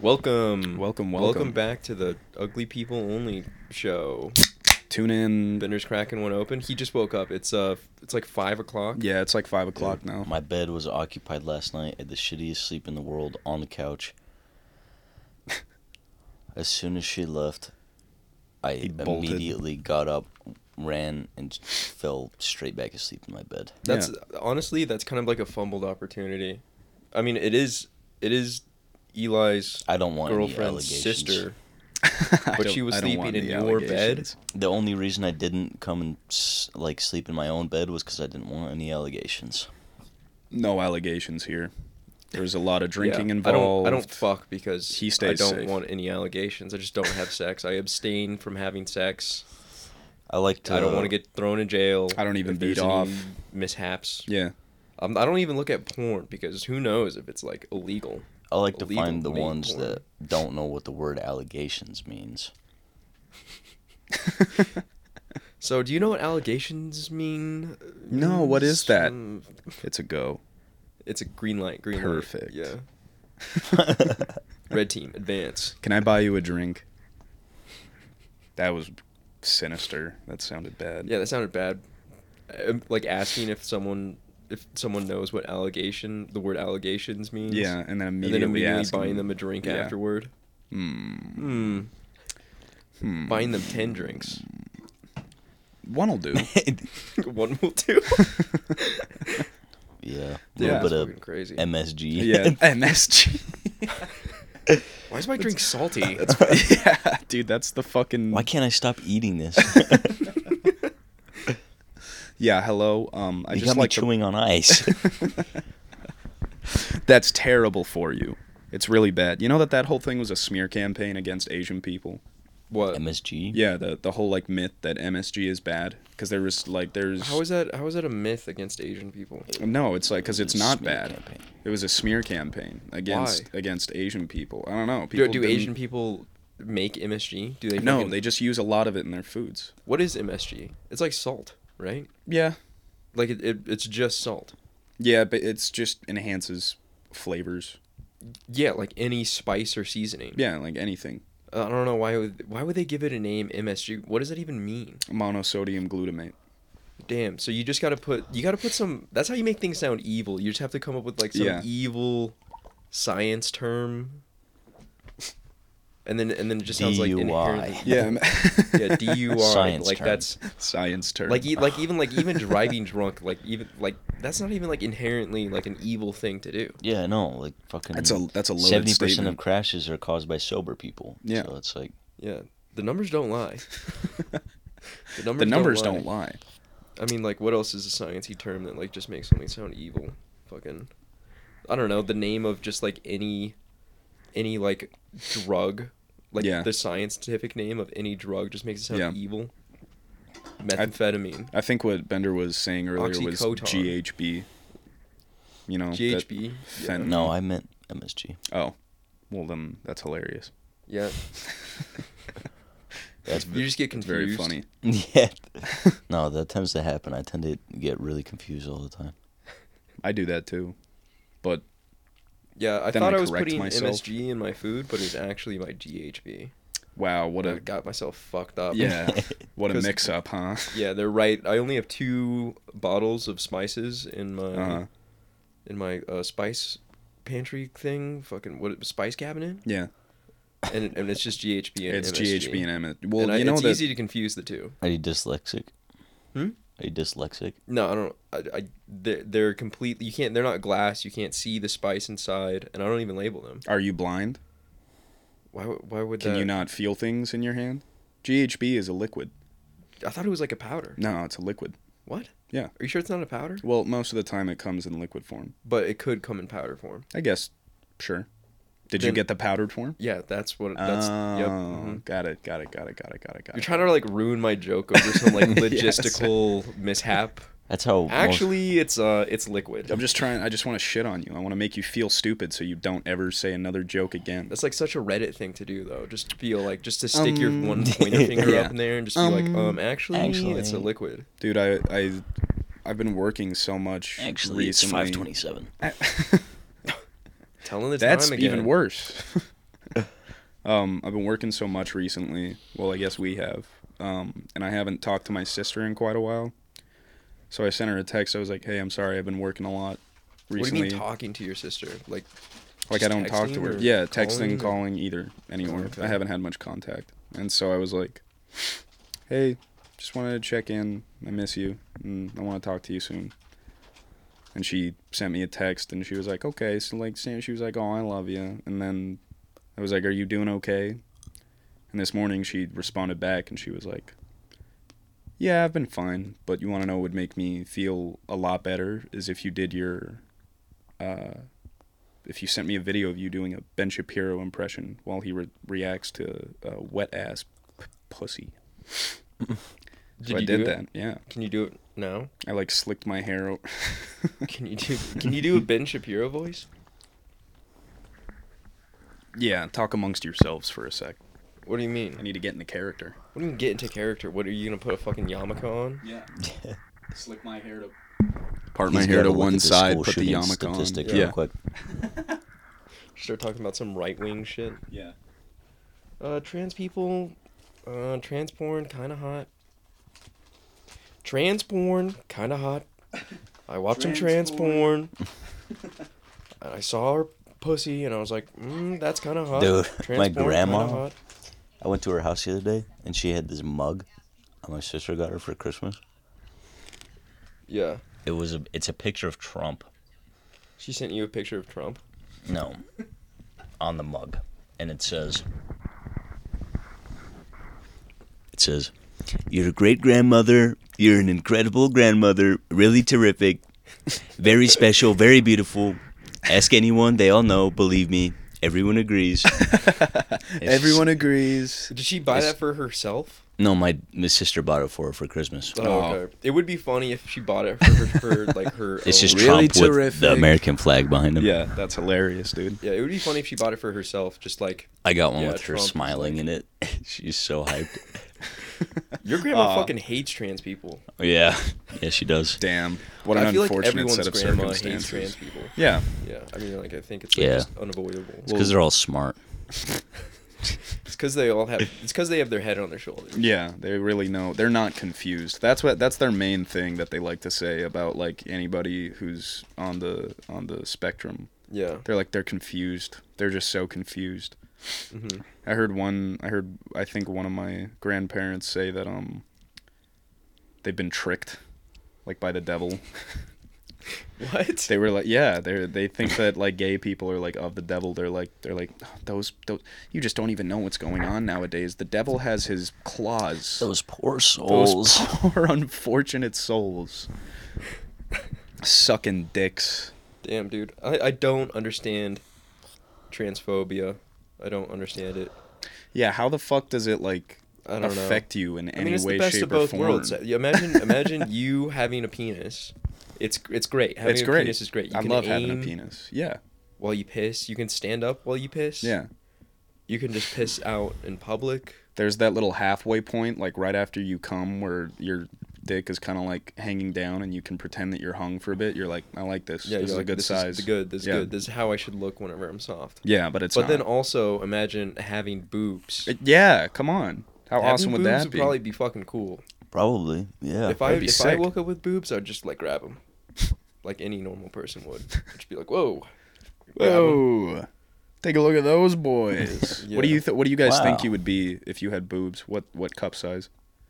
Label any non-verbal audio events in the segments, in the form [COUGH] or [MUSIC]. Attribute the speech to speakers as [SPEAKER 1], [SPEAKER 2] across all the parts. [SPEAKER 1] Welcome.
[SPEAKER 2] Welcome, welcome.
[SPEAKER 1] back to the Ugly People Only show.
[SPEAKER 2] Tune in.
[SPEAKER 1] Bender's cracking one open. He just woke up. It's uh, it's like five o'clock.
[SPEAKER 2] Yeah, it's like five o'clock
[SPEAKER 3] [LAUGHS]
[SPEAKER 2] now.
[SPEAKER 3] My bed was occupied last night. I had the shittiest sleep in the world on the couch. as soon as she left, I
[SPEAKER 2] He bolted.
[SPEAKER 3] immediately got up, ran, and fell straight back asleep in my bed.
[SPEAKER 1] That's honestly, that's kind of like a fumbled opportunity. I mean, it is, it is Eli's
[SPEAKER 3] I don't want any
[SPEAKER 1] girlfriend's
[SPEAKER 3] allegations.
[SPEAKER 1] sister.
[SPEAKER 2] I
[SPEAKER 1] But
[SPEAKER 2] don't-
[SPEAKER 1] she was
[SPEAKER 2] I don't
[SPEAKER 1] sleeping
[SPEAKER 2] want
[SPEAKER 1] in
[SPEAKER 2] the
[SPEAKER 1] your bed?
[SPEAKER 2] allegations.
[SPEAKER 3] The only reason I didn't come and s- like sleep in my own bed was because I didn't want any allegations.
[SPEAKER 2] No allegations here. There's a lot of drinking
[SPEAKER 1] Yeah.
[SPEAKER 2] involved.
[SPEAKER 1] I don't, I don't fuck because
[SPEAKER 2] He
[SPEAKER 1] I
[SPEAKER 2] stays
[SPEAKER 1] don't
[SPEAKER 2] safe.
[SPEAKER 1] want any allegations. I just don't have sex. I abstain from having sex.
[SPEAKER 3] I like to.
[SPEAKER 1] I don't want to get thrown in jail.
[SPEAKER 2] I don't even
[SPEAKER 1] if there's
[SPEAKER 2] beat
[SPEAKER 1] any
[SPEAKER 2] off.
[SPEAKER 1] mishaps.
[SPEAKER 2] Yeah.
[SPEAKER 1] Um, I don't even look at porn because who knows if it's like illegal.
[SPEAKER 3] I like to
[SPEAKER 1] illegal
[SPEAKER 3] find the
[SPEAKER 1] made
[SPEAKER 3] ones
[SPEAKER 1] porn.
[SPEAKER 3] that don't know what the word allegations means.
[SPEAKER 1] [LAUGHS]
[SPEAKER 3] [LAUGHS]
[SPEAKER 1] So, do you know what allegations mean?
[SPEAKER 2] No, what is that?
[SPEAKER 1] Mm,
[SPEAKER 2] It's a go.
[SPEAKER 1] It's a green light. Green
[SPEAKER 2] Perfect.
[SPEAKER 1] light. Yeah. Red team, advance.
[SPEAKER 2] Can I buy you a drink? That was sinister. That sounded bad.
[SPEAKER 1] Yeah, that sounded bad. Um, Like asking if someone if someone knows what allegation the word allegations means.
[SPEAKER 2] Yeah, and then
[SPEAKER 1] And then
[SPEAKER 2] immediately,
[SPEAKER 1] immediately
[SPEAKER 2] asking-
[SPEAKER 1] buying them a drink
[SPEAKER 2] Yeah.
[SPEAKER 1] afterward.
[SPEAKER 2] Hmm.
[SPEAKER 1] Hmm.
[SPEAKER 2] Hmm.
[SPEAKER 1] Buying them ten drinks.
[SPEAKER 2] [LAUGHS] One'll do.
[SPEAKER 1] One will do.
[SPEAKER 2] [LAUGHS]
[SPEAKER 3] yeah, a
[SPEAKER 2] Yeah.
[SPEAKER 3] little bit
[SPEAKER 1] Fucking
[SPEAKER 3] of
[SPEAKER 1] crazy.
[SPEAKER 3] MSG.
[SPEAKER 2] yeah. [LAUGHS] MSG.
[SPEAKER 1] Why is my drink
[SPEAKER 2] [LAUGHS]
[SPEAKER 1] salty?
[SPEAKER 2] yeah, dude, that's the fucking.
[SPEAKER 3] [LAUGHS] Why can't I stop
[SPEAKER 2] [LAUGHS]
[SPEAKER 3] eating this?
[SPEAKER 2] Yeah, hello. Um, I
[SPEAKER 3] you
[SPEAKER 2] just
[SPEAKER 3] got me
[SPEAKER 2] like to-
[SPEAKER 3] chewing on ice. [LAUGHS]
[SPEAKER 2] That's terrible for you. It's really bad. You know that that whole thing was a smear campaign against Asian people.
[SPEAKER 1] what?
[SPEAKER 3] MSG.
[SPEAKER 2] Yeah, the the whole like myth that MSG is bad because there was like there's
[SPEAKER 1] How is that? How is that a myth against Asian people?
[SPEAKER 2] no, it's like because it's not
[SPEAKER 3] Smear
[SPEAKER 2] bad.
[SPEAKER 3] campaign.
[SPEAKER 2] It was a smear campaign against against Asian people. I don't know.
[SPEAKER 1] Do,
[SPEAKER 2] People
[SPEAKER 1] do
[SPEAKER 2] didn't-
[SPEAKER 1] Asian people make MSG? Do they?
[SPEAKER 2] No,
[SPEAKER 1] fucking-
[SPEAKER 2] they just use a lot of it in their foods.
[SPEAKER 1] What is MSG? It's like salt, right?
[SPEAKER 2] Yeah,
[SPEAKER 1] Like it, it, it's just salt.
[SPEAKER 2] yeah, but it's just enhances flavors.
[SPEAKER 1] Yeah, like any spice or seasoning.
[SPEAKER 2] Yeah, like anything.
[SPEAKER 1] I don't know why would why would they give it a name MSG? What does that even mean?
[SPEAKER 2] Monosodium glutamate.
[SPEAKER 1] Damn. So you just gotta put you gotta put some. That's how you make things sound evil. You just have to come up with like some
[SPEAKER 2] Yeah.
[SPEAKER 1] evil science term. And then and then it just sounds like
[SPEAKER 3] DUI.
[SPEAKER 1] inherently
[SPEAKER 2] [LAUGHS] Yeah,
[SPEAKER 1] yeah DUI
[SPEAKER 2] [LAUGHS]
[SPEAKER 3] Science
[SPEAKER 1] like
[SPEAKER 3] term.
[SPEAKER 1] that's
[SPEAKER 2] science term.
[SPEAKER 1] like e- like even like
[SPEAKER 2] [LAUGHS]
[SPEAKER 1] even driving drunk like even like that's not even like inherently like an evil thing to do.
[SPEAKER 3] Yeah, no, like fucking.
[SPEAKER 2] That's a- that's a loaded
[SPEAKER 3] seventy percent
[SPEAKER 2] statement.
[SPEAKER 3] of crashes are caused by sober people.
[SPEAKER 2] Yeah.
[SPEAKER 3] so it's like
[SPEAKER 1] Yeah, the numbers don't lie. The numbers,
[SPEAKER 2] the numbers don't lie.
[SPEAKER 1] I mean, like, what else is a sciencey term that like just makes something sound evil? Fucking, I don't know. The name of just like any, any like drug, like
[SPEAKER 2] Yeah.
[SPEAKER 1] the scientific name of any drug just makes it sound
[SPEAKER 2] Yeah.
[SPEAKER 1] evil. Methamphetamine,
[SPEAKER 2] I think what Bender was saying earlier was
[SPEAKER 1] Oxycodone.
[SPEAKER 2] GHB. You know, Oh, that
[SPEAKER 1] GHB. yeah.
[SPEAKER 2] fent-
[SPEAKER 3] no, I meant MSG.
[SPEAKER 2] Oh, well then that's hilarious. [LAUGHS]
[SPEAKER 1] Yeah,
[SPEAKER 3] That's
[SPEAKER 1] you just get
[SPEAKER 2] It's
[SPEAKER 1] confused.
[SPEAKER 2] very funny.
[SPEAKER 3] [LAUGHS]
[SPEAKER 2] [LAUGHS]
[SPEAKER 3] yeah. No, that tends to happen. I tend to get really confused all the time.
[SPEAKER 2] I do that too, but
[SPEAKER 1] Yeah, I
[SPEAKER 2] Then
[SPEAKER 1] thought
[SPEAKER 2] I
[SPEAKER 1] I, was
[SPEAKER 2] correct
[SPEAKER 1] putting
[SPEAKER 2] myself.
[SPEAKER 1] MSG in my food, but it's actually my GHB.
[SPEAKER 2] wow, what
[SPEAKER 1] I
[SPEAKER 2] a
[SPEAKER 1] got myself fucked up.
[SPEAKER 2] yeah, what a
[SPEAKER 1] 'Cause-
[SPEAKER 2] mix-up, huh?
[SPEAKER 1] Yeah, they're right. I only have two bottles of spices in my
[SPEAKER 2] Uh-huh.
[SPEAKER 1] in my uh, spice pantry thing. Fucking what? Spice cabinet?
[SPEAKER 2] Yeah,
[SPEAKER 1] And and it's just GHB and
[SPEAKER 2] it's
[SPEAKER 1] MSG.
[SPEAKER 2] GHB and M.
[SPEAKER 1] Well,
[SPEAKER 2] Well, you know
[SPEAKER 1] it's
[SPEAKER 2] that
[SPEAKER 1] easy to confuse the two.
[SPEAKER 3] Are you dyslexic?
[SPEAKER 1] Hmm?
[SPEAKER 3] Are you dyslexic?
[SPEAKER 1] No, I don't. I, I they're, they're completely. You can't. They're not glass. You can't see the spice inside, and I don't even label them.
[SPEAKER 2] are you blind?
[SPEAKER 1] Why? would- Why would
[SPEAKER 2] Can
[SPEAKER 1] that?
[SPEAKER 2] you not feel things in your hand? GHB is a liquid.
[SPEAKER 1] I thought it was like a powder.
[SPEAKER 2] No, it's a liquid.
[SPEAKER 1] What?
[SPEAKER 2] Yeah.
[SPEAKER 1] Are you sure it's not a powder?
[SPEAKER 2] Well, most of the time it comes in liquid form.
[SPEAKER 1] But it could come in powder form.
[SPEAKER 2] I guess. Sure. Did you
[SPEAKER 1] Then-
[SPEAKER 2] get the powdered form?
[SPEAKER 1] Yeah, that's what. That's. Yep.
[SPEAKER 2] Oh,
[SPEAKER 1] mhm.
[SPEAKER 2] got it, got it, got it, got it, got it, got
[SPEAKER 1] You're
[SPEAKER 2] it.
[SPEAKER 1] trying to like ruin my joke over some like
[SPEAKER 2] [LAUGHS] Yes.
[SPEAKER 1] logistical mishap.
[SPEAKER 3] That's how most-
[SPEAKER 1] Actually, it's uh, it's liquid.
[SPEAKER 2] I'm just trying. I just want to shit on you. I want to make you feel stupid so you don't ever say another joke again.
[SPEAKER 1] That's like such a Reddit thing to do though. Just to feel like just to stick your
[SPEAKER 2] Um, [LAUGHS]
[SPEAKER 1] one pointer finger
[SPEAKER 2] yeah.
[SPEAKER 1] up in there and just be like,
[SPEAKER 2] Um,
[SPEAKER 1] um, actually, it's a
[SPEAKER 3] actually-
[SPEAKER 1] liquid.
[SPEAKER 2] Dude, I, I, I've been working so much.
[SPEAKER 3] actually, it's
[SPEAKER 2] [LAUGHS] recently.
[SPEAKER 3] five twenty-seven.
[SPEAKER 2] I-
[SPEAKER 1] Telling the
[SPEAKER 2] That's
[SPEAKER 1] time again.
[SPEAKER 2] even worse. [LAUGHS] Um, I've been working so much recently. Well, I guess we have. Um, and I haven't talked to my sister in quite a while. So I sent her a text. I was like, "Hey, I'm sorry. I've been working a lot recently.
[SPEAKER 1] What do you mean talking to your sister? Like,
[SPEAKER 2] like I
[SPEAKER 1] Just
[SPEAKER 2] don't talk to
[SPEAKER 1] texting
[SPEAKER 2] her.
[SPEAKER 1] or
[SPEAKER 2] Yeah, texting,
[SPEAKER 1] calling or-
[SPEAKER 2] calling, either anymore.
[SPEAKER 1] okay.
[SPEAKER 2] I haven't had much contact, and so I was like, "Hey, just wanted to check in. I miss you, and I want to talk to you soon." And she sent me a text, and she was like, "Okay." So like, Sam- she was like, "Oh, I love you," and then I was like, "Are you doing okay?" And this morning she responded back, and she was like. Yeah, I've been fine, but you want to know what would make me feel a lot better is if you did your uh, if you sent me a video of you doing a Ben Shapiro impression while he re- reacts to uh, wet ass p- pussy. So I
[SPEAKER 1] you
[SPEAKER 2] did
[SPEAKER 1] do it?
[SPEAKER 2] that. Yeah,
[SPEAKER 1] Can you do it
[SPEAKER 2] [LAUGHS]
[SPEAKER 1] now?
[SPEAKER 2] I like slicked my hair. o- [LAUGHS]
[SPEAKER 1] Can you do? Can you do a Ben Shapiro voice?
[SPEAKER 2] yeah, talk amongst yourselves for a sec.
[SPEAKER 1] What do you mean?
[SPEAKER 2] I need to get in the character.
[SPEAKER 1] What do you mean get into character? What are you gonna put a fucking yarmulke on? [LAUGHS]
[SPEAKER 2] Yeah,
[SPEAKER 3] Yeah.
[SPEAKER 2] slick my hair to. Part
[SPEAKER 3] He's
[SPEAKER 2] my hair
[SPEAKER 3] gotta
[SPEAKER 2] to
[SPEAKER 3] look at
[SPEAKER 2] one side,
[SPEAKER 3] school
[SPEAKER 2] put the
[SPEAKER 3] shooting
[SPEAKER 2] yarmulke
[SPEAKER 3] statistic
[SPEAKER 2] on.
[SPEAKER 3] real
[SPEAKER 2] Yeah,
[SPEAKER 3] quick.
[SPEAKER 1] Start talking about some right wing shit.
[SPEAKER 2] yeah.
[SPEAKER 1] Uh, trans people, uh, trans porn, kind of hot. Trans porn, kind of hot. I watched some trans
[SPEAKER 2] Trans
[SPEAKER 1] porn. [LAUGHS] and I saw her pussy, and I was like, mm, that's kind of hot.
[SPEAKER 3] Dude, my
[SPEAKER 1] kinda
[SPEAKER 3] grandma- I went to her house the other day, and she had this mug. that My sister got her for Christmas.
[SPEAKER 1] Yeah,
[SPEAKER 3] It was a. It's a picture of Trump.
[SPEAKER 1] she sent you a picture of Trump.
[SPEAKER 3] No, on the mug, and it says. It says, "You're a great grandmother. You're an incredible grandmother. Really terrific. Very special. Very beautiful. Ask anyone; they all know. Believe me." Everyone agrees.
[SPEAKER 2] Everyone agrees.
[SPEAKER 1] Did she buy
[SPEAKER 3] It's-
[SPEAKER 1] that for herself?
[SPEAKER 3] No, my my sister bought it for her for Christmas.
[SPEAKER 1] Oh,
[SPEAKER 2] No.
[SPEAKER 1] okay. It would be funny if she bought it for,
[SPEAKER 2] [LAUGHS]
[SPEAKER 1] for like her.
[SPEAKER 3] It's
[SPEAKER 1] own-
[SPEAKER 3] just
[SPEAKER 2] Really
[SPEAKER 3] Trump with the
[SPEAKER 2] terrific.
[SPEAKER 3] American flag behind him.
[SPEAKER 2] Yeah, that's hilarious, dude.
[SPEAKER 1] Yeah, it would be funny if she bought it for herself, just like
[SPEAKER 3] I got one
[SPEAKER 1] Yeah,
[SPEAKER 3] with her
[SPEAKER 1] Trump is
[SPEAKER 3] smiling
[SPEAKER 1] like-
[SPEAKER 3] in it. [LAUGHS] She's so hyped.
[SPEAKER 1] your grandma
[SPEAKER 2] Aw.
[SPEAKER 1] fucking hates trans people.
[SPEAKER 3] Oh, yeah, [LAUGHS] yeah, she does.
[SPEAKER 2] Damn, what an
[SPEAKER 1] I feel like
[SPEAKER 2] unfortunate
[SPEAKER 1] everyone's
[SPEAKER 2] set of
[SPEAKER 1] grandma hates
[SPEAKER 2] circumstances.
[SPEAKER 1] trans people.
[SPEAKER 2] Yeah,
[SPEAKER 1] Yeah, I mean, like I think it's like,
[SPEAKER 3] Yeah.
[SPEAKER 1] just unavoidable.
[SPEAKER 3] It's because they're all smart.
[SPEAKER 1] It's because they all have. It's because they have their head on their shoulders.
[SPEAKER 2] Yeah, they really know. They're not confused. That's what that's their main thing that they like to say about like anybody who's on the on the spectrum.
[SPEAKER 1] Yeah.
[SPEAKER 2] They're like they're confused. They're just so confused.
[SPEAKER 1] hmm
[SPEAKER 2] I heard one I heard I think one of my grandparents say that um they've been tricked like by the devil. [LAUGHS]
[SPEAKER 1] What?
[SPEAKER 2] They were like, yeah, they they think that like gay people are like of the devil. They're like they're like "Oh, those those you just don't even know what's going on nowadays. The devil has his claws.
[SPEAKER 3] Those poor
[SPEAKER 2] Those
[SPEAKER 1] [LAUGHS]
[SPEAKER 3] souls.
[SPEAKER 2] poor unfortunate souls. Sucking dicks.
[SPEAKER 1] Damn, dude. I, I don't understand transphobia. I don't understand it.
[SPEAKER 2] Yeah, how the fuck does it like
[SPEAKER 1] I don't know.
[SPEAKER 2] affect you in
[SPEAKER 1] I
[SPEAKER 2] any
[SPEAKER 1] mean, it's
[SPEAKER 2] way,
[SPEAKER 1] the best
[SPEAKER 2] shape,
[SPEAKER 1] of both
[SPEAKER 2] or form?
[SPEAKER 1] worlds.
[SPEAKER 2] [LAUGHS]
[SPEAKER 1] You Imagine, imagine [LAUGHS] you having a penis. It's it's great. Having
[SPEAKER 2] it's
[SPEAKER 1] a
[SPEAKER 2] great.
[SPEAKER 1] penis is great. You
[SPEAKER 2] I
[SPEAKER 1] can
[SPEAKER 2] love
[SPEAKER 1] aim
[SPEAKER 2] having a penis. Yeah,
[SPEAKER 1] while you piss. You can stand up while you piss.
[SPEAKER 2] yeah.
[SPEAKER 1] You can just piss out in public.
[SPEAKER 2] There's that little halfway point, like right after you come, where your dick is kind of like hanging down, and you can pretend that you're hung for a bit. You're like, I like this.
[SPEAKER 1] Yeah, you're
[SPEAKER 2] this is a
[SPEAKER 1] like,
[SPEAKER 2] good
[SPEAKER 1] this
[SPEAKER 2] size.
[SPEAKER 1] Is the good. This is
[SPEAKER 2] Yeah.
[SPEAKER 1] good. This is how I should look whenever I'm soft.
[SPEAKER 2] Yeah, but it's
[SPEAKER 1] but
[SPEAKER 2] not.
[SPEAKER 1] then also imagine having boobs.
[SPEAKER 2] It- yeah, come on. How
[SPEAKER 1] Having
[SPEAKER 2] awesome would
[SPEAKER 1] boobs
[SPEAKER 2] that be?
[SPEAKER 1] probably be fucking cool.
[SPEAKER 3] [LAUGHS] Probably, yeah.
[SPEAKER 1] if I
[SPEAKER 2] that'd be
[SPEAKER 1] if I
[SPEAKER 2] sick.
[SPEAKER 1] woke up with boobs, I'd just like grab them, like any normal person would. I'd just be like, whoa. grab 'em.
[SPEAKER 2] Whoa. Take a look at those boys. What
[SPEAKER 1] [LAUGHS]
[SPEAKER 2] do
[SPEAKER 1] Yeah.
[SPEAKER 2] you th- what do you guys think
[SPEAKER 3] Wow.
[SPEAKER 2] you would be if you had boobs? What what cup size?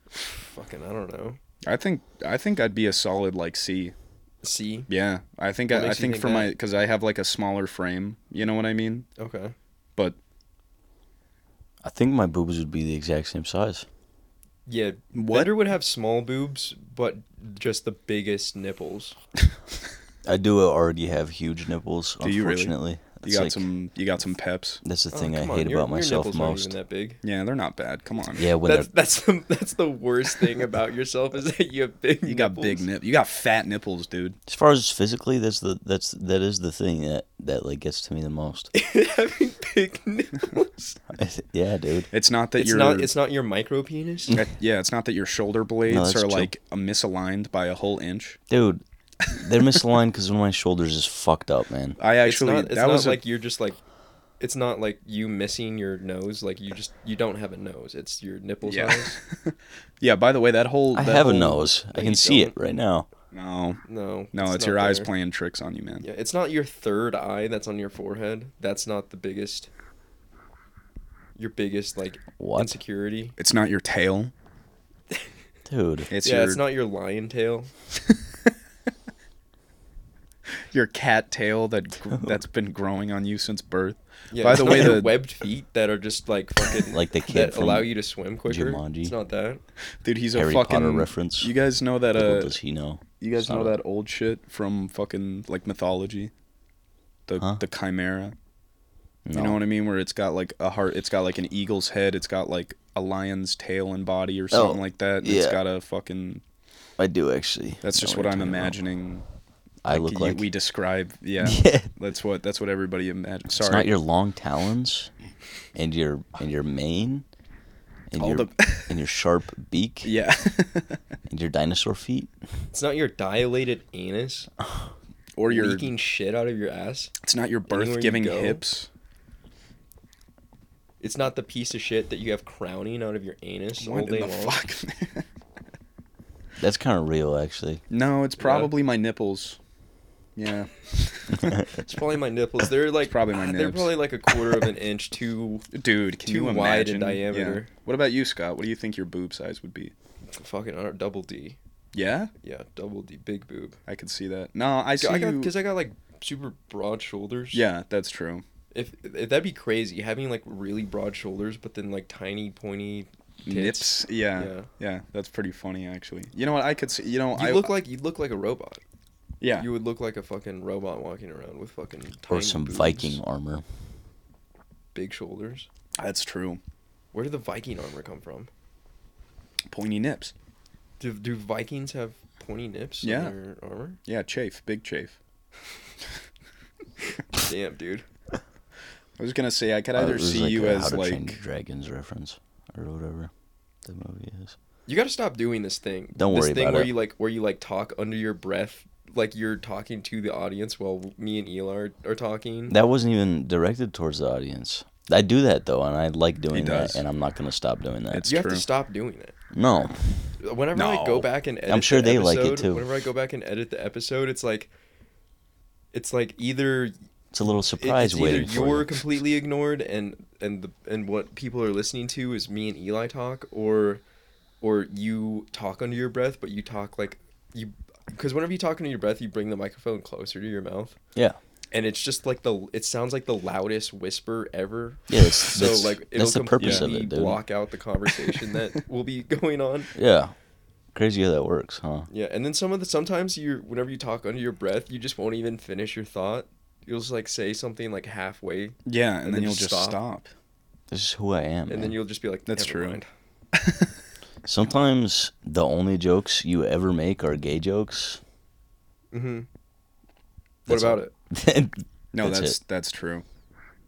[SPEAKER 1] Fucking, I don't know.
[SPEAKER 2] I think I think I'd be a solid like C.
[SPEAKER 1] See?
[SPEAKER 2] Yeah. I think
[SPEAKER 1] What
[SPEAKER 2] I, I
[SPEAKER 1] makes you
[SPEAKER 2] think
[SPEAKER 1] think
[SPEAKER 2] for
[SPEAKER 1] that?
[SPEAKER 2] my cuz I have like a smaller frame, you know what I mean?
[SPEAKER 1] Okay.
[SPEAKER 2] But
[SPEAKER 3] I think my boobs would be the exact same size.
[SPEAKER 1] Yeah.
[SPEAKER 2] What?
[SPEAKER 1] Bender would have small boobs, but just the biggest nipples.
[SPEAKER 3] I do already have huge nipples.
[SPEAKER 2] Do you really?
[SPEAKER 3] unfortunately,
[SPEAKER 2] you
[SPEAKER 3] That's
[SPEAKER 2] got
[SPEAKER 3] like-
[SPEAKER 2] some you got some peps.
[SPEAKER 3] That's the
[SPEAKER 1] Oh,
[SPEAKER 3] thing I
[SPEAKER 1] come on,
[SPEAKER 3] hate
[SPEAKER 1] your-
[SPEAKER 3] about
[SPEAKER 1] your
[SPEAKER 3] myself
[SPEAKER 1] nipples aren't
[SPEAKER 3] most.
[SPEAKER 1] even that big.
[SPEAKER 2] Yeah, they're not bad. Come on.
[SPEAKER 3] Yeah, when
[SPEAKER 1] That's
[SPEAKER 3] they're-
[SPEAKER 1] that's the, that's the worst thing about yourself is that you have big.
[SPEAKER 2] You got big
[SPEAKER 1] nipples.
[SPEAKER 2] nip. You got fat nipples, dude.
[SPEAKER 3] as far as physically, that's the that's that is the thing that that like gets to me
[SPEAKER 1] [LAUGHS]
[SPEAKER 3] the most. [LAUGHS]
[SPEAKER 1] having big nipples.
[SPEAKER 3] yeah, dude.
[SPEAKER 2] It's not that
[SPEAKER 1] it's
[SPEAKER 2] you're
[SPEAKER 1] not it's not your micro penis.
[SPEAKER 2] uh, yeah, it's not [LAUGHS] that your shoulder blades
[SPEAKER 3] that's
[SPEAKER 2] are
[SPEAKER 3] chill.
[SPEAKER 2] like misaligned by a whole inch.
[SPEAKER 3] Dude, they're misaligned because one of my shoulders is fucked up, man.
[SPEAKER 2] I
[SPEAKER 1] It's
[SPEAKER 2] actually
[SPEAKER 1] not it's
[SPEAKER 2] that
[SPEAKER 1] not
[SPEAKER 2] was a-
[SPEAKER 1] like you're just like it's not like you missing your nose. Like you just you don't have a nose. It's your nipple
[SPEAKER 2] Yeah.
[SPEAKER 1] size.
[SPEAKER 2] [LAUGHS] yeah. By the way, that whole
[SPEAKER 3] I
[SPEAKER 2] that
[SPEAKER 3] have a
[SPEAKER 2] whole-
[SPEAKER 3] nose. I
[SPEAKER 1] No,
[SPEAKER 3] can
[SPEAKER 1] you
[SPEAKER 3] see it
[SPEAKER 1] don't.
[SPEAKER 3] right now.
[SPEAKER 2] No,
[SPEAKER 1] No,
[SPEAKER 2] no,
[SPEAKER 1] not
[SPEAKER 2] it's, your eyes
[SPEAKER 1] there.
[SPEAKER 2] playing tricks on you, man.
[SPEAKER 1] Yeah, it's not your third eye that's on your forehead. That's not the biggest. Your biggest like
[SPEAKER 3] What?
[SPEAKER 1] insecurity.
[SPEAKER 2] It's not your tail.
[SPEAKER 3] Dude.
[SPEAKER 2] It's
[SPEAKER 1] yeah,
[SPEAKER 2] your
[SPEAKER 1] it's not your lion tail.
[SPEAKER 2] your cat tail
[SPEAKER 1] [LAUGHS]
[SPEAKER 2] that gr- that's been growing on you since birth.
[SPEAKER 1] Yeah,
[SPEAKER 2] By
[SPEAKER 1] it's
[SPEAKER 2] the
[SPEAKER 1] not
[SPEAKER 2] way,
[SPEAKER 1] your
[SPEAKER 2] the-
[SPEAKER 1] webbed feet that are just
[SPEAKER 2] [LAUGHS]
[SPEAKER 1] like fucking
[SPEAKER 3] Like the kid
[SPEAKER 1] that
[SPEAKER 3] from
[SPEAKER 1] allow you to swim quicker.
[SPEAKER 3] Jumanji.
[SPEAKER 1] It's not that.
[SPEAKER 2] Dude, he's
[SPEAKER 3] Harry
[SPEAKER 2] a fucking
[SPEAKER 3] Potter reference.
[SPEAKER 2] You guys know that
[SPEAKER 3] Little
[SPEAKER 2] uh
[SPEAKER 3] does he know?
[SPEAKER 2] you guys know
[SPEAKER 3] Stop it.
[SPEAKER 2] that old shit from fucking like mythology. The
[SPEAKER 3] Huh?
[SPEAKER 2] the chimera.
[SPEAKER 3] No.
[SPEAKER 2] You know what I mean where it's got like a heart, it's got like an eagle's head, it's got like a lion's tail and body or something like that. and It's
[SPEAKER 3] Oh, yeah.
[SPEAKER 2] got a fucking
[SPEAKER 3] I do actually.
[SPEAKER 2] That's
[SPEAKER 3] know
[SPEAKER 2] just what
[SPEAKER 3] you're
[SPEAKER 2] I'm
[SPEAKER 3] talking about.
[SPEAKER 2] imagining.
[SPEAKER 3] I look
[SPEAKER 2] you-
[SPEAKER 3] like.
[SPEAKER 2] we describe, yeah.
[SPEAKER 3] [LAUGHS] Yeah.
[SPEAKER 2] That's what that's what everybody imagines.
[SPEAKER 3] It's
[SPEAKER 2] Sorry.
[SPEAKER 3] not your long talons, and your and your mane, and
[SPEAKER 2] All
[SPEAKER 3] your
[SPEAKER 2] the- [LAUGHS]
[SPEAKER 3] and your sharp beak,
[SPEAKER 2] yeah. [LAUGHS]
[SPEAKER 3] and your dinosaur feet.
[SPEAKER 1] It's not your dilated anus
[SPEAKER 2] or your
[SPEAKER 1] leaking shit out of your ass.
[SPEAKER 2] it's not your
[SPEAKER 1] anywhere you
[SPEAKER 2] birth giving
[SPEAKER 1] go.
[SPEAKER 2] hips.
[SPEAKER 1] It's not the piece of shit that you have crowning out of your anus all
[SPEAKER 2] What in
[SPEAKER 1] day
[SPEAKER 2] the
[SPEAKER 1] long.
[SPEAKER 2] fuck? [LAUGHS] man?
[SPEAKER 3] That's kind of real, actually.
[SPEAKER 2] [LAUGHS] No, it's probably my nipples. Yeah.
[SPEAKER 1] It's probably my nipples. They're like
[SPEAKER 2] probably my
[SPEAKER 1] They're
[SPEAKER 2] nips.
[SPEAKER 1] probably like a quarter
[SPEAKER 2] [LAUGHS]
[SPEAKER 1] of an inch too
[SPEAKER 2] Dude, can
[SPEAKER 1] Too
[SPEAKER 2] you
[SPEAKER 1] wide in
[SPEAKER 2] imagine?
[SPEAKER 1] diameter.
[SPEAKER 2] Yeah. What about you, Scott? What do you think your boob size would be?
[SPEAKER 1] fucking I don't- double D.
[SPEAKER 2] Yeah,
[SPEAKER 1] Yeah, double D, big boob.
[SPEAKER 2] I could see that. No, I see
[SPEAKER 1] I got
[SPEAKER 2] you.
[SPEAKER 1] because I got like super broad shoulders.
[SPEAKER 2] Yeah, that's true.
[SPEAKER 1] if, if that'd be crazy having like really broad shoulders, but then like tiny pointy tits.
[SPEAKER 2] Nips. Yeah. yeah.
[SPEAKER 1] Yeah.
[SPEAKER 2] that's pretty funny actually. You know what? I could see. You know,
[SPEAKER 1] You
[SPEAKER 2] I
[SPEAKER 1] look like you look like a robot.
[SPEAKER 2] yeah.
[SPEAKER 1] You would look like a fucking robot walking around with fucking tiny
[SPEAKER 3] [LAUGHS] Or some
[SPEAKER 1] boobs,
[SPEAKER 3] Viking armor.
[SPEAKER 1] big shoulders.
[SPEAKER 2] That's true.
[SPEAKER 1] Where did the Viking armor come from?
[SPEAKER 2] Pointy nips.
[SPEAKER 1] Do, do Vikings have pointy nips on
[SPEAKER 2] Yeah.
[SPEAKER 1] their armor?
[SPEAKER 2] Yeah, chafe, big chafe.
[SPEAKER 1] Damn, dude.
[SPEAKER 2] I was gonna say I
[SPEAKER 1] Oh,
[SPEAKER 2] could
[SPEAKER 3] Uh, it
[SPEAKER 2] either
[SPEAKER 3] was
[SPEAKER 2] see
[SPEAKER 3] like
[SPEAKER 2] you
[SPEAKER 3] a How
[SPEAKER 2] as
[SPEAKER 3] to
[SPEAKER 2] like
[SPEAKER 3] Train Your Dragons reference or whatever the movie is.
[SPEAKER 2] Mm-hmm.
[SPEAKER 1] You got to stop doing this thing.
[SPEAKER 3] Don't
[SPEAKER 1] this
[SPEAKER 3] worry
[SPEAKER 1] thing
[SPEAKER 3] about
[SPEAKER 1] where
[SPEAKER 3] it.
[SPEAKER 1] you like where you like talk under your breath like you're talking to the audience while me and Ela are, are talking.
[SPEAKER 3] That wasn't even directed towards the audience. I do that though, and I like doing
[SPEAKER 2] does.
[SPEAKER 3] that, and I'm not gonna stop doing that.
[SPEAKER 2] It's-
[SPEAKER 1] you have
[SPEAKER 2] true.
[SPEAKER 1] to stop doing that.
[SPEAKER 3] no,
[SPEAKER 1] Whenever I
[SPEAKER 2] No.
[SPEAKER 1] go back and edit
[SPEAKER 3] sure
[SPEAKER 1] the
[SPEAKER 3] they like it,
[SPEAKER 1] episode-
[SPEAKER 3] too.
[SPEAKER 1] Whenever I go back and edit the episode, it's like it's like either it-
[SPEAKER 3] it's a little surprise
[SPEAKER 1] it's either
[SPEAKER 3] waiting for
[SPEAKER 1] you're
[SPEAKER 3] you.
[SPEAKER 1] completely ignored and and the and what people are listening to is me and Eli talk or or you talk under your breath, but you talk like you because whenever you talk under your breath, you bring the microphone closer to your mouth.
[SPEAKER 3] Yeah,
[SPEAKER 1] And it's just like the it sounds like the loudest whisper ever.
[SPEAKER 3] yeah.
[SPEAKER 1] [LAUGHS]
[SPEAKER 3] That's,
[SPEAKER 1] So
[SPEAKER 3] that's-
[SPEAKER 1] like it'll
[SPEAKER 3] that's the purpose of
[SPEAKER 1] completely
[SPEAKER 3] it, dude.
[SPEAKER 1] block out the conversation
[SPEAKER 3] [LAUGHS]
[SPEAKER 1] that will be going on.
[SPEAKER 3] Yeah, crazy how that works, huh?
[SPEAKER 1] Yeah, and then some of the sometimes you whenever you talk under your breath, you just won't even finish your thought. You'll just like say something like halfway, and,
[SPEAKER 2] yeah,
[SPEAKER 1] and
[SPEAKER 2] and, then,
[SPEAKER 1] then
[SPEAKER 2] you'll
[SPEAKER 1] just
[SPEAKER 2] just
[SPEAKER 1] stop.
[SPEAKER 2] stop.
[SPEAKER 3] This is who I am. man.
[SPEAKER 1] then you'll just be like,
[SPEAKER 2] That's
[SPEAKER 1] "Never
[SPEAKER 2] true.
[SPEAKER 1] mind."
[SPEAKER 3] Sometimes the only jokes you ever make are gay jokes. [LAUGHS]
[SPEAKER 2] Mm-hmm.
[SPEAKER 1] Mhm. What
[SPEAKER 3] That's
[SPEAKER 1] about
[SPEAKER 3] all.
[SPEAKER 1] it?
[SPEAKER 2] No,
[SPEAKER 3] That's
[SPEAKER 2] that's that's,
[SPEAKER 3] it.
[SPEAKER 2] true.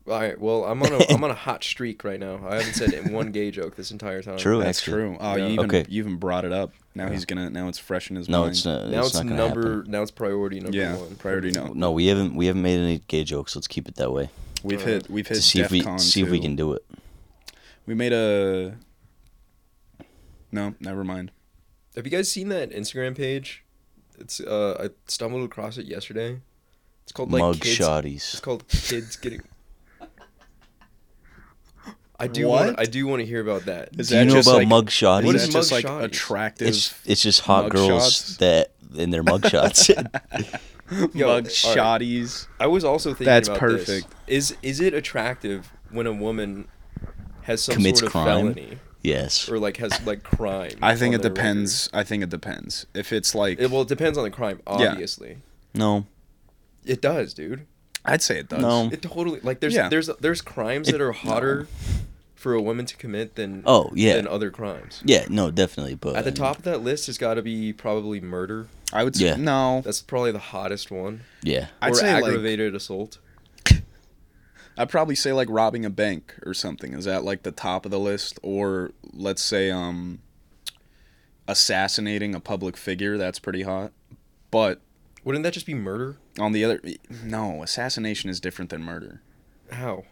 [SPEAKER 1] All right. Well, I'm on
[SPEAKER 3] [LAUGHS]
[SPEAKER 1] a I'm on a hot streak right now. I haven't said one gay joke this entire time.
[SPEAKER 3] True.
[SPEAKER 2] That's
[SPEAKER 3] actually.
[SPEAKER 2] true. Oh,
[SPEAKER 1] Yeah.
[SPEAKER 2] you even
[SPEAKER 3] Okay.
[SPEAKER 2] you even brought it up. Now he's gonna. Now it's fresh in his
[SPEAKER 3] No,
[SPEAKER 2] mind.
[SPEAKER 3] it's not.
[SPEAKER 1] Now it's,
[SPEAKER 3] not gonna
[SPEAKER 1] number
[SPEAKER 3] happen.
[SPEAKER 1] now it's priority number
[SPEAKER 2] Yeah,
[SPEAKER 1] one.
[SPEAKER 2] priority no.
[SPEAKER 3] No, we haven't. We haven't made any gay jokes. Let's keep it that way.
[SPEAKER 2] We've
[SPEAKER 1] Uh,
[SPEAKER 2] hit we've hit
[SPEAKER 3] To see if we
[SPEAKER 2] DEFCON
[SPEAKER 3] see if we
[SPEAKER 2] two.
[SPEAKER 3] can do it.
[SPEAKER 2] We made a. No, never mind.
[SPEAKER 1] Have you guys seen that Instagram page? It's uh I stumbled across it yesterday. It's called like
[SPEAKER 3] Mug
[SPEAKER 1] kids It's
[SPEAKER 3] shotties.
[SPEAKER 1] called Kids Getting. I do.
[SPEAKER 2] What?
[SPEAKER 1] Wanna, I do want to hear about that.
[SPEAKER 2] Is
[SPEAKER 3] Do you
[SPEAKER 2] that
[SPEAKER 3] know
[SPEAKER 2] just
[SPEAKER 3] about
[SPEAKER 2] like,
[SPEAKER 3] mug shotties?
[SPEAKER 1] What
[SPEAKER 2] Is
[SPEAKER 1] is
[SPEAKER 2] that just
[SPEAKER 1] mug
[SPEAKER 2] like
[SPEAKER 1] shotties?
[SPEAKER 2] attractive?
[SPEAKER 3] It's [LAUGHS] it's just hot
[SPEAKER 2] mug
[SPEAKER 3] girls
[SPEAKER 2] shots?
[SPEAKER 3] that in their mug
[SPEAKER 1] [LAUGHS]
[SPEAKER 3] shots.
[SPEAKER 1] Yo,
[SPEAKER 2] mug
[SPEAKER 1] all right.
[SPEAKER 2] shotties.
[SPEAKER 1] I was also thinking
[SPEAKER 2] That's
[SPEAKER 1] about
[SPEAKER 2] perfect.
[SPEAKER 1] This. Is is it attractive when a woman has some
[SPEAKER 3] Commits
[SPEAKER 1] sort of
[SPEAKER 3] crime?
[SPEAKER 1] felony
[SPEAKER 3] yes.
[SPEAKER 1] or like has like crime?
[SPEAKER 2] I think
[SPEAKER 1] on
[SPEAKER 2] it
[SPEAKER 1] their
[SPEAKER 2] depends. I think it depends. If it's like,
[SPEAKER 1] record? It, well, it depends on the crime. Obviously,
[SPEAKER 3] No.
[SPEAKER 1] it does, dude.
[SPEAKER 2] I'd say it does.
[SPEAKER 3] No.
[SPEAKER 1] It totally like there's
[SPEAKER 2] Yeah.
[SPEAKER 1] there's there's crimes
[SPEAKER 3] It-
[SPEAKER 1] that are hotter for a woman to commit than
[SPEAKER 3] Oh yeah.
[SPEAKER 1] than other crimes.
[SPEAKER 3] Yeah. No. Definitely. But um,
[SPEAKER 1] At
[SPEAKER 3] I
[SPEAKER 1] the
[SPEAKER 3] mean,
[SPEAKER 1] top of that list has got to be probably murder.
[SPEAKER 2] I would say
[SPEAKER 3] Yeah.
[SPEAKER 2] no.
[SPEAKER 1] That's probably the hottest one.
[SPEAKER 3] Yeah.
[SPEAKER 2] I'd
[SPEAKER 1] or
[SPEAKER 2] say like,
[SPEAKER 1] aggravated assault.
[SPEAKER 2] I'd probably say like robbing a bank or something. Is that like the top of the list? Or let's say um assassinating a public figure, that's pretty hot. But
[SPEAKER 1] Wouldn't that just be murder?
[SPEAKER 2] on the other no, assassination is different than murder.
[SPEAKER 1] How?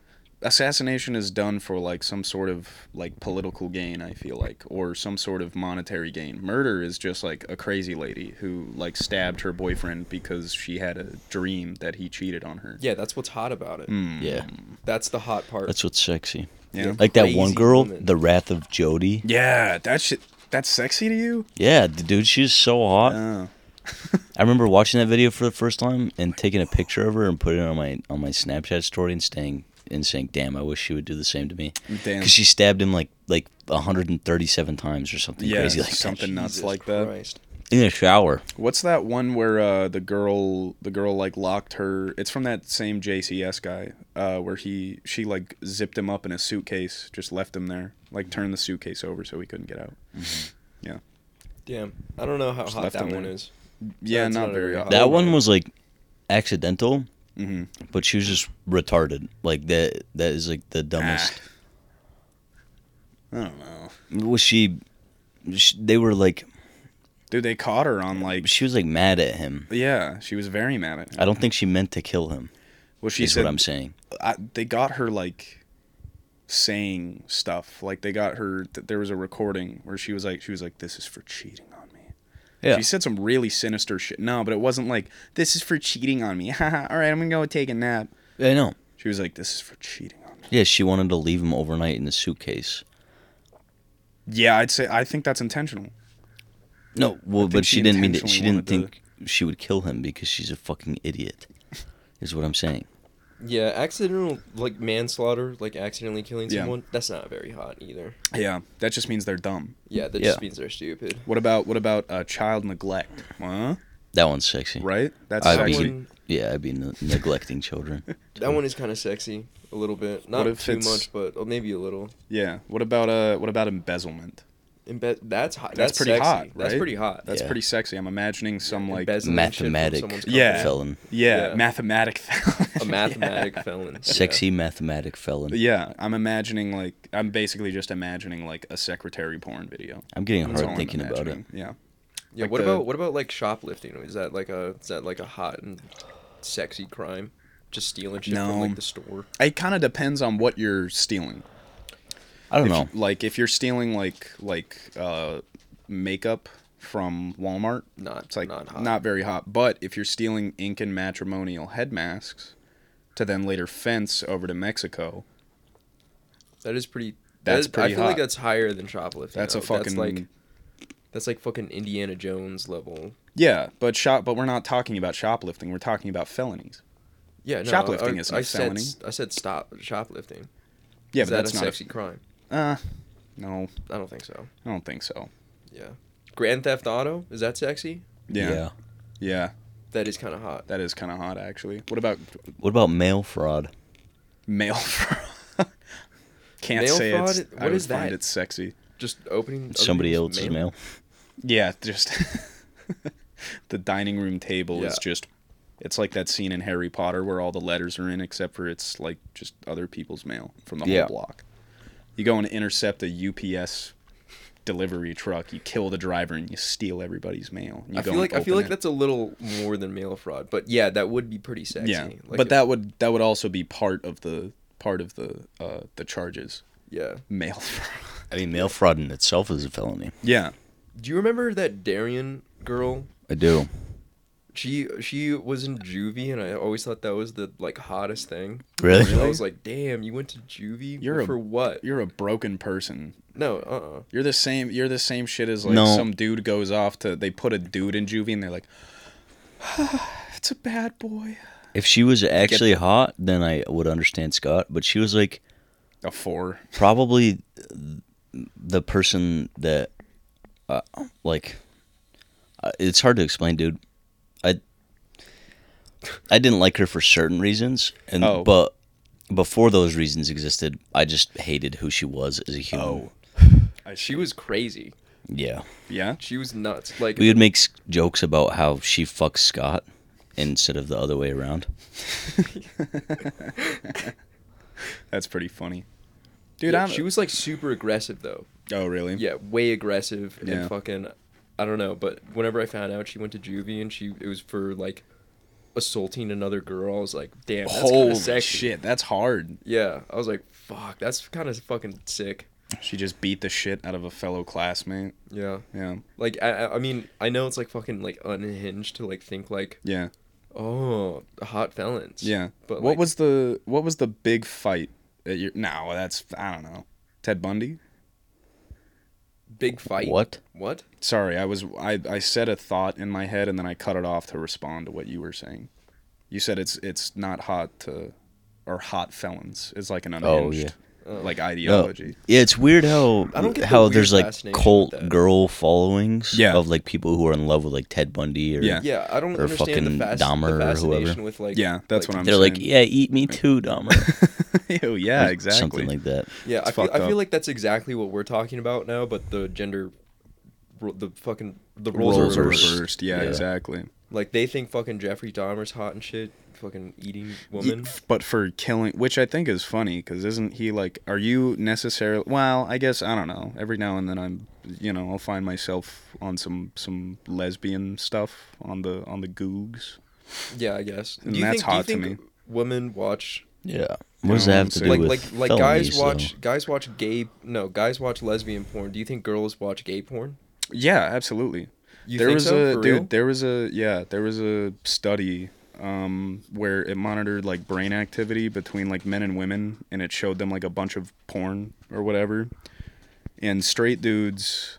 [SPEAKER 2] assassination is done for like some sort of like political gain i feel like or some sort of monetary gain murder is just like a crazy lady who like stabbed her boyfriend because she had a dream that he cheated on her
[SPEAKER 1] Yeah, that's what's hot about it.
[SPEAKER 2] Hmm.
[SPEAKER 3] Yeah,
[SPEAKER 1] That's the hot part.
[SPEAKER 3] that's what's sexy.
[SPEAKER 2] yeah
[SPEAKER 3] Like that one
[SPEAKER 1] Crazy
[SPEAKER 3] girl,
[SPEAKER 1] woman.
[SPEAKER 3] The Wrath of Jody.
[SPEAKER 2] yeah that shit that's sexy to you
[SPEAKER 3] Yeah, the dude, she's so hot.
[SPEAKER 2] oh
[SPEAKER 3] I remember watching that video for the first time and taking a picture of her and putting it on my on my Snapchat story and staying and saying, "Damn, I wish she would do the same to me."
[SPEAKER 2] damn
[SPEAKER 3] Because she stabbed him like like 137 times or something
[SPEAKER 2] yeah
[SPEAKER 3] crazy like that. [LAUGHS]
[SPEAKER 2] something nuts
[SPEAKER 1] Jesus
[SPEAKER 2] like that
[SPEAKER 1] Christ.
[SPEAKER 3] in the shower.
[SPEAKER 2] What's that one where uh, the girl the girl like locked her? It's from that same JCS guy uh, where he she like zipped him up in a suitcase, just left him there, like turned the suitcase over so he couldn't get out.
[SPEAKER 1] Damn, I don't know how
[SPEAKER 2] Just
[SPEAKER 1] hot
[SPEAKER 2] left
[SPEAKER 1] that
[SPEAKER 2] them
[SPEAKER 1] one
[SPEAKER 2] there.
[SPEAKER 1] is.
[SPEAKER 2] Yeah,
[SPEAKER 1] That's
[SPEAKER 2] not,
[SPEAKER 1] not a
[SPEAKER 2] very
[SPEAKER 1] real
[SPEAKER 2] hot.
[SPEAKER 3] That
[SPEAKER 1] Oh,
[SPEAKER 3] one
[SPEAKER 1] man.
[SPEAKER 3] was like accidental,
[SPEAKER 2] hmm
[SPEAKER 3] but she was just retarded. Like that that is like the dumbest.
[SPEAKER 2] I don't know,
[SPEAKER 3] Was she, sh They were like
[SPEAKER 2] dude. They caught her on like
[SPEAKER 3] she was like mad at him.
[SPEAKER 2] yeah, she was very mad at him.
[SPEAKER 3] I don't think she meant to kill him.
[SPEAKER 2] Well, she
[SPEAKER 3] is
[SPEAKER 2] said
[SPEAKER 3] what I'm saying.
[SPEAKER 2] I, they got her like saying stuff. Like they got her. Th- there was a recording where she was like, she was like, "This is for cheating on me."
[SPEAKER 3] Yeah.
[SPEAKER 2] She said some really sinister shit. No, but it wasn't like this is for cheating on me. [LAUGHS] Haha, All right, I'm gonna go take a nap.
[SPEAKER 3] I know.
[SPEAKER 2] She was like, "This is for cheating on me."
[SPEAKER 3] Yeah, she wanted to leave him overnight in the suitcase.
[SPEAKER 2] Yeah, I'd say I think that's intentional.
[SPEAKER 3] No, well,
[SPEAKER 2] think
[SPEAKER 3] but
[SPEAKER 2] she
[SPEAKER 3] she didn't mean that.
[SPEAKER 2] intentionally
[SPEAKER 3] She didn't
[SPEAKER 2] wanted
[SPEAKER 3] think she would kill him because she's a fucking [LAUGHS] idiot. Is what I'm saying.
[SPEAKER 1] Yeah, accidental like manslaughter, like accidentally killing
[SPEAKER 2] Yeah.
[SPEAKER 1] someone. That's not very hot either.
[SPEAKER 2] Yeah, that just means they're dumb.
[SPEAKER 1] Yeah, that
[SPEAKER 3] Yeah.
[SPEAKER 1] just means they're stupid.
[SPEAKER 2] What about what about uh, child neglect? Huh?
[SPEAKER 3] That one's sexy.
[SPEAKER 2] Right? That's
[SPEAKER 3] I'd
[SPEAKER 1] That
[SPEAKER 3] be-
[SPEAKER 2] sexy.
[SPEAKER 1] one,
[SPEAKER 3] Yeah, I'd be ne-
[SPEAKER 2] [LAUGHS]
[SPEAKER 3] neglecting children.
[SPEAKER 1] that one is kind of sexy a little bit. Not
[SPEAKER 2] What if
[SPEAKER 1] too
[SPEAKER 2] it's-
[SPEAKER 1] much, but oh, maybe a little.
[SPEAKER 2] Yeah. What about uh what about embezzlement?
[SPEAKER 1] Embe- that's hot.
[SPEAKER 2] That's
[SPEAKER 1] That's,
[SPEAKER 2] pretty
[SPEAKER 1] sexy.
[SPEAKER 2] hot,
[SPEAKER 1] That's
[SPEAKER 2] right?
[SPEAKER 1] pretty hot.
[SPEAKER 2] That's
[SPEAKER 3] Yeah.
[SPEAKER 2] pretty sexy. I'm imagining some like
[SPEAKER 1] Embezzling shit from
[SPEAKER 3] Mathematic.
[SPEAKER 1] someone's
[SPEAKER 2] Yeah.
[SPEAKER 1] company.
[SPEAKER 3] Felon.
[SPEAKER 2] yeah,
[SPEAKER 1] Yeah.
[SPEAKER 2] mathematic [LAUGHS]
[SPEAKER 1] A mathematic felon. Yeah.
[SPEAKER 3] Sexy mathematic felon.
[SPEAKER 2] Yeah, I'm imagining like I'm basically just imagining like a secretary porn video.
[SPEAKER 3] I'm getting
[SPEAKER 2] That's all
[SPEAKER 3] hard
[SPEAKER 2] I'm
[SPEAKER 3] thinking about it.
[SPEAKER 2] imagining. Yeah.
[SPEAKER 1] Yeah.
[SPEAKER 2] Like
[SPEAKER 1] what
[SPEAKER 2] the-
[SPEAKER 1] about what about like shoplifting? Is that like a is that like a hot and sexy crime? Just stealing shit
[SPEAKER 2] No.
[SPEAKER 1] from like the store.
[SPEAKER 2] It kind of depends on what you're stealing.
[SPEAKER 3] I don't
[SPEAKER 2] If-
[SPEAKER 3] know.
[SPEAKER 2] Like if you're stealing like like uh makeup from Walmart,
[SPEAKER 1] Not
[SPEAKER 2] it's like
[SPEAKER 1] not
[SPEAKER 2] not,
[SPEAKER 1] hot.
[SPEAKER 2] very hot. But if you're stealing ink and matrimonial head masks to then later fence over to Mexico,
[SPEAKER 1] That is pretty.
[SPEAKER 2] That's
[SPEAKER 1] That's
[SPEAKER 2] pretty
[SPEAKER 1] I feel
[SPEAKER 2] hot.
[SPEAKER 1] like that's higher than shoplifting.
[SPEAKER 2] that's
[SPEAKER 1] though.
[SPEAKER 2] a fucking
[SPEAKER 1] Oh, That's like that's like fucking Indiana Jones level.
[SPEAKER 2] yeah. But shop, but we're not talking about shoplifting. We're talking about felonies.
[SPEAKER 1] Yeah, no,
[SPEAKER 2] Shoplifting
[SPEAKER 1] I,
[SPEAKER 2] isn't
[SPEAKER 1] I
[SPEAKER 2] a felony.
[SPEAKER 1] Said, I said stop shoplifting.
[SPEAKER 2] Yeah,
[SPEAKER 1] is
[SPEAKER 2] but
[SPEAKER 1] that
[SPEAKER 2] that's
[SPEAKER 1] a
[SPEAKER 2] not
[SPEAKER 1] sexy crime?
[SPEAKER 2] A, uh, no,
[SPEAKER 1] I don't think so.
[SPEAKER 2] I don't think so.
[SPEAKER 1] Yeah. Grand Theft Auto is that sexy?
[SPEAKER 2] Yeah, yeah,
[SPEAKER 1] That is kind of hot.
[SPEAKER 2] that is kind of hot actually. What about
[SPEAKER 3] What about mail fraud?
[SPEAKER 2] Oh, mail [LAUGHS] fraud? Can't
[SPEAKER 1] Mail
[SPEAKER 2] say it's.
[SPEAKER 1] fraud?
[SPEAKER 2] I
[SPEAKER 1] What
[SPEAKER 2] would
[SPEAKER 1] is
[SPEAKER 2] find
[SPEAKER 1] that?
[SPEAKER 2] it sexy.
[SPEAKER 1] Just opening other
[SPEAKER 3] Somebody
[SPEAKER 1] people's
[SPEAKER 3] else's mail.
[SPEAKER 2] Yeah, just [LAUGHS] the dining room table is
[SPEAKER 1] Yeah.
[SPEAKER 2] just it's like that scene in Harry Potter where all the letters are in except for it's like just other people's mail from the
[SPEAKER 3] Yeah.
[SPEAKER 2] whole block. You go and intercept a UPS delivery truck, you kill the driver and you steal everybody's mail. You
[SPEAKER 1] I
[SPEAKER 2] go
[SPEAKER 1] feel
[SPEAKER 2] and
[SPEAKER 1] like I feel
[SPEAKER 2] open
[SPEAKER 1] like
[SPEAKER 2] it.
[SPEAKER 1] that's a little more than mail fraud, but yeah, that would be pretty sexy.
[SPEAKER 2] yeah.
[SPEAKER 1] E, Like
[SPEAKER 2] but
[SPEAKER 1] if-
[SPEAKER 2] that would that would also be part of the part of the uh the charges.
[SPEAKER 1] yeah.
[SPEAKER 2] Mail [LAUGHS] fraud.
[SPEAKER 3] I mean, mail fraud in itself is a felony.
[SPEAKER 2] Yeah.
[SPEAKER 1] Do you remember that Darian girl?
[SPEAKER 3] I do.
[SPEAKER 1] She she was in juvie, and I always thought that was the like hottest thing.
[SPEAKER 3] Really?
[SPEAKER 1] And I was like, damn, you went to juvie
[SPEAKER 2] You're a-
[SPEAKER 1] for what?
[SPEAKER 2] You're a broken person.
[SPEAKER 1] No, uh, uh
[SPEAKER 2] You're the same. You're the same shit as like
[SPEAKER 3] No.
[SPEAKER 2] some dude goes off to. They put a dude in juvie and they're like, [SIGHS] "It's a bad boy."
[SPEAKER 3] If she was actually hot, then I would understand Scott. But she was like
[SPEAKER 2] A four.
[SPEAKER 3] probably the person that, uh, like, uh, it's hard to explain, dude. I I didn't like her for certain reasons, and
[SPEAKER 2] Oh.
[SPEAKER 3] but before those reasons existed, I just hated who she was as a human.
[SPEAKER 1] she was crazy.
[SPEAKER 3] Yeah,
[SPEAKER 2] Yeah.
[SPEAKER 1] She was nuts. Like
[SPEAKER 3] we would make s- jokes about how she fucks Scott instead of the other way around.
[SPEAKER 2] That's pretty funny, dude.
[SPEAKER 1] yeah,
[SPEAKER 2] I'm.
[SPEAKER 1] she was like super aggressive though.
[SPEAKER 2] oh really?
[SPEAKER 1] Yeah, way aggressive
[SPEAKER 2] Yeah.
[SPEAKER 1] and fucking. I don't know, but whenever I found out she went to juvie and she it was for like assaulting another girl. I was like, damn, that's kind
[SPEAKER 2] Holy
[SPEAKER 1] of sexy.
[SPEAKER 2] shit, that's hard.
[SPEAKER 1] Yeah, I was like, fuck, that's kind of fucking sick.
[SPEAKER 2] She just beat the shit out of a fellow classmate.
[SPEAKER 1] Yeah,
[SPEAKER 2] Yeah,
[SPEAKER 1] like I, I- I mean, I know it's like fucking like unhinged to like think like,
[SPEAKER 2] yeah,
[SPEAKER 1] oh, hot felons.
[SPEAKER 2] yeah.
[SPEAKER 1] but
[SPEAKER 2] what
[SPEAKER 1] like-
[SPEAKER 2] was the what was the big fight? At your, no, that's I don't know. Ted Bundy.
[SPEAKER 1] big fight.
[SPEAKER 3] What?
[SPEAKER 1] What?
[SPEAKER 2] Sorry, I was I, I said a thought in my head and then I cut it off to respond to what you were saying. You said it's it's not hot to or hot felons is like an
[SPEAKER 3] Oh,
[SPEAKER 2] unhinged
[SPEAKER 1] Uh,
[SPEAKER 2] like ideology.
[SPEAKER 3] No. Yeah, it's weird how
[SPEAKER 1] I don't get the
[SPEAKER 3] how
[SPEAKER 1] weird
[SPEAKER 3] there's like
[SPEAKER 1] fascination with
[SPEAKER 3] cult
[SPEAKER 1] that.
[SPEAKER 3] girl followings
[SPEAKER 2] Yeah.
[SPEAKER 3] of like people who are in love with like Ted Bundy or
[SPEAKER 2] Yeah.
[SPEAKER 1] Yeah, I don't
[SPEAKER 3] Or
[SPEAKER 1] understand
[SPEAKER 3] fucking
[SPEAKER 1] the, fas-
[SPEAKER 3] Dahmer or
[SPEAKER 1] the fascination
[SPEAKER 3] whoever.
[SPEAKER 1] with like.
[SPEAKER 2] Yeah,
[SPEAKER 1] like,
[SPEAKER 2] that's what I'm
[SPEAKER 3] they're like,
[SPEAKER 2] saying.
[SPEAKER 3] yeah, eat me too,
[SPEAKER 2] [LAUGHS]
[SPEAKER 3] Dahmer.
[SPEAKER 2] oh yeah, exactly.
[SPEAKER 3] Something like that.
[SPEAKER 1] Yeah,
[SPEAKER 2] It's
[SPEAKER 1] I feel,
[SPEAKER 2] fucked
[SPEAKER 1] I
[SPEAKER 2] up.
[SPEAKER 1] feel like that's exactly what we're talking about now, but the gender, ro- the fucking the roles,
[SPEAKER 3] Roles
[SPEAKER 1] are
[SPEAKER 3] are
[SPEAKER 1] reversed.
[SPEAKER 2] reversed. Yeah,
[SPEAKER 3] Yeah.
[SPEAKER 2] exactly.
[SPEAKER 1] Like they think fucking Jeffrey Dahmer's hot and shit, fucking eating woman.
[SPEAKER 2] But for killing, which I think is funny, because isn't he like? Are you necessarily? Well, I guess I don't know. Every now and then, I'm, you know, I'll find myself on some some lesbian stuff on the on the Googs.
[SPEAKER 1] Yeah, I guess.
[SPEAKER 2] And that's hot to me.
[SPEAKER 1] Women watch
[SPEAKER 3] Yeah.
[SPEAKER 2] know
[SPEAKER 3] What does
[SPEAKER 2] what
[SPEAKER 3] that
[SPEAKER 2] I'm
[SPEAKER 3] have to do
[SPEAKER 2] saying?
[SPEAKER 1] like
[SPEAKER 3] with
[SPEAKER 1] like like
[SPEAKER 3] felonies,
[SPEAKER 1] guys watch guys watch gay no guys watch lesbian porn. Do you think girls watch gay porn?
[SPEAKER 2] Yeah, absolutely.
[SPEAKER 1] You
[SPEAKER 2] there
[SPEAKER 1] think
[SPEAKER 2] was
[SPEAKER 1] so?
[SPEAKER 2] a
[SPEAKER 1] For
[SPEAKER 2] dude.
[SPEAKER 1] real?
[SPEAKER 2] There was a yeah. There was a study um where it monitored like brain activity between like men and women, and it showed them like a bunch of porn or whatever. And straight dudes,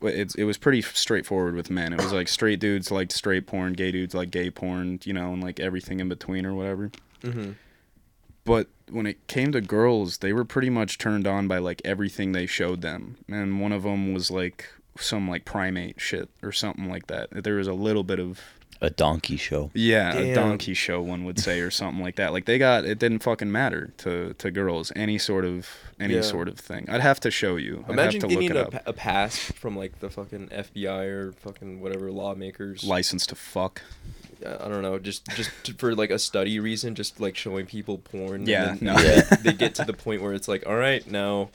[SPEAKER 2] well, it's it was pretty straightforward with men. It was like straight dudes liked straight porn, gay dudes like gay porn, you know, and like everything in between or whatever.
[SPEAKER 1] Mhm.
[SPEAKER 2] But when it came to girls, they were pretty much turned on by like everything they showed them. And one of them was like some like primate shit or something like that. There was a little bit of
[SPEAKER 3] a donkey show. [LAUGHS]
[SPEAKER 2] yeah, a
[SPEAKER 1] Damn.
[SPEAKER 2] donkey show one would say or something like that. Like they got it didn't fucking matter to to girls any sort of any
[SPEAKER 1] Yeah.
[SPEAKER 2] sort of thing. I'd have to show you. I'd
[SPEAKER 1] Imagine
[SPEAKER 2] have to look
[SPEAKER 1] getting
[SPEAKER 2] it
[SPEAKER 1] a,
[SPEAKER 2] up.
[SPEAKER 1] pa- a pass from like the fucking FBI or fucking whatever lawmakers.
[SPEAKER 2] License to fuck.
[SPEAKER 1] I I don't know, just just t- for like a study reason, just like showing people porn.
[SPEAKER 2] Yeah,
[SPEAKER 1] and
[SPEAKER 2] no.
[SPEAKER 1] then they, they get to the point where it's like, all right, now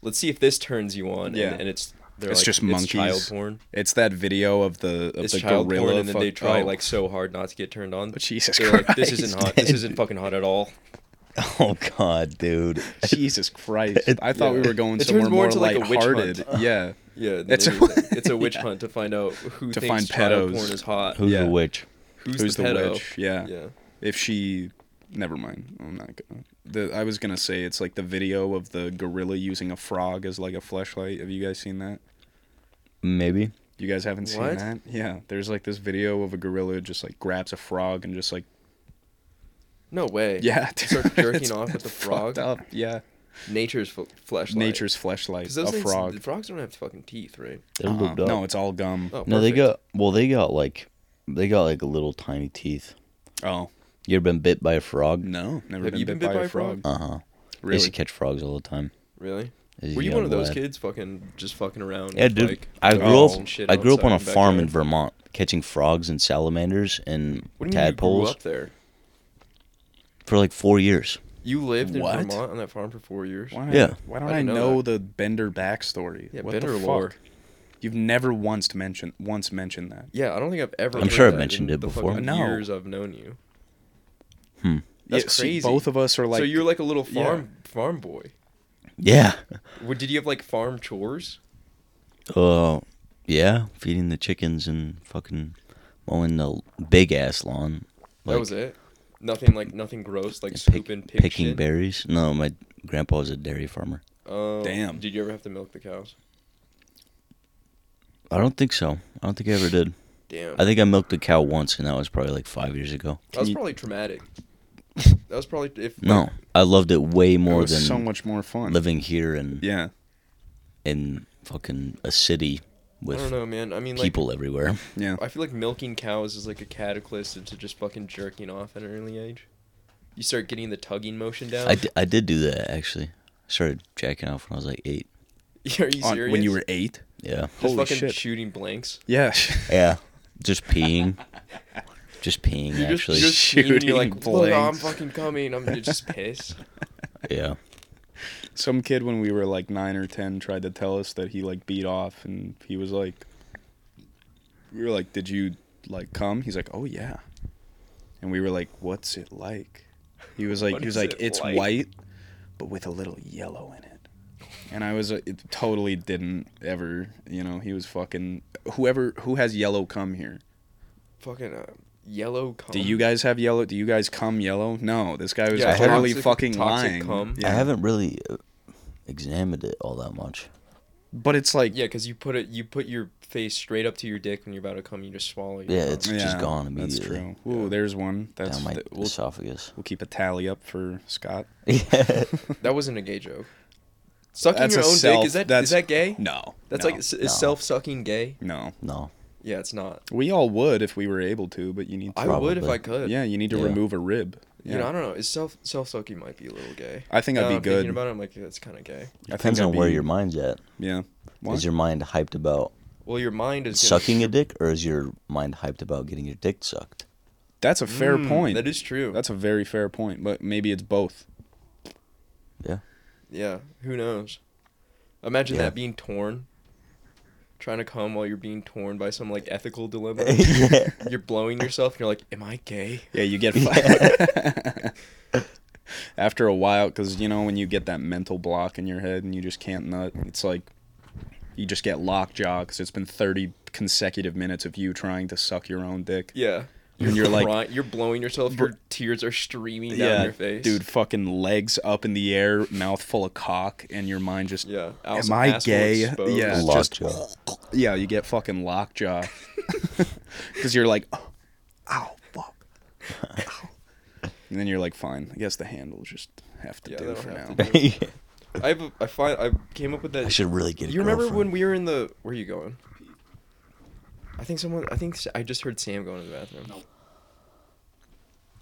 [SPEAKER 1] let's see if this turns you on.
[SPEAKER 2] Yeah.
[SPEAKER 1] and, and it's they're
[SPEAKER 2] It's
[SPEAKER 1] like,
[SPEAKER 2] just
[SPEAKER 1] it's child
[SPEAKER 2] monkeys.
[SPEAKER 1] porn.
[SPEAKER 2] It's that video of the of
[SPEAKER 1] It's
[SPEAKER 2] the
[SPEAKER 1] child
[SPEAKER 2] gorilla
[SPEAKER 1] porn, and then
[SPEAKER 2] fuck-
[SPEAKER 1] they try
[SPEAKER 2] oh,
[SPEAKER 1] like so hard not to get turned on.
[SPEAKER 2] Jesus
[SPEAKER 1] They're like, this
[SPEAKER 2] Christ.
[SPEAKER 1] isn't hot. This isn't fucking hot at all.
[SPEAKER 3] Oh god, dude.
[SPEAKER 2] [LAUGHS]
[SPEAKER 1] [LAUGHS]
[SPEAKER 2] Jesus Christ. I thought we were going
[SPEAKER 1] It turns
[SPEAKER 2] somewhere
[SPEAKER 1] more
[SPEAKER 2] more,
[SPEAKER 1] into, like, a witch
[SPEAKER 2] lighthearted. yeah.
[SPEAKER 1] Yeah, it's
[SPEAKER 2] It's a-
[SPEAKER 1] a,
[SPEAKER 2] [LAUGHS]
[SPEAKER 1] it's a witch hunt to find out who
[SPEAKER 2] To
[SPEAKER 1] thinks
[SPEAKER 2] find
[SPEAKER 1] child
[SPEAKER 2] pedos.
[SPEAKER 1] porn is hot.
[SPEAKER 3] [LAUGHS] Who's
[SPEAKER 2] Yeah.
[SPEAKER 3] the witch?
[SPEAKER 1] Who's,
[SPEAKER 2] Who's the,
[SPEAKER 1] pedo?
[SPEAKER 2] witch? Yeah.
[SPEAKER 1] Yeah.
[SPEAKER 2] If she never mind. I'm not gonna the I was gonna say it's like the video of the gorilla using a frog as like a flashlight. Have you guys seen that?
[SPEAKER 3] Maybe.
[SPEAKER 2] You guys haven't seen
[SPEAKER 1] What?
[SPEAKER 2] that? Yeah. There's like this video of a gorilla just like grabs a frog and just like [LAUGHS]
[SPEAKER 1] No way.
[SPEAKER 2] Yeah.
[SPEAKER 1] Start
[SPEAKER 2] dude,
[SPEAKER 1] jerking
[SPEAKER 2] [LAUGHS] it's
[SPEAKER 1] off with the
[SPEAKER 2] fucked
[SPEAKER 1] frog.
[SPEAKER 2] Up. Yeah.
[SPEAKER 1] Nature's f- fleshlight.
[SPEAKER 2] Nature's fleshlight.
[SPEAKER 1] Because
[SPEAKER 2] A
[SPEAKER 1] those things,
[SPEAKER 2] frog.
[SPEAKER 1] frogs don't have fucking teeth, right?
[SPEAKER 3] They're
[SPEAKER 2] Uh-uh.
[SPEAKER 3] lubed up.
[SPEAKER 2] No, it's all gum.
[SPEAKER 1] Oh,
[SPEAKER 3] No, they
[SPEAKER 1] perfect.
[SPEAKER 3] got well, they got like they got like little tiny teeth.
[SPEAKER 2] Oh.
[SPEAKER 3] You ever been bit by a frog?
[SPEAKER 2] No. Never
[SPEAKER 1] Have
[SPEAKER 2] been,
[SPEAKER 1] you
[SPEAKER 2] bit, by, a frog.
[SPEAKER 3] Uh huh. They used
[SPEAKER 2] Really?
[SPEAKER 3] to catch frogs all the time.
[SPEAKER 1] Really?
[SPEAKER 3] as a
[SPEAKER 1] Were you
[SPEAKER 3] young
[SPEAKER 1] one of those
[SPEAKER 3] lad.
[SPEAKER 1] kids fucking just fucking around?
[SPEAKER 3] Yeah,
[SPEAKER 1] with,
[SPEAKER 3] dude.
[SPEAKER 1] Like,
[SPEAKER 3] I grew
[SPEAKER 1] dogs
[SPEAKER 3] up.
[SPEAKER 1] and shit
[SPEAKER 3] I grew up on a
[SPEAKER 1] outside the
[SPEAKER 3] farm in
[SPEAKER 1] backyard?
[SPEAKER 3] Vermont, catching frogs and salamanders and
[SPEAKER 1] What do you mean you grew
[SPEAKER 3] tadpoles
[SPEAKER 1] up there?
[SPEAKER 3] for like four years.
[SPEAKER 1] You lived in
[SPEAKER 2] What?
[SPEAKER 1] Vermont on that farm for four years.
[SPEAKER 2] Why
[SPEAKER 3] Yeah.
[SPEAKER 2] Why don't
[SPEAKER 1] I
[SPEAKER 2] I,
[SPEAKER 1] didn't
[SPEAKER 2] know,
[SPEAKER 1] know
[SPEAKER 2] the Bender backstory?
[SPEAKER 1] Yeah,
[SPEAKER 2] what
[SPEAKER 1] Bender
[SPEAKER 2] the fuck?
[SPEAKER 1] lore.
[SPEAKER 2] You've never once mentioned once mentioned that.
[SPEAKER 1] Yeah, I don't think I've ever.
[SPEAKER 3] I'm
[SPEAKER 1] heard
[SPEAKER 3] sure I've
[SPEAKER 1] that
[SPEAKER 3] mentioned
[SPEAKER 1] in
[SPEAKER 3] it
[SPEAKER 1] the
[SPEAKER 3] before.
[SPEAKER 1] fucking
[SPEAKER 2] No.
[SPEAKER 1] Years I've known you. That's
[SPEAKER 2] Yeah, see,
[SPEAKER 1] crazy.
[SPEAKER 2] both of us are like.
[SPEAKER 1] so you're like a little
[SPEAKER 2] yeah.
[SPEAKER 1] farm farm boy.
[SPEAKER 3] Yeah. [LAUGHS]
[SPEAKER 1] Well, Did you have like farm chores?
[SPEAKER 3] Uh, yeah. Feeding the chickens and fucking mowing the big ass lawn.
[SPEAKER 1] that was it. Nothing like nothing gross like
[SPEAKER 3] and pick-
[SPEAKER 1] scooping pig
[SPEAKER 3] picking
[SPEAKER 1] shit?
[SPEAKER 3] berries. No, my grandpa was a dairy farmer.
[SPEAKER 1] Um,
[SPEAKER 2] Damn.
[SPEAKER 1] Did you ever have to milk the cows?
[SPEAKER 3] I don't think so. I don't think I ever did.
[SPEAKER 1] Damn.
[SPEAKER 3] I think I milked a cow once, and that was probably like five years ago.
[SPEAKER 1] that was
[SPEAKER 2] you-
[SPEAKER 1] probably
[SPEAKER 3] [LAUGHS]
[SPEAKER 1] traumatic. that was probably if
[SPEAKER 3] No, I loved it way
[SPEAKER 2] it
[SPEAKER 3] more
[SPEAKER 2] was
[SPEAKER 3] than
[SPEAKER 2] so much more fun.
[SPEAKER 3] living here and
[SPEAKER 2] Yeah.
[SPEAKER 3] in fucking a city
[SPEAKER 1] I don't
[SPEAKER 3] with
[SPEAKER 1] know, man. I mean, like
[SPEAKER 3] people everywhere.
[SPEAKER 2] Yeah.
[SPEAKER 1] I feel like milking cows is like a cataclysm to just fucking jerking off at an early age. You start getting the tugging motion down.
[SPEAKER 3] I, d- I did do that actually. I started jacking off when I was like eight.
[SPEAKER 1] [LAUGHS] Are you
[SPEAKER 2] On-
[SPEAKER 1] serious?
[SPEAKER 2] when you were eight.
[SPEAKER 3] Yeah.
[SPEAKER 1] just
[SPEAKER 2] Holy
[SPEAKER 1] fucking
[SPEAKER 2] shit.
[SPEAKER 1] shooting blanks.
[SPEAKER 2] [LAUGHS] Yeah.
[SPEAKER 3] Yeah. Just peeing. just peeing
[SPEAKER 1] You're just,
[SPEAKER 3] actually.
[SPEAKER 1] you're just shooting.
[SPEAKER 2] Shooting
[SPEAKER 1] You're like, "Look, I'm
[SPEAKER 2] blanks.
[SPEAKER 1] fucking coming. I'm you're just pissed.
[SPEAKER 3] Yeah.
[SPEAKER 2] Some kid when we were like nine or ten tried to tell us that he like beat off, and he was like, we were like, "Did you like come?" He's like, "Oh yeah." and we were like, "What's it like?" He was like,
[SPEAKER 1] What
[SPEAKER 2] "He was
[SPEAKER 1] is
[SPEAKER 2] like,
[SPEAKER 1] it
[SPEAKER 2] it's
[SPEAKER 1] like?"
[SPEAKER 2] white, but with a little yellow in it." And I was, uh, it totally didn't ever, you know. He was fucking whoever who has yellow come here.
[SPEAKER 1] [LAUGHS] Fucking uh, yellow. Cum.
[SPEAKER 2] Do you guys have yellow? Do you guys come yellow? No, this guy was
[SPEAKER 1] Um, Yeah,
[SPEAKER 2] totally
[SPEAKER 1] toxic-
[SPEAKER 2] fucking
[SPEAKER 1] toxic
[SPEAKER 2] lying.
[SPEAKER 1] cum.
[SPEAKER 2] Yeah.
[SPEAKER 3] I haven't really uh, examined it all that much.
[SPEAKER 2] but it's like
[SPEAKER 1] Yeah, because you put it. You put your face straight up to your dick when you're about to come. You just swallow. your
[SPEAKER 3] Yeah,
[SPEAKER 1] cum.
[SPEAKER 3] it's just gone immediately.
[SPEAKER 2] That's true. Ooh, there's one. That's
[SPEAKER 3] down my
[SPEAKER 2] th- we'll,
[SPEAKER 3] esophagus. [LAUGHS]
[SPEAKER 2] we'll keep a tally up for Scott.
[SPEAKER 3] Yeah.
[SPEAKER 1] that wasn't a gay joke. Sucking
[SPEAKER 2] That's
[SPEAKER 1] your
[SPEAKER 2] a
[SPEAKER 1] own
[SPEAKER 2] self-
[SPEAKER 1] dick is that is
[SPEAKER 2] that's-
[SPEAKER 1] that gay?
[SPEAKER 2] No,
[SPEAKER 1] That's
[SPEAKER 2] no,
[SPEAKER 1] like is
[SPEAKER 3] no.
[SPEAKER 1] self sucking gay?
[SPEAKER 2] no.
[SPEAKER 3] no.
[SPEAKER 1] Yeah, it's not.
[SPEAKER 2] We all would if we were able to, but you need. To,
[SPEAKER 1] I would if
[SPEAKER 3] Probably.
[SPEAKER 1] I could.
[SPEAKER 2] yeah, you need to
[SPEAKER 3] Yeah.
[SPEAKER 2] remove a rib. Yeah.
[SPEAKER 1] You know, I don't know. Is self self sucking might be a little gay.
[SPEAKER 2] I think I'd
[SPEAKER 1] Now
[SPEAKER 2] be
[SPEAKER 1] I'm
[SPEAKER 2] good.
[SPEAKER 1] Thinking about it, I'm like, that's kind of gay.
[SPEAKER 2] I
[SPEAKER 3] Depends
[SPEAKER 2] I'd
[SPEAKER 3] on where
[SPEAKER 2] be-
[SPEAKER 3] your mind's at.
[SPEAKER 2] Yeah. What?
[SPEAKER 3] Is your mind hyped about
[SPEAKER 1] Well, your mind is gonna- [LAUGHS]
[SPEAKER 3] sucking a dick, or is your mind hyped about getting your dick sucked?
[SPEAKER 2] That's a fair
[SPEAKER 1] Mm,
[SPEAKER 2] point.
[SPEAKER 1] That is true.
[SPEAKER 2] That's a very fair point, but maybe it's both.
[SPEAKER 1] yeah. Who knows? Imagine
[SPEAKER 3] Yeah.
[SPEAKER 1] that being torn. Trying to come while you're being torn by some like ethical dilemma.
[SPEAKER 3] yeah.
[SPEAKER 1] you're blowing yourself. And you're like, am I gay?
[SPEAKER 2] [LAUGHS] Yeah, you get [LAUGHS] after a while because you know when you get that mental block in your head and you just can't nut. It's like you just get lockjaw because it's been thirty consecutive minutes of you trying to suck your own dick.
[SPEAKER 1] Yeah.
[SPEAKER 2] And you're like-
[SPEAKER 1] cry- you're blowing yourself. Your tears are streaming down your face,
[SPEAKER 2] dude, fucking legs up in the air, mouth full of cock, and your mind just
[SPEAKER 1] Yeah.
[SPEAKER 2] Am
[SPEAKER 1] Ass-
[SPEAKER 2] I
[SPEAKER 1] asshole
[SPEAKER 2] gay?
[SPEAKER 1] exposed.
[SPEAKER 2] Yeah,
[SPEAKER 1] It's
[SPEAKER 2] just-
[SPEAKER 3] Lockjaw.
[SPEAKER 1] [LAUGHS]
[SPEAKER 2] yeah, you get fucking lockjaw [LAUGHS] because you're like, oh, ow,
[SPEAKER 1] [LAUGHS]
[SPEAKER 2] fuck, ow." and then you're like, fine, I guess the hand will just have to
[SPEAKER 1] Yeah,
[SPEAKER 2] do
[SPEAKER 1] that'll
[SPEAKER 2] for
[SPEAKER 1] have
[SPEAKER 2] now.
[SPEAKER 1] to I have. A, I find. I came up with that.
[SPEAKER 3] I should really get. A
[SPEAKER 1] you remember when
[SPEAKER 3] girlfriend.
[SPEAKER 1] we were in the? Where are you going? I think someone. I think s- I just heard Sam going to the bathroom.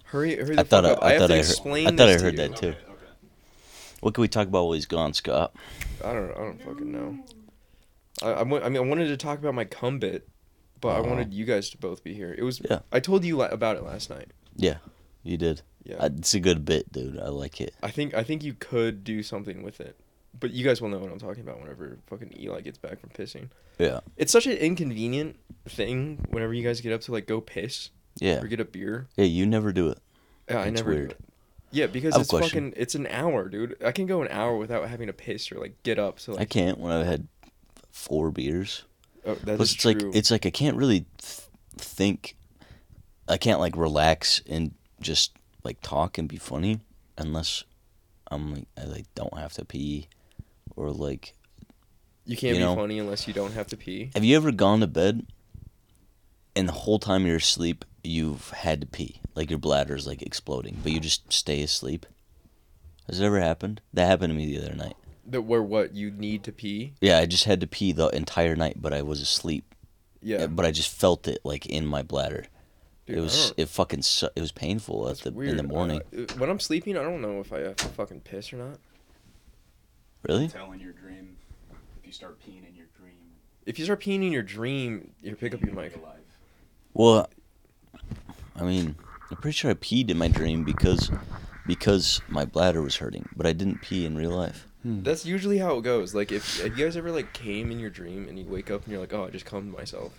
[SPEAKER 1] Hurry! Hurry! The
[SPEAKER 3] I thought I,
[SPEAKER 1] fuck up. I,
[SPEAKER 3] I
[SPEAKER 1] have
[SPEAKER 3] thought
[SPEAKER 1] to
[SPEAKER 3] I heard.
[SPEAKER 1] explain.
[SPEAKER 3] I thought I
[SPEAKER 1] this to
[SPEAKER 3] heard
[SPEAKER 1] you.
[SPEAKER 3] that too. What can we talk about while he's gone, Scott?
[SPEAKER 1] I don't. I don't fucking know. I, I, wa- I mean, I wanted to talk about my cum bit, but I
[SPEAKER 3] Uh-huh.
[SPEAKER 1] wanted you guys to both be here. It was.
[SPEAKER 3] Yeah.
[SPEAKER 1] I told you la- about it last night.
[SPEAKER 3] Yeah, you did.
[SPEAKER 1] Yeah.
[SPEAKER 3] Uh, it's a good bit, dude. I like it.
[SPEAKER 1] I think. I think you could do something with it, but you guys will know what I'm talking about whenever fucking Eli gets back from pissing.
[SPEAKER 3] Yeah,
[SPEAKER 1] It's such an inconvenient thing whenever you guys get up to like go piss
[SPEAKER 3] yeah,
[SPEAKER 1] or get a beer.
[SPEAKER 3] yeah. You never do it.
[SPEAKER 1] Yeah, I
[SPEAKER 3] That's
[SPEAKER 1] never. do
[SPEAKER 3] weird.
[SPEAKER 1] it. Yeah, because
[SPEAKER 3] I have a
[SPEAKER 1] it's
[SPEAKER 3] question.
[SPEAKER 1] fucking. It's an hour, dude. I can go an hour without having to piss or like get up. So
[SPEAKER 3] I
[SPEAKER 1] like,
[SPEAKER 3] can't when I've had four beers.
[SPEAKER 1] oh, that
[SPEAKER 3] Plus,
[SPEAKER 1] is
[SPEAKER 3] it's
[SPEAKER 1] true.
[SPEAKER 3] like it's like I can't really th- think. I can't like relax and just like talk and be funny unless I'm like I like don't have to pee or like.
[SPEAKER 1] you can't
[SPEAKER 3] you
[SPEAKER 1] be
[SPEAKER 3] know-
[SPEAKER 1] funny unless you don't have to pee.
[SPEAKER 3] Have you ever gone to bed and the whole time you're asleep you've had to pee like your bladder's like exploding but you just stay asleep? Has it ever happened? That happened to me the other night.
[SPEAKER 1] That where what you need to pee.
[SPEAKER 3] Yeah, I just had to pee the entire night, but I was asleep.
[SPEAKER 1] Yeah,
[SPEAKER 3] but I just felt it like in my bladder.
[SPEAKER 1] dude,
[SPEAKER 3] it
[SPEAKER 1] I
[SPEAKER 3] was
[SPEAKER 1] don't-
[SPEAKER 3] it fucking su- it was painful at
[SPEAKER 1] that's
[SPEAKER 3] the in
[SPEAKER 1] weird.
[SPEAKER 3] the morning.
[SPEAKER 1] Uh, when I'm sleeping, I don't know if I have to fucking piss or not.
[SPEAKER 3] really?
[SPEAKER 2] Tell in your dream if you start peeing in your dream.
[SPEAKER 1] If you start peeing in your dream, you pick up your mic.
[SPEAKER 3] Hmm. Well, I mean, I'm pretty sure I peed in my dream because because my bladder was hurting, but I didn't pee in real life.
[SPEAKER 1] That's usually how it goes. Like if, if you guys ever like came in your dream and you wake up and you're like, oh, I just cummed myself.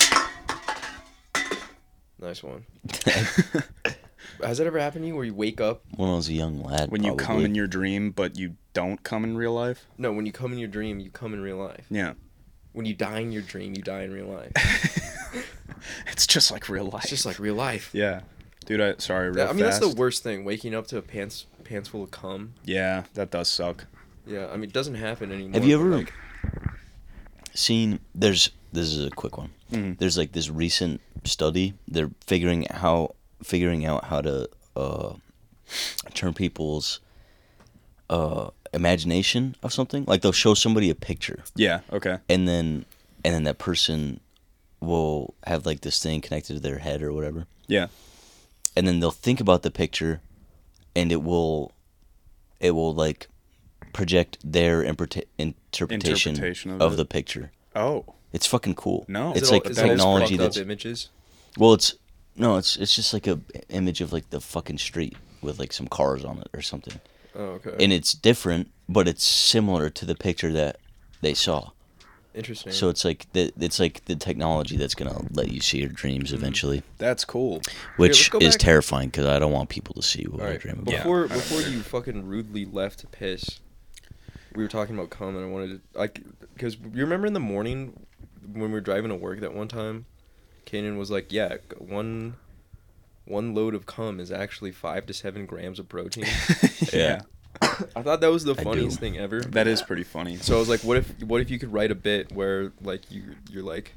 [SPEAKER 1] Nice one. [LAUGHS] Has that ever happened to you where you wake up
[SPEAKER 3] when I was a young
[SPEAKER 2] [LAUGHS]
[SPEAKER 3] lad,
[SPEAKER 2] When you come
[SPEAKER 3] probably.
[SPEAKER 2] in your dream, but you don't come in real life.
[SPEAKER 1] No, when you come in your dream, you come in real life.
[SPEAKER 2] Yeah,
[SPEAKER 1] When you die in your dream, you die in real life.
[SPEAKER 3] [LAUGHS]
[SPEAKER 2] it's just like real life.
[SPEAKER 1] It's just like real life.
[SPEAKER 2] yeah, dude. I sorry. Real
[SPEAKER 1] That- I mean,
[SPEAKER 2] fast.
[SPEAKER 1] that's the worst thing, waking up to a pants pants full of cum.
[SPEAKER 2] Yeah, that does suck.
[SPEAKER 1] Yeah, I mean, it doesn't happen anymore.
[SPEAKER 3] Have you
[SPEAKER 1] but,
[SPEAKER 3] ever
[SPEAKER 1] like,
[SPEAKER 3] seen? There's this is a quick one.
[SPEAKER 1] Mm-hmm.
[SPEAKER 2] Mhm.
[SPEAKER 3] There's like this recent study. They're figuring how figuring out how to uh, turn people's uh, imagination of something. Like they'll show somebody a picture,
[SPEAKER 2] Yeah. Okay.
[SPEAKER 3] and then and then that person will have like this thing connected to their head or whatever,
[SPEAKER 2] Yeah.
[SPEAKER 3] and then they'll think about the picture, and it will, it will like project their impreta- interpretation,
[SPEAKER 2] Interpretation of
[SPEAKER 3] of,
[SPEAKER 2] it.
[SPEAKER 3] the picture.
[SPEAKER 2] Oh.
[SPEAKER 3] It's fucking cool.
[SPEAKER 2] No. Is
[SPEAKER 1] it
[SPEAKER 3] it's
[SPEAKER 1] all-
[SPEAKER 3] like
[SPEAKER 1] is it all just
[SPEAKER 3] technology
[SPEAKER 1] fucked up
[SPEAKER 3] that's
[SPEAKER 1] images.
[SPEAKER 3] well, it's no, it's it's just like a image of like the fucking street with like some cars on it or something,
[SPEAKER 1] Oh, okay.
[SPEAKER 3] and it's different, but it's similar to the picture that they saw.
[SPEAKER 1] Interesting.
[SPEAKER 3] So it's like the it's like the technology that's gonna let you see your dreams eventually,
[SPEAKER 2] That's cool. [LAUGHS]
[SPEAKER 3] which
[SPEAKER 1] Mm-hmm. go
[SPEAKER 3] is
[SPEAKER 1] back-
[SPEAKER 3] terrifying because I don't want people to see what
[SPEAKER 1] All
[SPEAKER 3] I
[SPEAKER 1] right.
[SPEAKER 3] dream about.
[SPEAKER 2] Yeah.
[SPEAKER 1] Before
[SPEAKER 2] I don't
[SPEAKER 1] before
[SPEAKER 2] either.
[SPEAKER 1] you fucking rudely left to piss, we were talking about cum, and I wanted to like because you remember in the morning when we were driving to work that one time, Kanan was like, "Yeah, g- one one load of cum is actually five to seven grams of
[SPEAKER 2] [COUGHS]
[SPEAKER 1] protein."
[SPEAKER 3] Yeah.
[SPEAKER 1] I thought that was the
[SPEAKER 3] I do.
[SPEAKER 1] funniest thing ever.
[SPEAKER 2] That is pretty funny.
[SPEAKER 1] So I was like, "What if what if you could write a bit where like you you're like,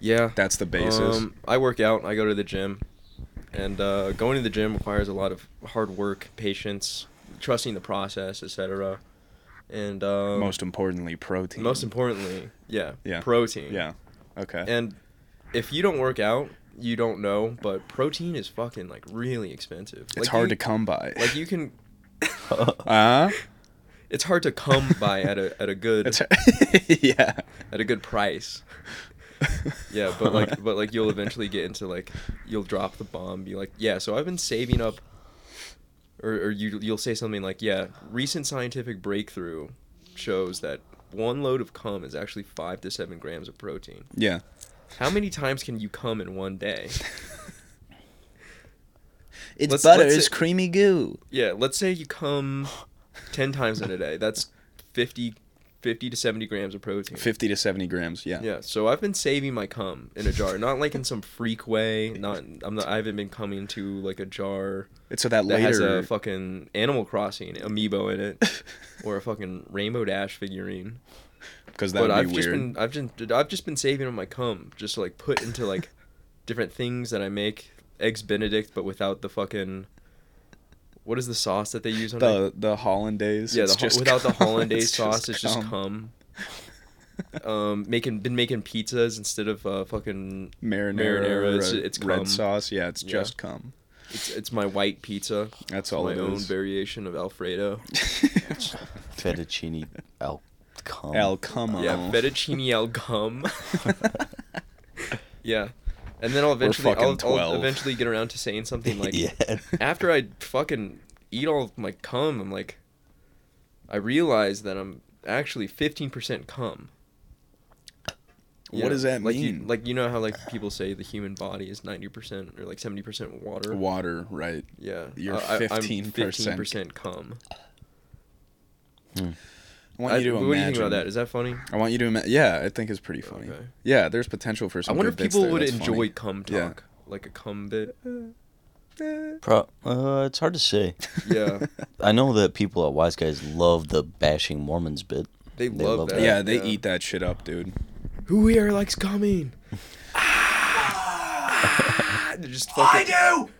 [SPEAKER 1] yeah,
[SPEAKER 2] That's the basis.
[SPEAKER 1] um, I work out. I go to the gym, and uh, going to the gym requires a lot of hard work, patience, trusting the process, etc. And um,
[SPEAKER 2] most importantly, protein.
[SPEAKER 1] most importantly, yeah,
[SPEAKER 2] Yeah.
[SPEAKER 1] protein.
[SPEAKER 2] Yeah. Okay.
[SPEAKER 1] And if you don't work out, you don't know, but protein is fucking like really expensive.
[SPEAKER 2] it's hard
[SPEAKER 1] you,
[SPEAKER 2] to come by.
[SPEAKER 1] Like
[SPEAKER 2] [LAUGHS]
[SPEAKER 1] you can, [LAUGHS]
[SPEAKER 2] Uh,
[SPEAKER 1] it's hard to come by at a at a good
[SPEAKER 2] [LAUGHS] it's [LAUGHS] yeah.
[SPEAKER 1] at a good price. Yeah, but
[SPEAKER 2] [LAUGHS]
[SPEAKER 1] like, but like, you'll eventually get into like, you'll drop the bomb. Be like, yeah. So I've been saving up, or or you you'll say something like, yeah. Recent scientific breakthrough shows that one load of cum is actually five to seven grams of protein. [LAUGHS]
[SPEAKER 2] yeah.
[SPEAKER 1] How many times can you cum in one day?
[SPEAKER 3] It's
[SPEAKER 1] Let's- butter, let's- it's
[SPEAKER 3] creamy goo.
[SPEAKER 1] Yeah, let's say you cum ten times in a day. That's 50, 50 to seventy grams of protein.
[SPEAKER 2] Fifty to seventy grams. Yeah.
[SPEAKER 1] Yeah, so I've been saving my cum in a jar, not like in some freak way. Not I'm not. I haven't been coming to like a jar
[SPEAKER 2] And so that,
[SPEAKER 1] that has
[SPEAKER 2] [LAUGHS] later.
[SPEAKER 1] a fucking Animal Crossing amiibo in
[SPEAKER 2] [LAUGHS]
[SPEAKER 1] it, or a fucking Rainbow Dash figurine.
[SPEAKER 2] Because that
[SPEAKER 1] But
[SPEAKER 2] would
[SPEAKER 1] I've
[SPEAKER 2] be
[SPEAKER 1] just
[SPEAKER 2] weird.
[SPEAKER 1] been I've just I've just been saving up my cum just to like put into like [LAUGHS] different things that I make eggs Benedict, but without the fucking what is the sauce that they use on it?
[SPEAKER 2] the the hollandaise.
[SPEAKER 1] Yeah,
[SPEAKER 2] it's
[SPEAKER 1] the, ho-
[SPEAKER 2] just
[SPEAKER 1] without the
[SPEAKER 2] cum,
[SPEAKER 1] hollandaise
[SPEAKER 2] [LAUGHS] it's
[SPEAKER 1] sauce, it's just
[SPEAKER 2] cum.
[SPEAKER 1] cum. um, making been making pizzas instead of uh, fucking
[SPEAKER 2] marinara,
[SPEAKER 1] Marinara, it's-
[SPEAKER 2] or
[SPEAKER 1] it's cum.
[SPEAKER 2] red sauce. Yeah, it's
[SPEAKER 1] Yeah.
[SPEAKER 2] just cum.
[SPEAKER 1] It's, it's my white pizza.
[SPEAKER 2] That's
[SPEAKER 1] It's
[SPEAKER 2] all
[SPEAKER 1] my
[SPEAKER 2] it
[SPEAKER 1] own
[SPEAKER 2] is.
[SPEAKER 1] variation of Alfredo.
[SPEAKER 3] Fettuccine al
[SPEAKER 2] [LAUGHS]
[SPEAKER 3] cum.
[SPEAKER 2] Al cum.
[SPEAKER 1] Yeah, fettuccine al gum. [LAUGHS] yeah, and then I'll eventually
[SPEAKER 2] fucking
[SPEAKER 1] I'll, I'll
[SPEAKER 2] 12.
[SPEAKER 1] eventually get around to saying something
[SPEAKER 2] [LAUGHS]
[SPEAKER 1] like
[SPEAKER 3] [LAUGHS] yeah.
[SPEAKER 1] after I fucking eat all of my cum, I'm like, I realize that I'm actually 15% cum. You
[SPEAKER 2] What
[SPEAKER 1] know,
[SPEAKER 2] does that
[SPEAKER 1] like You,
[SPEAKER 2] mean?
[SPEAKER 1] like you know how like people say the human body is 90% or like 70% water.
[SPEAKER 2] Water, right?
[SPEAKER 1] Yeah,
[SPEAKER 2] You're
[SPEAKER 1] I- I- I'm
[SPEAKER 2] 15%.
[SPEAKER 1] 15% cum.
[SPEAKER 2] I want
[SPEAKER 1] I-
[SPEAKER 2] you to
[SPEAKER 1] what
[SPEAKER 2] imagine.
[SPEAKER 1] do you think about that? Is that funny?
[SPEAKER 2] I want you to imagine. Yeah, I think it's pretty funny.
[SPEAKER 1] Okay.
[SPEAKER 2] Yeah, there's potential for
[SPEAKER 1] I
[SPEAKER 2] some.
[SPEAKER 1] wonder if
[SPEAKER 2] good bits
[SPEAKER 1] people
[SPEAKER 2] there,
[SPEAKER 1] would
[SPEAKER 2] that's
[SPEAKER 1] enjoy
[SPEAKER 2] funny.
[SPEAKER 1] cum talk,
[SPEAKER 2] Yeah.
[SPEAKER 1] like a cum bit.
[SPEAKER 2] [LAUGHS]
[SPEAKER 3] Pro- uh, it's hard to say.
[SPEAKER 1] Yeah,
[SPEAKER 3] I know that people at Wise Guys love the bashing Mormons bit.
[SPEAKER 1] they,
[SPEAKER 3] They
[SPEAKER 1] love,
[SPEAKER 3] love
[SPEAKER 1] that.
[SPEAKER 3] that.
[SPEAKER 2] Yeah, they eat that shit up, dude.
[SPEAKER 1] Who here likes cumming? Ah! They're just fucking, I do.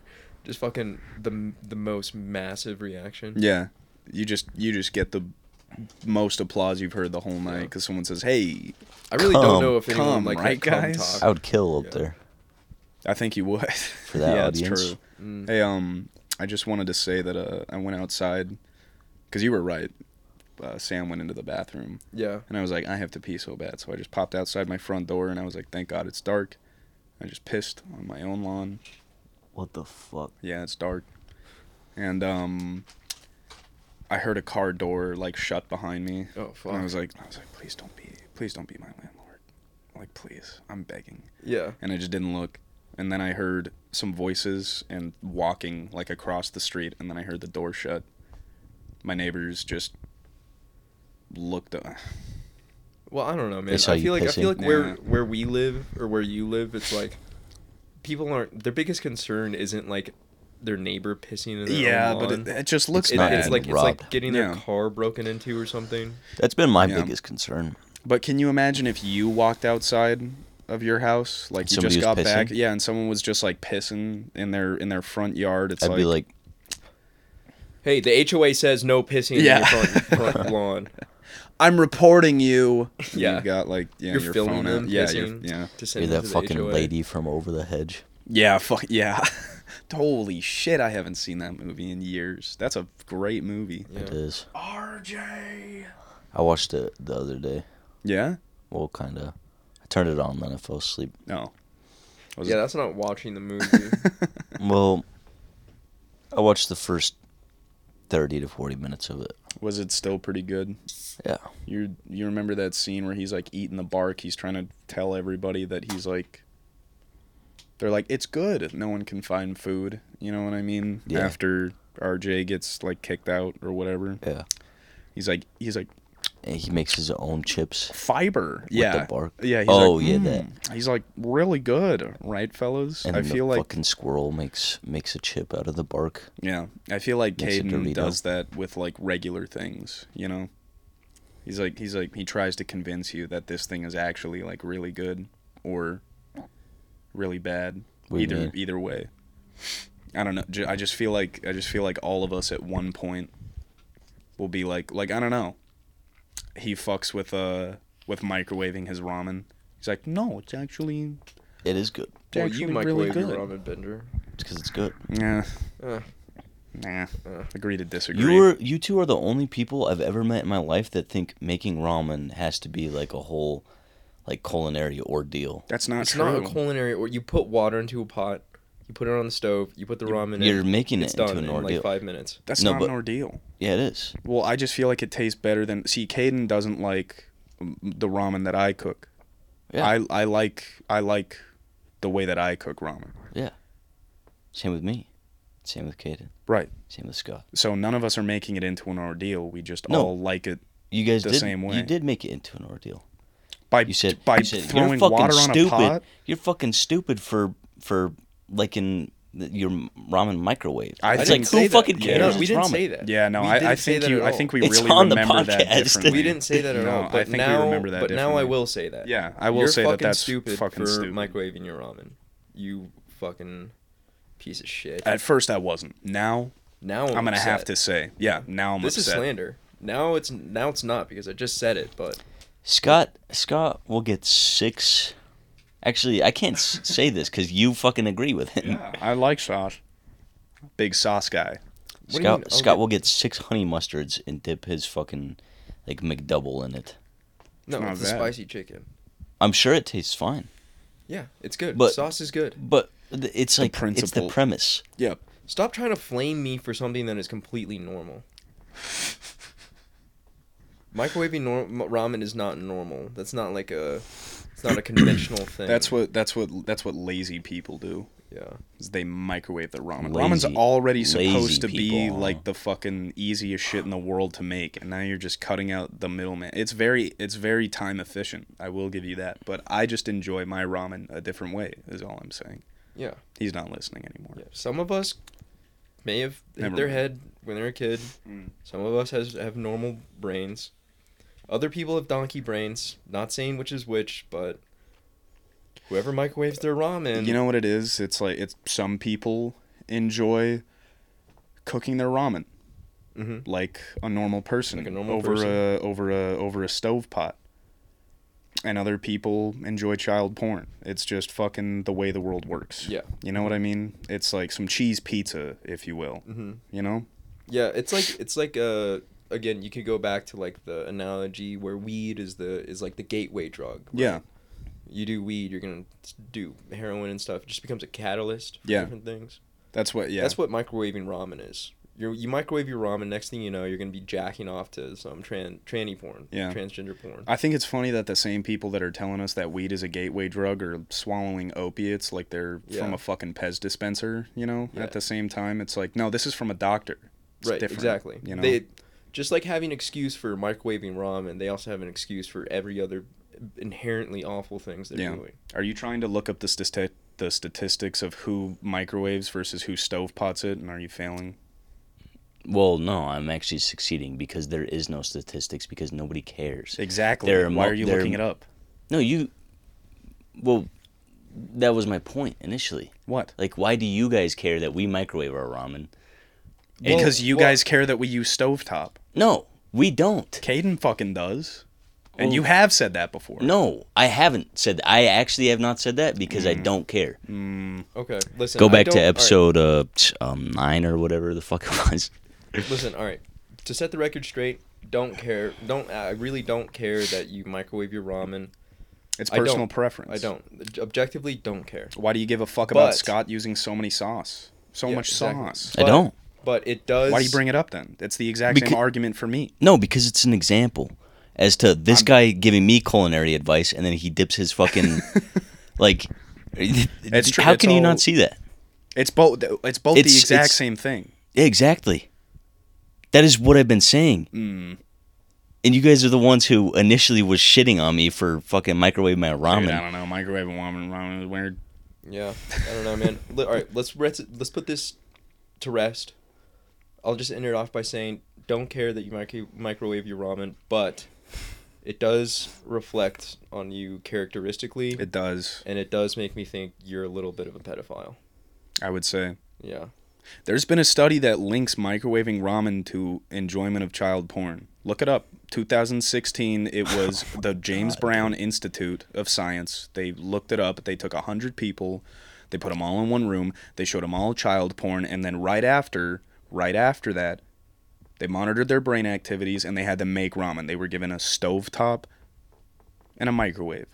[SPEAKER 1] Just fucking the the most massive reaction.
[SPEAKER 2] Yeah, you just you just get the most applause you've heard the whole night
[SPEAKER 1] Yeah.
[SPEAKER 2] because someone says, "Hey,"
[SPEAKER 1] I really don't
[SPEAKER 3] Cum.
[SPEAKER 1] know if anyone
[SPEAKER 2] Cum,
[SPEAKER 1] like that
[SPEAKER 2] right,
[SPEAKER 1] cum
[SPEAKER 2] guys?
[SPEAKER 1] talk.
[SPEAKER 3] I would kill up
[SPEAKER 1] Yeah.
[SPEAKER 3] there.
[SPEAKER 2] I think you would.
[SPEAKER 3] that
[SPEAKER 2] [LAUGHS] yeah, it's
[SPEAKER 3] audience.
[SPEAKER 2] true.
[SPEAKER 1] Mm,
[SPEAKER 2] Hey, um, I just wanted to say that uh, I went outside because you were right. Uh, Sam went into the bathroom,
[SPEAKER 1] yeah.
[SPEAKER 2] and I was like, I have to pee so bad, so I just popped outside my front door, and I was like, Thank God it's dark. I just pissed on my own lawn.
[SPEAKER 3] What the fuck?
[SPEAKER 2] Yeah, it's dark. And um I heard a car door like shut behind me.
[SPEAKER 1] Oh,
[SPEAKER 2] And
[SPEAKER 1] fuck.
[SPEAKER 2] I was like I was like, please don't be please don't be my landlord. Like please. I'm begging.
[SPEAKER 1] Yeah.
[SPEAKER 2] And I just didn't look. And then I heard some voices and walking like across the street and then I heard the door shut. My neighbors just looked uh,
[SPEAKER 1] Well, I don't know, man. I
[SPEAKER 3] They saw
[SPEAKER 1] feel
[SPEAKER 3] you
[SPEAKER 1] like I feel
[SPEAKER 3] pissing.
[SPEAKER 1] like where
[SPEAKER 2] Yeah.
[SPEAKER 1] where we live or where you live, it's like people aren't their biggest concern isn't like their neighbor pissing in their
[SPEAKER 2] Yeah,
[SPEAKER 1] own
[SPEAKER 2] but
[SPEAKER 1] lawn.
[SPEAKER 2] it, it just looks
[SPEAKER 1] It-
[SPEAKER 3] not
[SPEAKER 2] bad.
[SPEAKER 1] it's like it's
[SPEAKER 3] robbed.
[SPEAKER 1] like getting their
[SPEAKER 2] Yeah.
[SPEAKER 1] car broken into or something.
[SPEAKER 3] That's been my
[SPEAKER 2] Yeah.
[SPEAKER 3] biggest concern.
[SPEAKER 2] But can you imagine if you walked outside of your house, like you
[SPEAKER 3] Somebody
[SPEAKER 2] just
[SPEAKER 3] was
[SPEAKER 2] got back,
[SPEAKER 3] pissing?
[SPEAKER 2] yeah, and someone was just like pissing in their in their front yard? It's
[SPEAKER 3] I'd
[SPEAKER 2] like,
[SPEAKER 3] be like,
[SPEAKER 1] Hey, the HOA says no pissing
[SPEAKER 2] Yeah.
[SPEAKER 1] in your front, front lawn.
[SPEAKER 2] I'm reporting
[SPEAKER 3] [LAUGHS]
[SPEAKER 2] you.
[SPEAKER 1] Yeah.
[SPEAKER 2] you got like yeah,
[SPEAKER 1] you're
[SPEAKER 2] your
[SPEAKER 1] filming
[SPEAKER 2] phone
[SPEAKER 1] them
[SPEAKER 2] out. Yeah, you're,
[SPEAKER 1] pissing
[SPEAKER 2] yeah,
[SPEAKER 1] to send
[SPEAKER 3] you're
[SPEAKER 1] them
[SPEAKER 3] that
[SPEAKER 1] to the
[SPEAKER 3] fucking
[SPEAKER 1] HOA.
[SPEAKER 3] lady from over the hedge.
[SPEAKER 2] yeah, fuck yeah. [LAUGHS] Holy shit! I haven't seen that movie in years. That's a great movie.
[SPEAKER 3] It
[SPEAKER 1] Yeah.
[SPEAKER 3] is.
[SPEAKER 2] RJ.
[SPEAKER 3] I watched it the other day.
[SPEAKER 2] Yeah.
[SPEAKER 3] Well, kind of. I turned it on, then I fell asleep.
[SPEAKER 2] No. [LAUGHS] Was
[SPEAKER 1] yeah,
[SPEAKER 2] it-
[SPEAKER 1] that's not watching the movie.
[SPEAKER 3] Well, I watched the first 30 to 40 minutes of it.
[SPEAKER 2] Was it still pretty good?
[SPEAKER 3] Yeah.
[SPEAKER 2] You you remember that scene where he's like eating the bark? He's trying to tell everybody that he's like. They're like, it's good. No one can find food. You know what I mean?
[SPEAKER 3] Yeah.
[SPEAKER 2] After RJ gets like kicked out or whatever,
[SPEAKER 3] Yeah.
[SPEAKER 2] he's like, he's like
[SPEAKER 3] And he makes his own chips.
[SPEAKER 2] fiber.
[SPEAKER 3] the
[SPEAKER 2] yeah.
[SPEAKER 3] bark.
[SPEAKER 2] Yeah. He's
[SPEAKER 3] Oh,
[SPEAKER 2] like,
[SPEAKER 3] yeah,
[SPEAKER 2] "Mm."
[SPEAKER 3] that.
[SPEAKER 2] He's like really good, right, fellas?
[SPEAKER 3] And
[SPEAKER 2] I
[SPEAKER 3] the
[SPEAKER 2] feel like
[SPEAKER 3] fucking squirrel makes makes a chip out of the bark.
[SPEAKER 2] Yeah, I feel like
[SPEAKER 3] Makes a
[SPEAKER 2] Caden
[SPEAKER 3] Dorito.
[SPEAKER 2] does that with like regular things, you know. He's like he's like he tries to convince you that this thing is actually like really good or really bad.
[SPEAKER 3] What do you
[SPEAKER 2] either
[SPEAKER 3] mean?
[SPEAKER 2] either way. I don't know. ju- I just feel like I just feel like all of us at one point will be like like I don't know. He fucks with uh with microwaving his ramen. He's like, "No, it's actually
[SPEAKER 3] It is good.
[SPEAKER 2] it's
[SPEAKER 1] Well,
[SPEAKER 2] actually
[SPEAKER 1] you
[SPEAKER 2] really
[SPEAKER 1] microwave
[SPEAKER 2] good."
[SPEAKER 1] your ramen bender.
[SPEAKER 3] It's because it's good.
[SPEAKER 2] Yeah.
[SPEAKER 1] Uh,
[SPEAKER 2] Nah.
[SPEAKER 1] Uh.
[SPEAKER 2] Agree to disagree.
[SPEAKER 3] You were you two are the only people I've ever met in my life that think making ramen has to be like a whole like culinary ordeal.
[SPEAKER 2] That's not
[SPEAKER 1] it's
[SPEAKER 2] true.
[SPEAKER 1] not a culinary or you put water into a pot, you put it on the stove, you put the ramen
[SPEAKER 3] You're
[SPEAKER 1] in.
[SPEAKER 3] making
[SPEAKER 1] it's
[SPEAKER 3] it into
[SPEAKER 1] done
[SPEAKER 3] an
[SPEAKER 1] in
[SPEAKER 3] ordeal.
[SPEAKER 1] like five minutes.
[SPEAKER 2] That's
[SPEAKER 3] No,
[SPEAKER 2] not
[SPEAKER 3] but-
[SPEAKER 2] an ordeal.
[SPEAKER 3] yeah, it is.
[SPEAKER 2] Well, I just feel like it tastes better than. See, Caden doesn't like mm, the ramen that I cook.
[SPEAKER 3] Yeah.
[SPEAKER 2] I I like I like the way that I cook ramen.
[SPEAKER 3] Same with me. Same with Caden.
[SPEAKER 2] Right.
[SPEAKER 3] Same with Scott.
[SPEAKER 2] So none of us are making it into an ordeal. We just
[SPEAKER 3] No.
[SPEAKER 2] all like it
[SPEAKER 3] You guys
[SPEAKER 2] The
[SPEAKER 3] did
[SPEAKER 2] same way.
[SPEAKER 3] you did make it into an ordeal.
[SPEAKER 2] by
[SPEAKER 3] You said
[SPEAKER 2] by
[SPEAKER 3] you said,
[SPEAKER 2] throwing
[SPEAKER 3] you're fucking
[SPEAKER 2] water on a
[SPEAKER 3] stupid.
[SPEAKER 2] pot.
[SPEAKER 3] You're fucking stupid for for liking th- your ramen microwave.
[SPEAKER 2] I
[SPEAKER 3] it's
[SPEAKER 2] didn't
[SPEAKER 3] like
[SPEAKER 1] say
[SPEAKER 3] who
[SPEAKER 1] that.
[SPEAKER 3] fucking
[SPEAKER 2] Yeah.
[SPEAKER 3] cares?
[SPEAKER 1] no,
[SPEAKER 3] It's
[SPEAKER 1] we didn't
[SPEAKER 3] ramen.
[SPEAKER 1] say that.
[SPEAKER 2] Yeah, no,
[SPEAKER 1] We
[SPEAKER 2] I, I
[SPEAKER 1] didn't say
[SPEAKER 2] think
[SPEAKER 1] that
[SPEAKER 2] you
[SPEAKER 1] at
[SPEAKER 2] I
[SPEAKER 1] all.
[SPEAKER 2] think we
[SPEAKER 3] It's
[SPEAKER 2] really
[SPEAKER 3] on the
[SPEAKER 2] remember that
[SPEAKER 3] podcast.
[SPEAKER 2] differently.
[SPEAKER 1] we didn't say that at
[SPEAKER 2] no,
[SPEAKER 1] all. But
[SPEAKER 2] I think
[SPEAKER 1] now,
[SPEAKER 2] we remember that
[SPEAKER 1] But now I
[SPEAKER 2] differently.
[SPEAKER 1] will say that.
[SPEAKER 2] Yeah, I will
[SPEAKER 1] You're
[SPEAKER 2] say
[SPEAKER 1] fucking
[SPEAKER 2] that that's
[SPEAKER 1] stupid
[SPEAKER 2] fucking
[SPEAKER 1] for
[SPEAKER 2] stupid.
[SPEAKER 1] microwaving your ramen. You fucking piece of shit.
[SPEAKER 2] At first I wasn't. Now
[SPEAKER 1] now Oh, I'm,
[SPEAKER 2] I'm, gonna have
[SPEAKER 1] upset.
[SPEAKER 2] to say, yeah. Now I'm
[SPEAKER 1] This is
[SPEAKER 2] upset.
[SPEAKER 1] slander. Now it's now it's not because I just said it, but
[SPEAKER 3] Scott Scott will get six. Actually, I can't s- say this because you fucking agree with him.
[SPEAKER 2] Yeah, I like sauce. Big sauce guy.
[SPEAKER 1] do you
[SPEAKER 3] Scott
[SPEAKER 1] mean?
[SPEAKER 3] Scott
[SPEAKER 1] Okay.
[SPEAKER 3] will get six honey mustards and dip his fucking like McDouble in it.
[SPEAKER 1] no,
[SPEAKER 2] not
[SPEAKER 1] it's the
[SPEAKER 2] bad.
[SPEAKER 1] spicy chicken.
[SPEAKER 3] I'm sure it tastes fine,
[SPEAKER 1] Yeah, it's good.
[SPEAKER 3] But-
[SPEAKER 1] Sauce is good.
[SPEAKER 3] but th- it's like it's the
[SPEAKER 2] principle.
[SPEAKER 3] premise.
[SPEAKER 2] Yeah.
[SPEAKER 1] Stop trying to flame me for something that is completely
[SPEAKER 2] [LAUGHS]
[SPEAKER 1] normal. Microwaving nor- m- ramen is not normal. That's not like a. It's not a
[SPEAKER 2] [COUGHS]
[SPEAKER 1] conventional thing.
[SPEAKER 2] That's what that's what that's what lazy people do.
[SPEAKER 1] Yeah.
[SPEAKER 2] Is they microwave their ramen. Ramen's
[SPEAKER 3] Lazy-
[SPEAKER 2] already
[SPEAKER 3] lazy
[SPEAKER 2] supposed to be
[SPEAKER 3] people, huh?
[SPEAKER 2] like the fucking easiest shit in the world to make, and now you're just cutting out the middleman. It's very it's very time efficient. I will give you that, but I just enjoy my ramen a different way. Is all I'm saying.
[SPEAKER 1] Yeah.
[SPEAKER 2] He's not listening anymore.
[SPEAKER 1] Yeah. Some of us may have hit
[SPEAKER 2] Never
[SPEAKER 1] their
[SPEAKER 2] mind.
[SPEAKER 1] head when they were a kid.
[SPEAKER 2] Mm.
[SPEAKER 1] Some of us has have normal brains. Other people have donkey brains. Not saying which is which, but whoever microwaves their ramen,
[SPEAKER 2] You know what it is? It's like it's some people enjoy cooking their ramen
[SPEAKER 1] Mhm.
[SPEAKER 2] like a normal person
[SPEAKER 1] Like a normal
[SPEAKER 2] over
[SPEAKER 1] person.
[SPEAKER 2] a over a over a stove pot. And other people enjoy child porn. It's just fucking the way the world works.
[SPEAKER 1] Yeah.
[SPEAKER 2] You know what I mean? It's like some cheese pizza, if you will.
[SPEAKER 1] Mhm.
[SPEAKER 2] You know?
[SPEAKER 1] Yeah, it's like it's like uh again, you could go back to like the analogy where weed is the is like the gateway drug. right?
[SPEAKER 2] Yeah.
[SPEAKER 1] You do weed, you're gonna do heroin and stuff. It just becomes a catalyst for
[SPEAKER 2] Yeah.
[SPEAKER 1] different things.
[SPEAKER 2] That's what yeah.
[SPEAKER 1] That's what microwaving ramen is. You you microwave your ramen, next thing you know, you're gonna be jacking off to some tran tranny porn.
[SPEAKER 2] Yeah.
[SPEAKER 1] Transgender porn.
[SPEAKER 2] I think it's funny that the same people that are telling us that weed is a gateway drug are swallowing opiates like they're from
[SPEAKER 1] Yeah.
[SPEAKER 2] a fucking Pez dispenser, you know?
[SPEAKER 1] Yeah.
[SPEAKER 2] At the same time, it's like, no, this is from a doctor. It's
[SPEAKER 1] right,
[SPEAKER 2] different,
[SPEAKER 1] exactly.
[SPEAKER 2] You know?
[SPEAKER 1] They just like having an excuse for microwaving ramen, they also have an excuse for every other inherently awful things they're
[SPEAKER 2] Yeah.
[SPEAKER 1] doing.
[SPEAKER 2] Are you trying to look up the, stati- the statistics of who microwaves versus who stovepots it, and are you failing?
[SPEAKER 3] Well, no, I'm actually succeeding because there is no statistics because nobody cares.
[SPEAKER 2] Exactly.
[SPEAKER 3] They're
[SPEAKER 2] Why
[SPEAKER 3] mo-
[SPEAKER 2] are you
[SPEAKER 3] they're-
[SPEAKER 2] looking it up?
[SPEAKER 3] No, you. Well, that was my point initially.
[SPEAKER 2] What?
[SPEAKER 3] Like, why do you guys care that we microwave our ramen? And-
[SPEAKER 2] Because you
[SPEAKER 1] well-
[SPEAKER 2] guys care that we use stovetop.
[SPEAKER 3] no, we don't.
[SPEAKER 2] Caden fucking does. And you have said that before.
[SPEAKER 3] No, I haven't said. That. I actually have not said that because
[SPEAKER 2] Mm-hmm.
[SPEAKER 3] I don't care.
[SPEAKER 1] Okay. Listen
[SPEAKER 3] Go
[SPEAKER 1] I
[SPEAKER 3] back
[SPEAKER 1] don't-
[SPEAKER 3] to
[SPEAKER 1] all right.
[SPEAKER 3] episode uh, t- um, nine or whatever the fuck it [LAUGHS] was.
[SPEAKER 1] Listen, all right. To set the record straight, don't care. Don't I really don't care that you microwave your ramen.
[SPEAKER 2] It's
[SPEAKER 1] I don't.
[SPEAKER 2] personal preference.
[SPEAKER 1] I don't. Objectively, don't care.
[SPEAKER 2] Why do you give a fuck
[SPEAKER 1] But-
[SPEAKER 2] about Scott using so many sauce? So
[SPEAKER 1] Yeah,
[SPEAKER 2] much
[SPEAKER 1] exactly.
[SPEAKER 2] sauce.
[SPEAKER 3] I
[SPEAKER 1] But
[SPEAKER 3] don't.
[SPEAKER 1] but it does.
[SPEAKER 2] Why do you bring it up then? It's the exact
[SPEAKER 3] Becau-
[SPEAKER 2] same argument for me.
[SPEAKER 3] No, because it's an example as to this
[SPEAKER 2] I'm-
[SPEAKER 3] guy giving me culinary advice and then he dips his
[SPEAKER 2] [LAUGHS]
[SPEAKER 3] fucking like.
[SPEAKER 2] It's true,
[SPEAKER 3] How
[SPEAKER 2] it's
[SPEAKER 3] can you
[SPEAKER 2] all-
[SPEAKER 3] not see that?
[SPEAKER 2] It's both. It's both
[SPEAKER 3] It's-
[SPEAKER 2] the exact
[SPEAKER 3] it's-
[SPEAKER 2] same thing.
[SPEAKER 3] Yeah, exactly. That is what I've been saying.
[SPEAKER 2] Mm,
[SPEAKER 3] And you guys are the ones who initially was shitting on me for fucking microwave my ramen.
[SPEAKER 2] Dude, I don't know. Microwave and ramen, ramen is weird.
[SPEAKER 1] Yeah, I don't know, man.
[SPEAKER 2] [LAUGHS]
[SPEAKER 1] All right, let's rest, let's put this to rest. I'll just end it off by saying, don't care that you micro- microwave your ramen, but it does reflect on you characteristically,
[SPEAKER 2] It does.
[SPEAKER 1] and it does make me think you're a little bit of a pedophile.
[SPEAKER 2] I would say.
[SPEAKER 1] Yeah,
[SPEAKER 2] There's been a study that links microwaving ramen to enjoyment of child porn. Look it up. 2016, it was the James Brown Institute of Science. They looked it up. They took 100 people, they put them all in one room, they showed them all child porn, and then right after, right after that, they monitored their brain activities and they had to make ramen. They were given a stovetop and a microwave.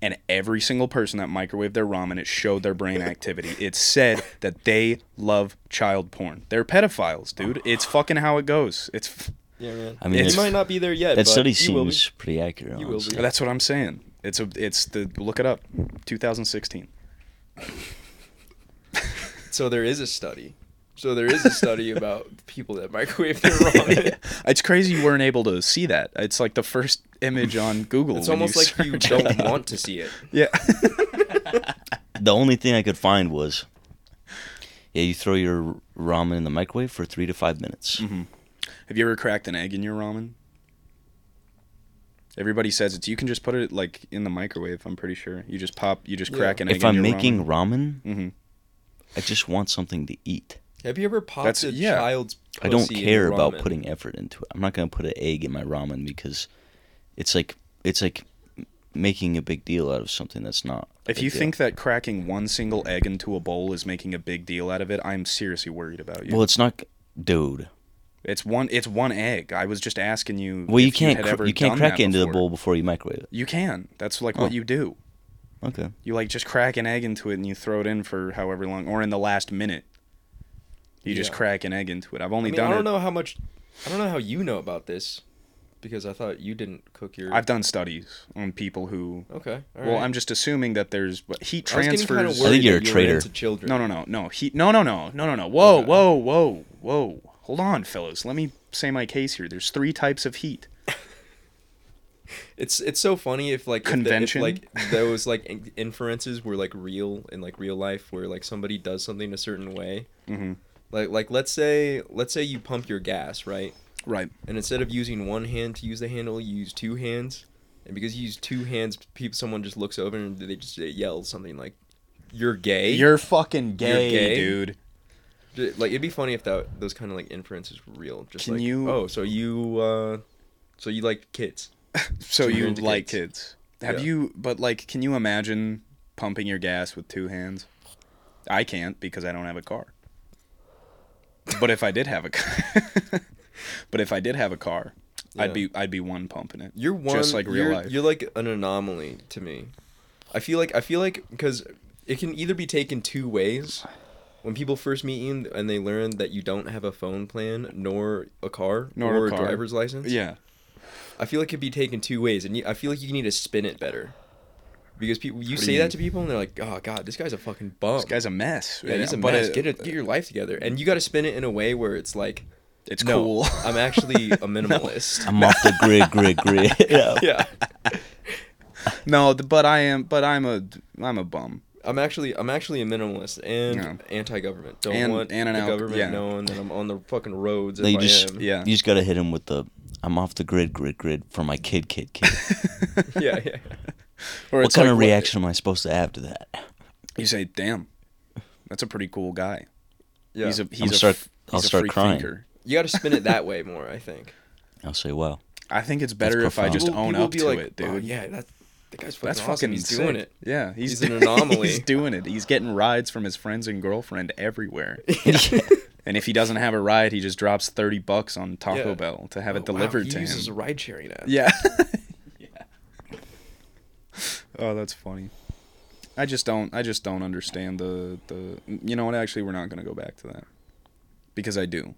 [SPEAKER 2] And every single person that microwaved their ramen, it showed their brain activity. It said that they love child porn. They're pedophiles, dude. It's fucking how it goes. It's
[SPEAKER 1] yeah, man.
[SPEAKER 3] I mean,
[SPEAKER 1] you
[SPEAKER 3] it's-
[SPEAKER 1] might not be there yet.
[SPEAKER 3] that
[SPEAKER 1] but
[SPEAKER 3] study
[SPEAKER 1] you will be.
[SPEAKER 3] seems pretty accurate.
[SPEAKER 1] You will
[SPEAKER 3] honestly.
[SPEAKER 1] be.
[SPEAKER 2] that's what I'm saying. It's a it's the look it up, 2016.
[SPEAKER 1] So there is a study. So there is a
[SPEAKER 3] [LAUGHS]
[SPEAKER 1] study about people that microwave their ramen.
[SPEAKER 2] It's crazy you weren't able to see that. It's like the first image on Google.
[SPEAKER 1] It's
[SPEAKER 2] when
[SPEAKER 1] almost like you
[SPEAKER 2] search
[SPEAKER 1] don't
[SPEAKER 2] it up.
[SPEAKER 1] want to see it.
[SPEAKER 2] Yeah. [LAUGHS]
[SPEAKER 3] The only thing I could find was, yeah, you throw your ramen in the microwave for three to five minutes.
[SPEAKER 1] Mm-hmm.
[SPEAKER 2] Have you ever cracked an egg in your ramen? Everybody says it's you can just put it like in the microwave. I'm pretty sure you just pop, you just
[SPEAKER 1] Yeah.
[SPEAKER 2] crack an egg.
[SPEAKER 3] If
[SPEAKER 2] in
[SPEAKER 3] I'm
[SPEAKER 2] your ramen.
[SPEAKER 3] making ramen,
[SPEAKER 1] Mm-hmm.
[SPEAKER 2] Mhm.
[SPEAKER 3] I just want something to eat.
[SPEAKER 1] Have you ever popped
[SPEAKER 2] That's-
[SPEAKER 1] a
[SPEAKER 2] yeah.
[SPEAKER 1] child's?
[SPEAKER 3] I don't
[SPEAKER 1] pussy in
[SPEAKER 3] care
[SPEAKER 1] your
[SPEAKER 3] about
[SPEAKER 1] ramen?
[SPEAKER 3] putting effort into it. I'm not gonna put an egg in my ramen because it's like it's like making a big deal out of something that's not. a
[SPEAKER 2] if
[SPEAKER 3] big
[SPEAKER 2] you
[SPEAKER 3] deal.
[SPEAKER 2] think that cracking one single egg into a bowl is making a big deal out of it, I'm seriously worried about you.
[SPEAKER 3] well, it's not, dude.
[SPEAKER 2] it's one, it's one egg. I was just asking you.
[SPEAKER 3] Well, you
[SPEAKER 2] if
[SPEAKER 3] can't
[SPEAKER 2] had
[SPEAKER 3] cr-
[SPEAKER 2] ever
[SPEAKER 3] you can't
[SPEAKER 2] done
[SPEAKER 3] crack
[SPEAKER 2] that
[SPEAKER 3] it into the
[SPEAKER 2] before.
[SPEAKER 3] bowl before you microwave it.
[SPEAKER 2] You can. That's like
[SPEAKER 3] Oh.
[SPEAKER 2] what you do.
[SPEAKER 3] Okay.
[SPEAKER 2] You like just crack an egg into it and you throw it in for however long, or in the last minute. You just
[SPEAKER 1] Yeah.
[SPEAKER 2] crack an egg into it. I've
[SPEAKER 1] I
[SPEAKER 2] only
[SPEAKER 1] mean,
[SPEAKER 2] done
[SPEAKER 1] I don't
[SPEAKER 2] it.
[SPEAKER 1] know how much. I don't know how you know about this, because I thought you didn't cook your.
[SPEAKER 2] I've done studies on people who
[SPEAKER 1] okay. all
[SPEAKER 2] Well,
[SPEAKER 1] right.
[SPEAKER 2] I'm just assuming that there's but heat
[SPEAKER 1] I was getting kinda
[SPEAKER 2] transfers.
[SPEAKER 3] I
[SPEAKER 1] worried
[SPEAKER 3] think you're
[SPEAKER 1] that
[SPEAKER 3] a
[SPEAKER 1] you were
[SPEAKER 3] traitor.
[SPEAKER 1] into children.
[SPEAKER 2] no, no, no, no. Heat. No, no, no, no, no, no. Whoa,
[SPEAKER 1] Okay.
[SPEAKER 2] whoa, whoa, whoa. Hold on, fellas. Let me say my case here. There's three types of heat.
[SPEAKER 1] It's it's so funny if like
[SPEAKER 2] Convention? [LAUGHS]
[SPEAKER 1] if, the, if, like those like in- inferences were like real in like real life where like somebody does something a certain way.
[SPEAKER 2] Mhm.
[SPEAKER 1] Like like let's say let's say you pump your gas right,
[SPEAKER 2] Right.
[SPEAKER 1] and instead of using one hand to use the handle, you use two hands, and because you use two hands, people someone just looks over and they just yell something like, "You're gay."
[SPEAKER 2] You're fucking gay,
[SPEAKER 1] You're gay?
[SPEAKER 2] dude.
[SPEAKER 1] Ju- like it'd be funny if that those kind of like inferences were real. Just
[SPEAKER 2] Can
[SPEAKER 1] like
[SPEAKER 2] you-
[SPEAKER 1] oh, so you uh, so you like kids?
[SPEAKER 2] So
[SPEAKER 1] So
[SPEAKER 2] you
[SPEAKER 1] you're into
[SPEAKER 2] like kids?
[SPEAKER 1] kids.
[SPEAKER 2] Have
[SPEAKER 1] Yeah.
[SPEAKER 2] you? But like, can you imagine pumping your gas with two hands? I can't because I don't have a car. But if I did have a car, [LAUGHS] but if I did have a car, I'd
[SPEAKER 1] Yeah.
[SPEAKER 2] be I'd be one pumping it.
[SPEAKER 1] You're one.
[SPEAKER 2] Just like real
[SPEAKER 1] you're,
[SPEAKER 2] life.
[SPEAKER 1] You're like an anomaly to me. I feel like I feel like because it can either be taken two ways. When people first meet you and they learn that you don't have a phone plan nor a car
[SPEAKER 2] Nor a
[SPEAKER 1] or
[SPEAKER 2] car.
[SPEAKER 1] driver's license,
[SPEAKER 2] Yeah.
[SPEAKER 1] I feel like it'd be taken two ways, and you, I feel like you need to spin it better. Because people, you
[SPEAKER 2] do
[SPEAKER 1] say
[SPEAKER 2] you mean?
[SPEAKER 1] that to people, and they're like, "Oh God, this guy's a fucking bum.
[SPEAKER 2] This guy's a mess.
[SPEAKER 1] Oh. yeah, he's a
[SPEAKER 2] But
[SPEAKER 1] mess.
[SPEAKER 2] it-
[SPEAKER 1] get it, get your life together." And you got to spin it in a way where it's like,
[SPEAKER 2] It's
[SPEAKER 1] "No,
[SPEAKER 2] cool.
[SPEAKER 1] [LAUGHS]
[SPEAKER 2] [LAUGHS]
[SPEAKER 1] I'm actually a minimalist."
[SPEAKER 3] I'm off the grid, grid, grid. [LAUGHS]
[SPEAKER 1] [LAUGHS]
[SPEAKER 3] yeah.
[SPEAKER 1] yeah,
[SPEAKER 2] no, th- but I am. But I'm a. I'm a bum.
[SPEAKER 1] I'm actually I'm actually a minimalist and
[SPEAKER 2] Yeah.
[SPEAKER 1] anti-government. Don't
[SPEAKER 2] And-
[SPEAKER 1] want
[SPEAKER 2] and an
[SPEAKER 1] the
[SPEAKER 2] alc-
[SPEAKER 1] government
[SPEAKER 2] yeah.
[SPEAKER 1] knowing that I'm on the fucking roads.
[SPEAKER 3] No,
[SPEAKER 1] if
[SPEAKER 3] you
[SPEAKER 1] I
[SPEAKER 3] just
[SPEAKER 1] am.
[SPEAKER 2] [LAUGHS] Yeah.
[SPEAKER 3] you just gotta hit him with the I'm off the grid, grid, grid for my kid, kid, kid.
[SPEAKER 1] [LAUGHS] yeah,
[SPEAKER 2] [LAUGHS]
[SPEAKER 1] yeah.
[SPEAKER 2] Or
[SPEAKER 3] what
[SPEAKER 2] it's
[SPEAKER 3] kind
[SPEAKER 2] like,
[SPEAKER 3] of reaction am I supposed to have to that?
[SPEAKER 2] You say, "Damn, that's a pretty cool guy."
[SPEAKER 1] yeah.
[SPEAKER 2] He's a.
[SPEAKER 3] I'm
[SPEAKER 2] He's a.
[SPEAKER 3] start-
[SPEAKER 2] f-
[SPEAKER 3] I'll
[SPEAKER 2] he's a
[SPEAKER 3] start
[SPEAKER 2] free
[SPEAKER 3] crying.
[SPEAKER 2] thinker.
[SPEAKER 1] you got to spin it that way more. I think.
[SPEAKER 3] I'll say, wow.
[SPEAKER 2] I think it's better if I [LAUGHS]
[SPEAKER 3] profound.
[SPEAKER 2] just
[SPEAKER 1] People-
[SPEAKER 2] own
[SPEAKER 1] people
[SPEAKER 2] up
[SPEAKER 1] be
[SPEAKER 2] to
[SPEAKER 1] like,
[SPEAKER 2] it, dude.
[SPEAKER 1] "Oh, yeah, that's that guy's fucking
[SPEAKER 2] That's
[SPEAKER 1] awesome.
[SPEAKER 2] fucking
[SPEAKER 1] He's
[SPEAKER 2] sick."
[SPEAKER 1] doing it.
[SPEAKER 2] Yeah, he's, [LAUGHS]
[SPEAKER 1] He's an anomaly.
[SPEAKER 2] he's doing it. He's getting rides from his friends and girlfriend everywhere. [LAUGHS]
[SPEAKER 1] [LAUGHS]
[SPEAKER 2] and if he doesn't have a ride, he just drops thirty bucks on Taco
[SPEAKER 1] Yeah.
[SPEAKER 2] Bell to have
[SPEAKER 1] Oh,
[SPEAKER 2] it delivered
[SPEAKER 1] wow,
[SPEAKER 2] to
[SPEAKER 1] he uses
[SPEAKER 2] him.
[SPEAKER 1] a ride sharing app.
[SPEAKER 2] Yeah.
[SPEAKER 3] [LAUGHS]
[SPEAKER 2] yeah. Oh, that's funny. I just don't. I just don't understand the the. You know what? Actually, we're not gonna go back to that. because I do.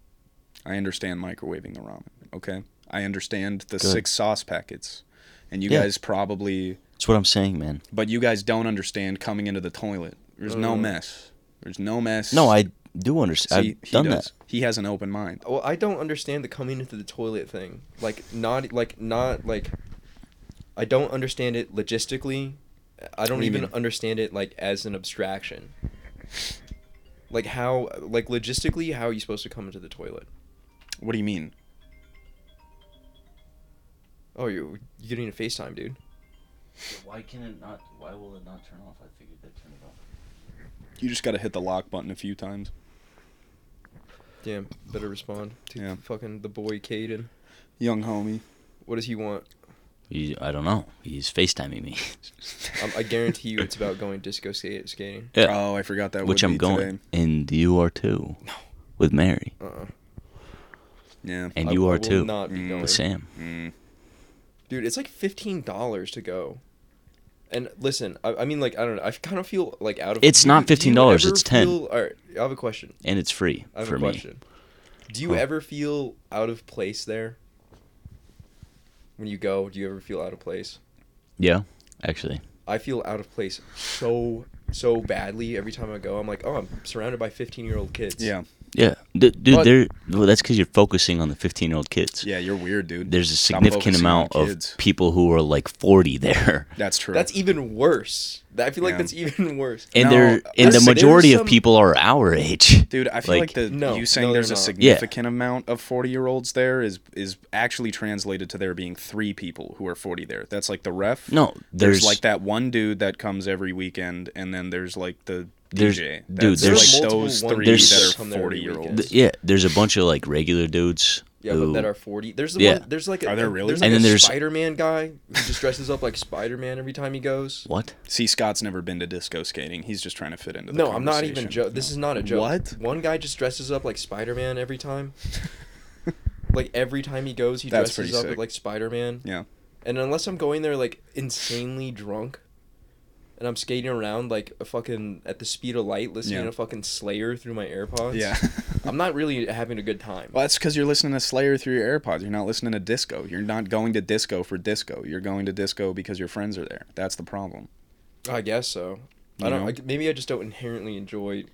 [SPEAKER 2] I understand microwaving the ramen. Okay, I understand the
[SPEAKER 3] Good.
[SPEAKER 2] six sauce packets, and you
[SPEAKER 3] Yeah.
[SPEAKER 2] guys probably,
[SPEAKER 3] That's what I'm saying, man.
[SPEAKER 2] but you guys don't understand coming into the toilet. There's no
[SPEAKER 1] Uh.
[SPEAKER 2] mess. There's no mess.
[SPEAKER 3] No, I do understand.
[SPEAKER 2] See,
[SPEAKER 3] I've
[SPEAKER 2] he
[SPEAKER 3] done
[SPEAKER 2] does.
[SPEAKER 3] that.
[SPEAKER 2] He has an open mind.
[SPEAKER 1] Well, I don't understand the coming into the toilet thing. Like not like not like I don't understand it logistically. I
[SPEAKER 2] What
[SPEAKER 1] don't
[SPEAKER 2] do you
[SPEAKER 1] even
[SPEAKER 2] mean?
[SPEAKER 1] understand it like as an abstraction. Like how like logistically how are you supposed to come into the toilet?
[SPEAKER 2] What do you mean?
[SPEAKER 1] Oh, you you getting a FaceTime, dude.
[SPEAKER 3] Why can it not? Why will it not turn off? I figured that turn it off.
[SPEAKER 2] You just got to hit the lock button a few times.
[SPEAKER 1] Damn, better respond to
[SPEAKER 2] Yeah.
[SPEAKER 1] fucking the boy Caden.
[SPEAKER 2] Young homie.
[SPEAKER 1] What does he want?
[SPEAKER 3] I don't know. He's FaceTiming me. [LAUGHS]
[SPEAKER 1] Um, I guarantee you it's about going disco skate, skating.
[SPEAKER 3] Yeah.
[SPEAKER 2] Oh, I forgot that.
[SPEAKER 3] Which
[SPEAKER 2] would
[SPEAKER 3] I'm
[SPEAKER 2] be
[SPEAKER 3] going.
[SPEAKER 2] today.
[SPEAKER 3] And you are too. With Mary.
[SPEAKER 1] Uh-uh.
[SPEAKER 2] Yeah.
[SPEAKER 3] And
[SPEAKER 1] I-
[SPEAKER 3] you
[SPEAKER 1] I
[SPEAKER 3] are
[SPEAKER 1] will
[SPEAKER 3] too.
[SPEAKER 1] Not be
[SPEAKER 2] Mm.
[SPEAKER 1] going.
[SPEAKER 3] With Sam.
[SPEAKER 2] Mm.
[SPEAKER 1] dude it's like $15 to go and listen i, I mean like i don't know i kind of feel like out of
[SPEAKER 3] It's
[SPEAKER 1] do
[SPEAKER 3] not
[SPEAKER 1] you- do you
[SPEAKER 3] $15,
[SPEAKER 1] ever
[SPEAKER 3] it's 10.
[SPEAKER 1] feel- all right i have a question
[SPEAKER 3] And it's free
[SPEAKER 1] i have
[SPEAKER 3] for
[SPEAKER 1] a
[SPEAKER 3] me.
[SPEAKER 1] question do you
[SPEAKER 3] Huh.
[SPEAKER 1] ever feel out of place there when you go do you ever feel out of place
[SPEAKER 3] Yeah, actually.
[SPEAKER 1] i feel out of place so so badly every time i go i'm like oh i'm surrounded by 15 year old kids
[SPEAKER 2] Yeah.
[SPEAKER 3] Yeah. D- dude,
[SPEAKER 1] But-
[SPEAKER 3] they're, well, that's because you're focusing on the 15 year old kids.
[SPEAKER 2] Yeah, you're weird, dude.
[SPEAKER 3] There's a
[SPEAKER 2] Stop
[SPEAKER 3] significant
[SPEAKER 2] focusing on
[SPEAKER 3] amount of
[SPEAKER 2] kids.
[SPEAKER 3] people who are like 40 there. [LAUGHS]
[SPEAKER 2] That's true.
[SPEAKER 1] that's e even worse i feel like
[SPEAKER 2] Yeah.
[SPEAKER 1] that's even [LAUGHS] worse
[SPEAKER 3] And
[SPEAKER 2] No,
[SPEAKER 3] they're and the
[SPEAKER 1] there's-
[SPEAKER 3] majority
[SPEAKER 1] there's
[SPEAKER 3] of
[SPEAKER 1] some-
[SPEAKER 3] people are our age.
[SPEAKER 2] Dude, I feel like, the
[SPEAKER 1] No,
[SPEAKER 2] you saying
[SPEAKER 1] no,
[SPEAKER 2] there's a
[SPEAKER 1] they're not.
[SPEAKER 3] Yeah.
[SPEAKER 2] significant amount of 40 year olds there is is actually translated to there being three people who are 40 there. That's like the ref.
[SPEAKER 3] No,
[SPEAKER 2] there's,
[SPEAKER 3] there's-
[SPEAKER 2] like that one dude that comes every weekend, and then there's like the
[SPEAKER 3] There's-
[SPEAKER 2] DJ.
[SPEAKER 3] dude,
[SPEAKER 2] That's
[SPEAKER 3] there's-
[SPEAKER 2] like
[SPEAKER 1] multiple
[SPEAKER 2] those
[SPEAKER 1] one
[SPEAKER 2] three
[SPEAKER 3] dudes
[SPEAKER 2] that
[SPEAKER 1] that
[SPEAKER 2] are
[SPEAKER 1] come there
[SPEAKER 2] 40
[SPEAKER 1] every
[SPEAKER 2] year
[SPEAKER 1] weekend. Th-
[SPEAKER 2] olds.
[SPEAKER 3] Th- yeah, there's a bunch of like regular dudes.
[SPEAKER 1] Yeah,
[SPEAKER 3] who-
[SPEAKER 1] but that are forty. There's the
[SPEAKER 3] Yeah.
[SPEAKER 1] one. There's like a,
[SPEAKER 2] Are there really?
[SPEAKER 1] There's like
[SPEAKER 3] And then
[SPEAKER 1] a
[SPEAKER 3] there's-
[SPEAKER 1] Spider-Man guy who just dresses up like Spider-Man every time he goes.
[SPEAKER 3] what?
[SPEAKER 2] See, Scott's never been to disco skating. He's just trying to fit into the
[SPEAKER 1] No, I'm not even
[SPEAKER 2] conversation.
[SPEAKER 1] joking. This is not a joke.
[SPEAKER 2] What?
[SPEAKER 1] One guy just dresses up like Spider-Man every time.
[SPEAKER 2] [LAUGHS]
[SPEAKER 1] like every time he goes, he
[SPEAKER 2] That's
[SPEAKER 1] dresses
[SPEAKER 2] pretty
[SPEAKER 1] up
[SPEAKER 2] sick.
[SPEAKER 1] like Spider-Man.
[SPEAKER 2] Yeah.
[SPEAKER 1] And unless I'm going there like insanely drunk, and I'm skating around like a fucking at the speed of light, listening
[SPEAKER 2] Yeah.
[SPEAKER 1] to fucking Slayer through my AirPods. [LAUGHS]
[SPEAKER 2] Yeah.
[SPEAKER 1] I'm not really having a good time.
[SPEAKER 2] Well, that's because you're listening to Slayer through your AirPods. You're not listening to disco. You're not going to disco for disco. You're going to disco because your friends are there. That's the problem.
[SPEAKER 1] I guess so.
[SPEAKER 2] You
[SPEAKER 1] I don't.
[SPEAKER 2] know?
[SPEAKER 1] I, maybe I just don't inherently enjoy
[SPEAKER 2] You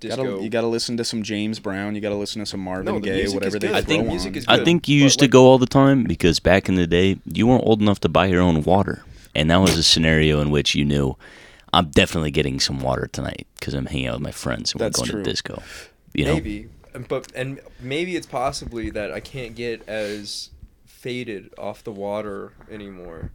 [SPEAKER 1] disco.
[SPEAKER 2] gotta- you got to listen to some James Brown. You got to listen to some Marvin
[SPEAKER 1] the
[SPEAKER 2] Gaye.
[SPEAKER 1] music
[SPEAKER 2] Whatever
[SPEAKER 1] is
[SPEAKER 2] they
[SPEAKER 1] good.
[SPEAKER 2] throw
[SPEAKER 1] I think
[SPEAKER 2] on.
[SPEAKER 1] music is
[SPEAKER 3] I
[SPEAKER 1] good,
[SPEAKER 3] think you
[SPEAKER 1] but,
[SPEAKER 3] used to
[SPEAKER 1] like-
[SPEAKER 3] go all the time because back in the day you weren't old enough to buy your own water, and that was a scenario in which you knew I'm definitely getting some water tonight because I'm hanging out with my friends and
[SPEAKER 2] That's
[SPEAKER 3] we're going
[SPEAKER 2] true.
[SPEAKER 3] to disco. You know,
[SPEAKER 1] maybe, but and maybe it's possibly that I can't get as faded off the water anymore.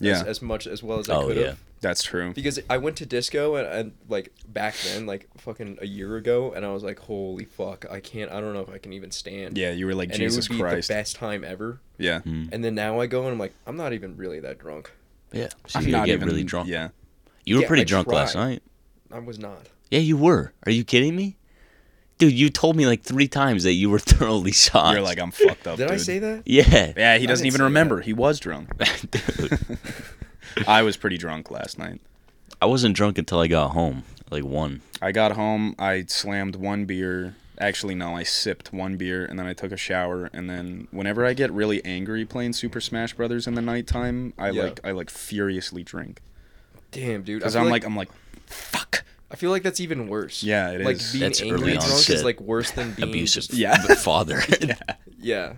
[SPEAKER 2] Yeah,
[SPEAKER 1] As, as much as well as I
[SPEAKER 3] Oh,
[SPEAKER 1] could
[SPEAKER 3] yeah.
[SPEAKER 1] have.
[SPEAKER 2] that's true.
[SPEAKER 1] Because I went to disco and, and like back then, like fucking a year ago, and I was like, holy fuck, I can't. I don't know if I can even stand.
[SPEAKER 2] Yeah, you were like
[SPEAKER 1] And
[SPEAKER 2] Jesus
[SPEAKER 1] it would be
[SPEAKER 2] Christ.
[SPEAKER 1] the best time ever.
[SPEAKER 2] Yeah,
[SPEAKER 1] And then now I go and I'm like, I'm not even really that drunk.
[SPEAKER 3] yeah. So you get really drunk.
[SPEAKER 2] Yeah,
[SPEAKER 3] You were
[SPEAKER 1] Yeah,
[SPEAKER 3] pretty
[SPEAKER 1] I
[SPEAKER 3] drunk last
[SPEAKER 1] tried.
[SPEAKER 3] night.
[SPEAKER 1] I was not.
[SPEAKER 3] Yeah, you were. Are you kidding me? Dude, you told me like three times that you were [LAUGHS] thoroughly soft.
[SPEAKER 2] you're like I'm fucked up.
[SPEAKER 1] Did I
[SPEAKER 2] dude."
[SPEAKER 1] say that? [LAUGHS]
[SPEAKER 3] yeah.
[SPEAKER 2] Yeah, he doesn't
[SPEAKER 1] didn't
[SPEAKER 2] even
[SPEAKER 1] say
[SPEAKER 2] remember. He was
[SPEAKER 3] [LAUGHS]
[SPEAKER 2] drunk.
[SPEAKER 3] Dude,
[SPEAKER 2] I was pretty drunk last night.
[SPEAKER 3] I wasn't drunk until I got home, like one.
[SPEAKER 2] I got home. I slammed one beer. Actually, no, I sipped one beer and then I took a shower. And then whenever I get really angry playing Super Smash Brothers in the nighttime, I
[SPEAKER 1] Yeah.
[SPEAKER 2] like I like furiously drink
[SPEAKER 1] Damn, dude. I
[SPEAKER 2] because
[SPEAKER 1] feel
[SPEAKER 2] I'm like, I'm like, fuck.
[SPEAKER 1] I feel like that's even worse.
[SPEAKER 2] Yeah, it
[SPEAKER 1] like
[SPEAKER 2] is.
[SPEAKER 1] being
[SPEAKER 3] That's
[SPEAKER 1] angry
[SPEAKER 3] early
[SPEAKER 1] drunk
[SPEAKER 3] onset.
[SPEAKER 1] is like worse than being
[SPEAKER 3] Abusive
[SPEAKER 1] just-
[SPEAKER 2] Yeah.
[SPEAKER 3] f- [LAUGHS] father.
[SPEAKER 1] Mm. [LAUGHS] yeah,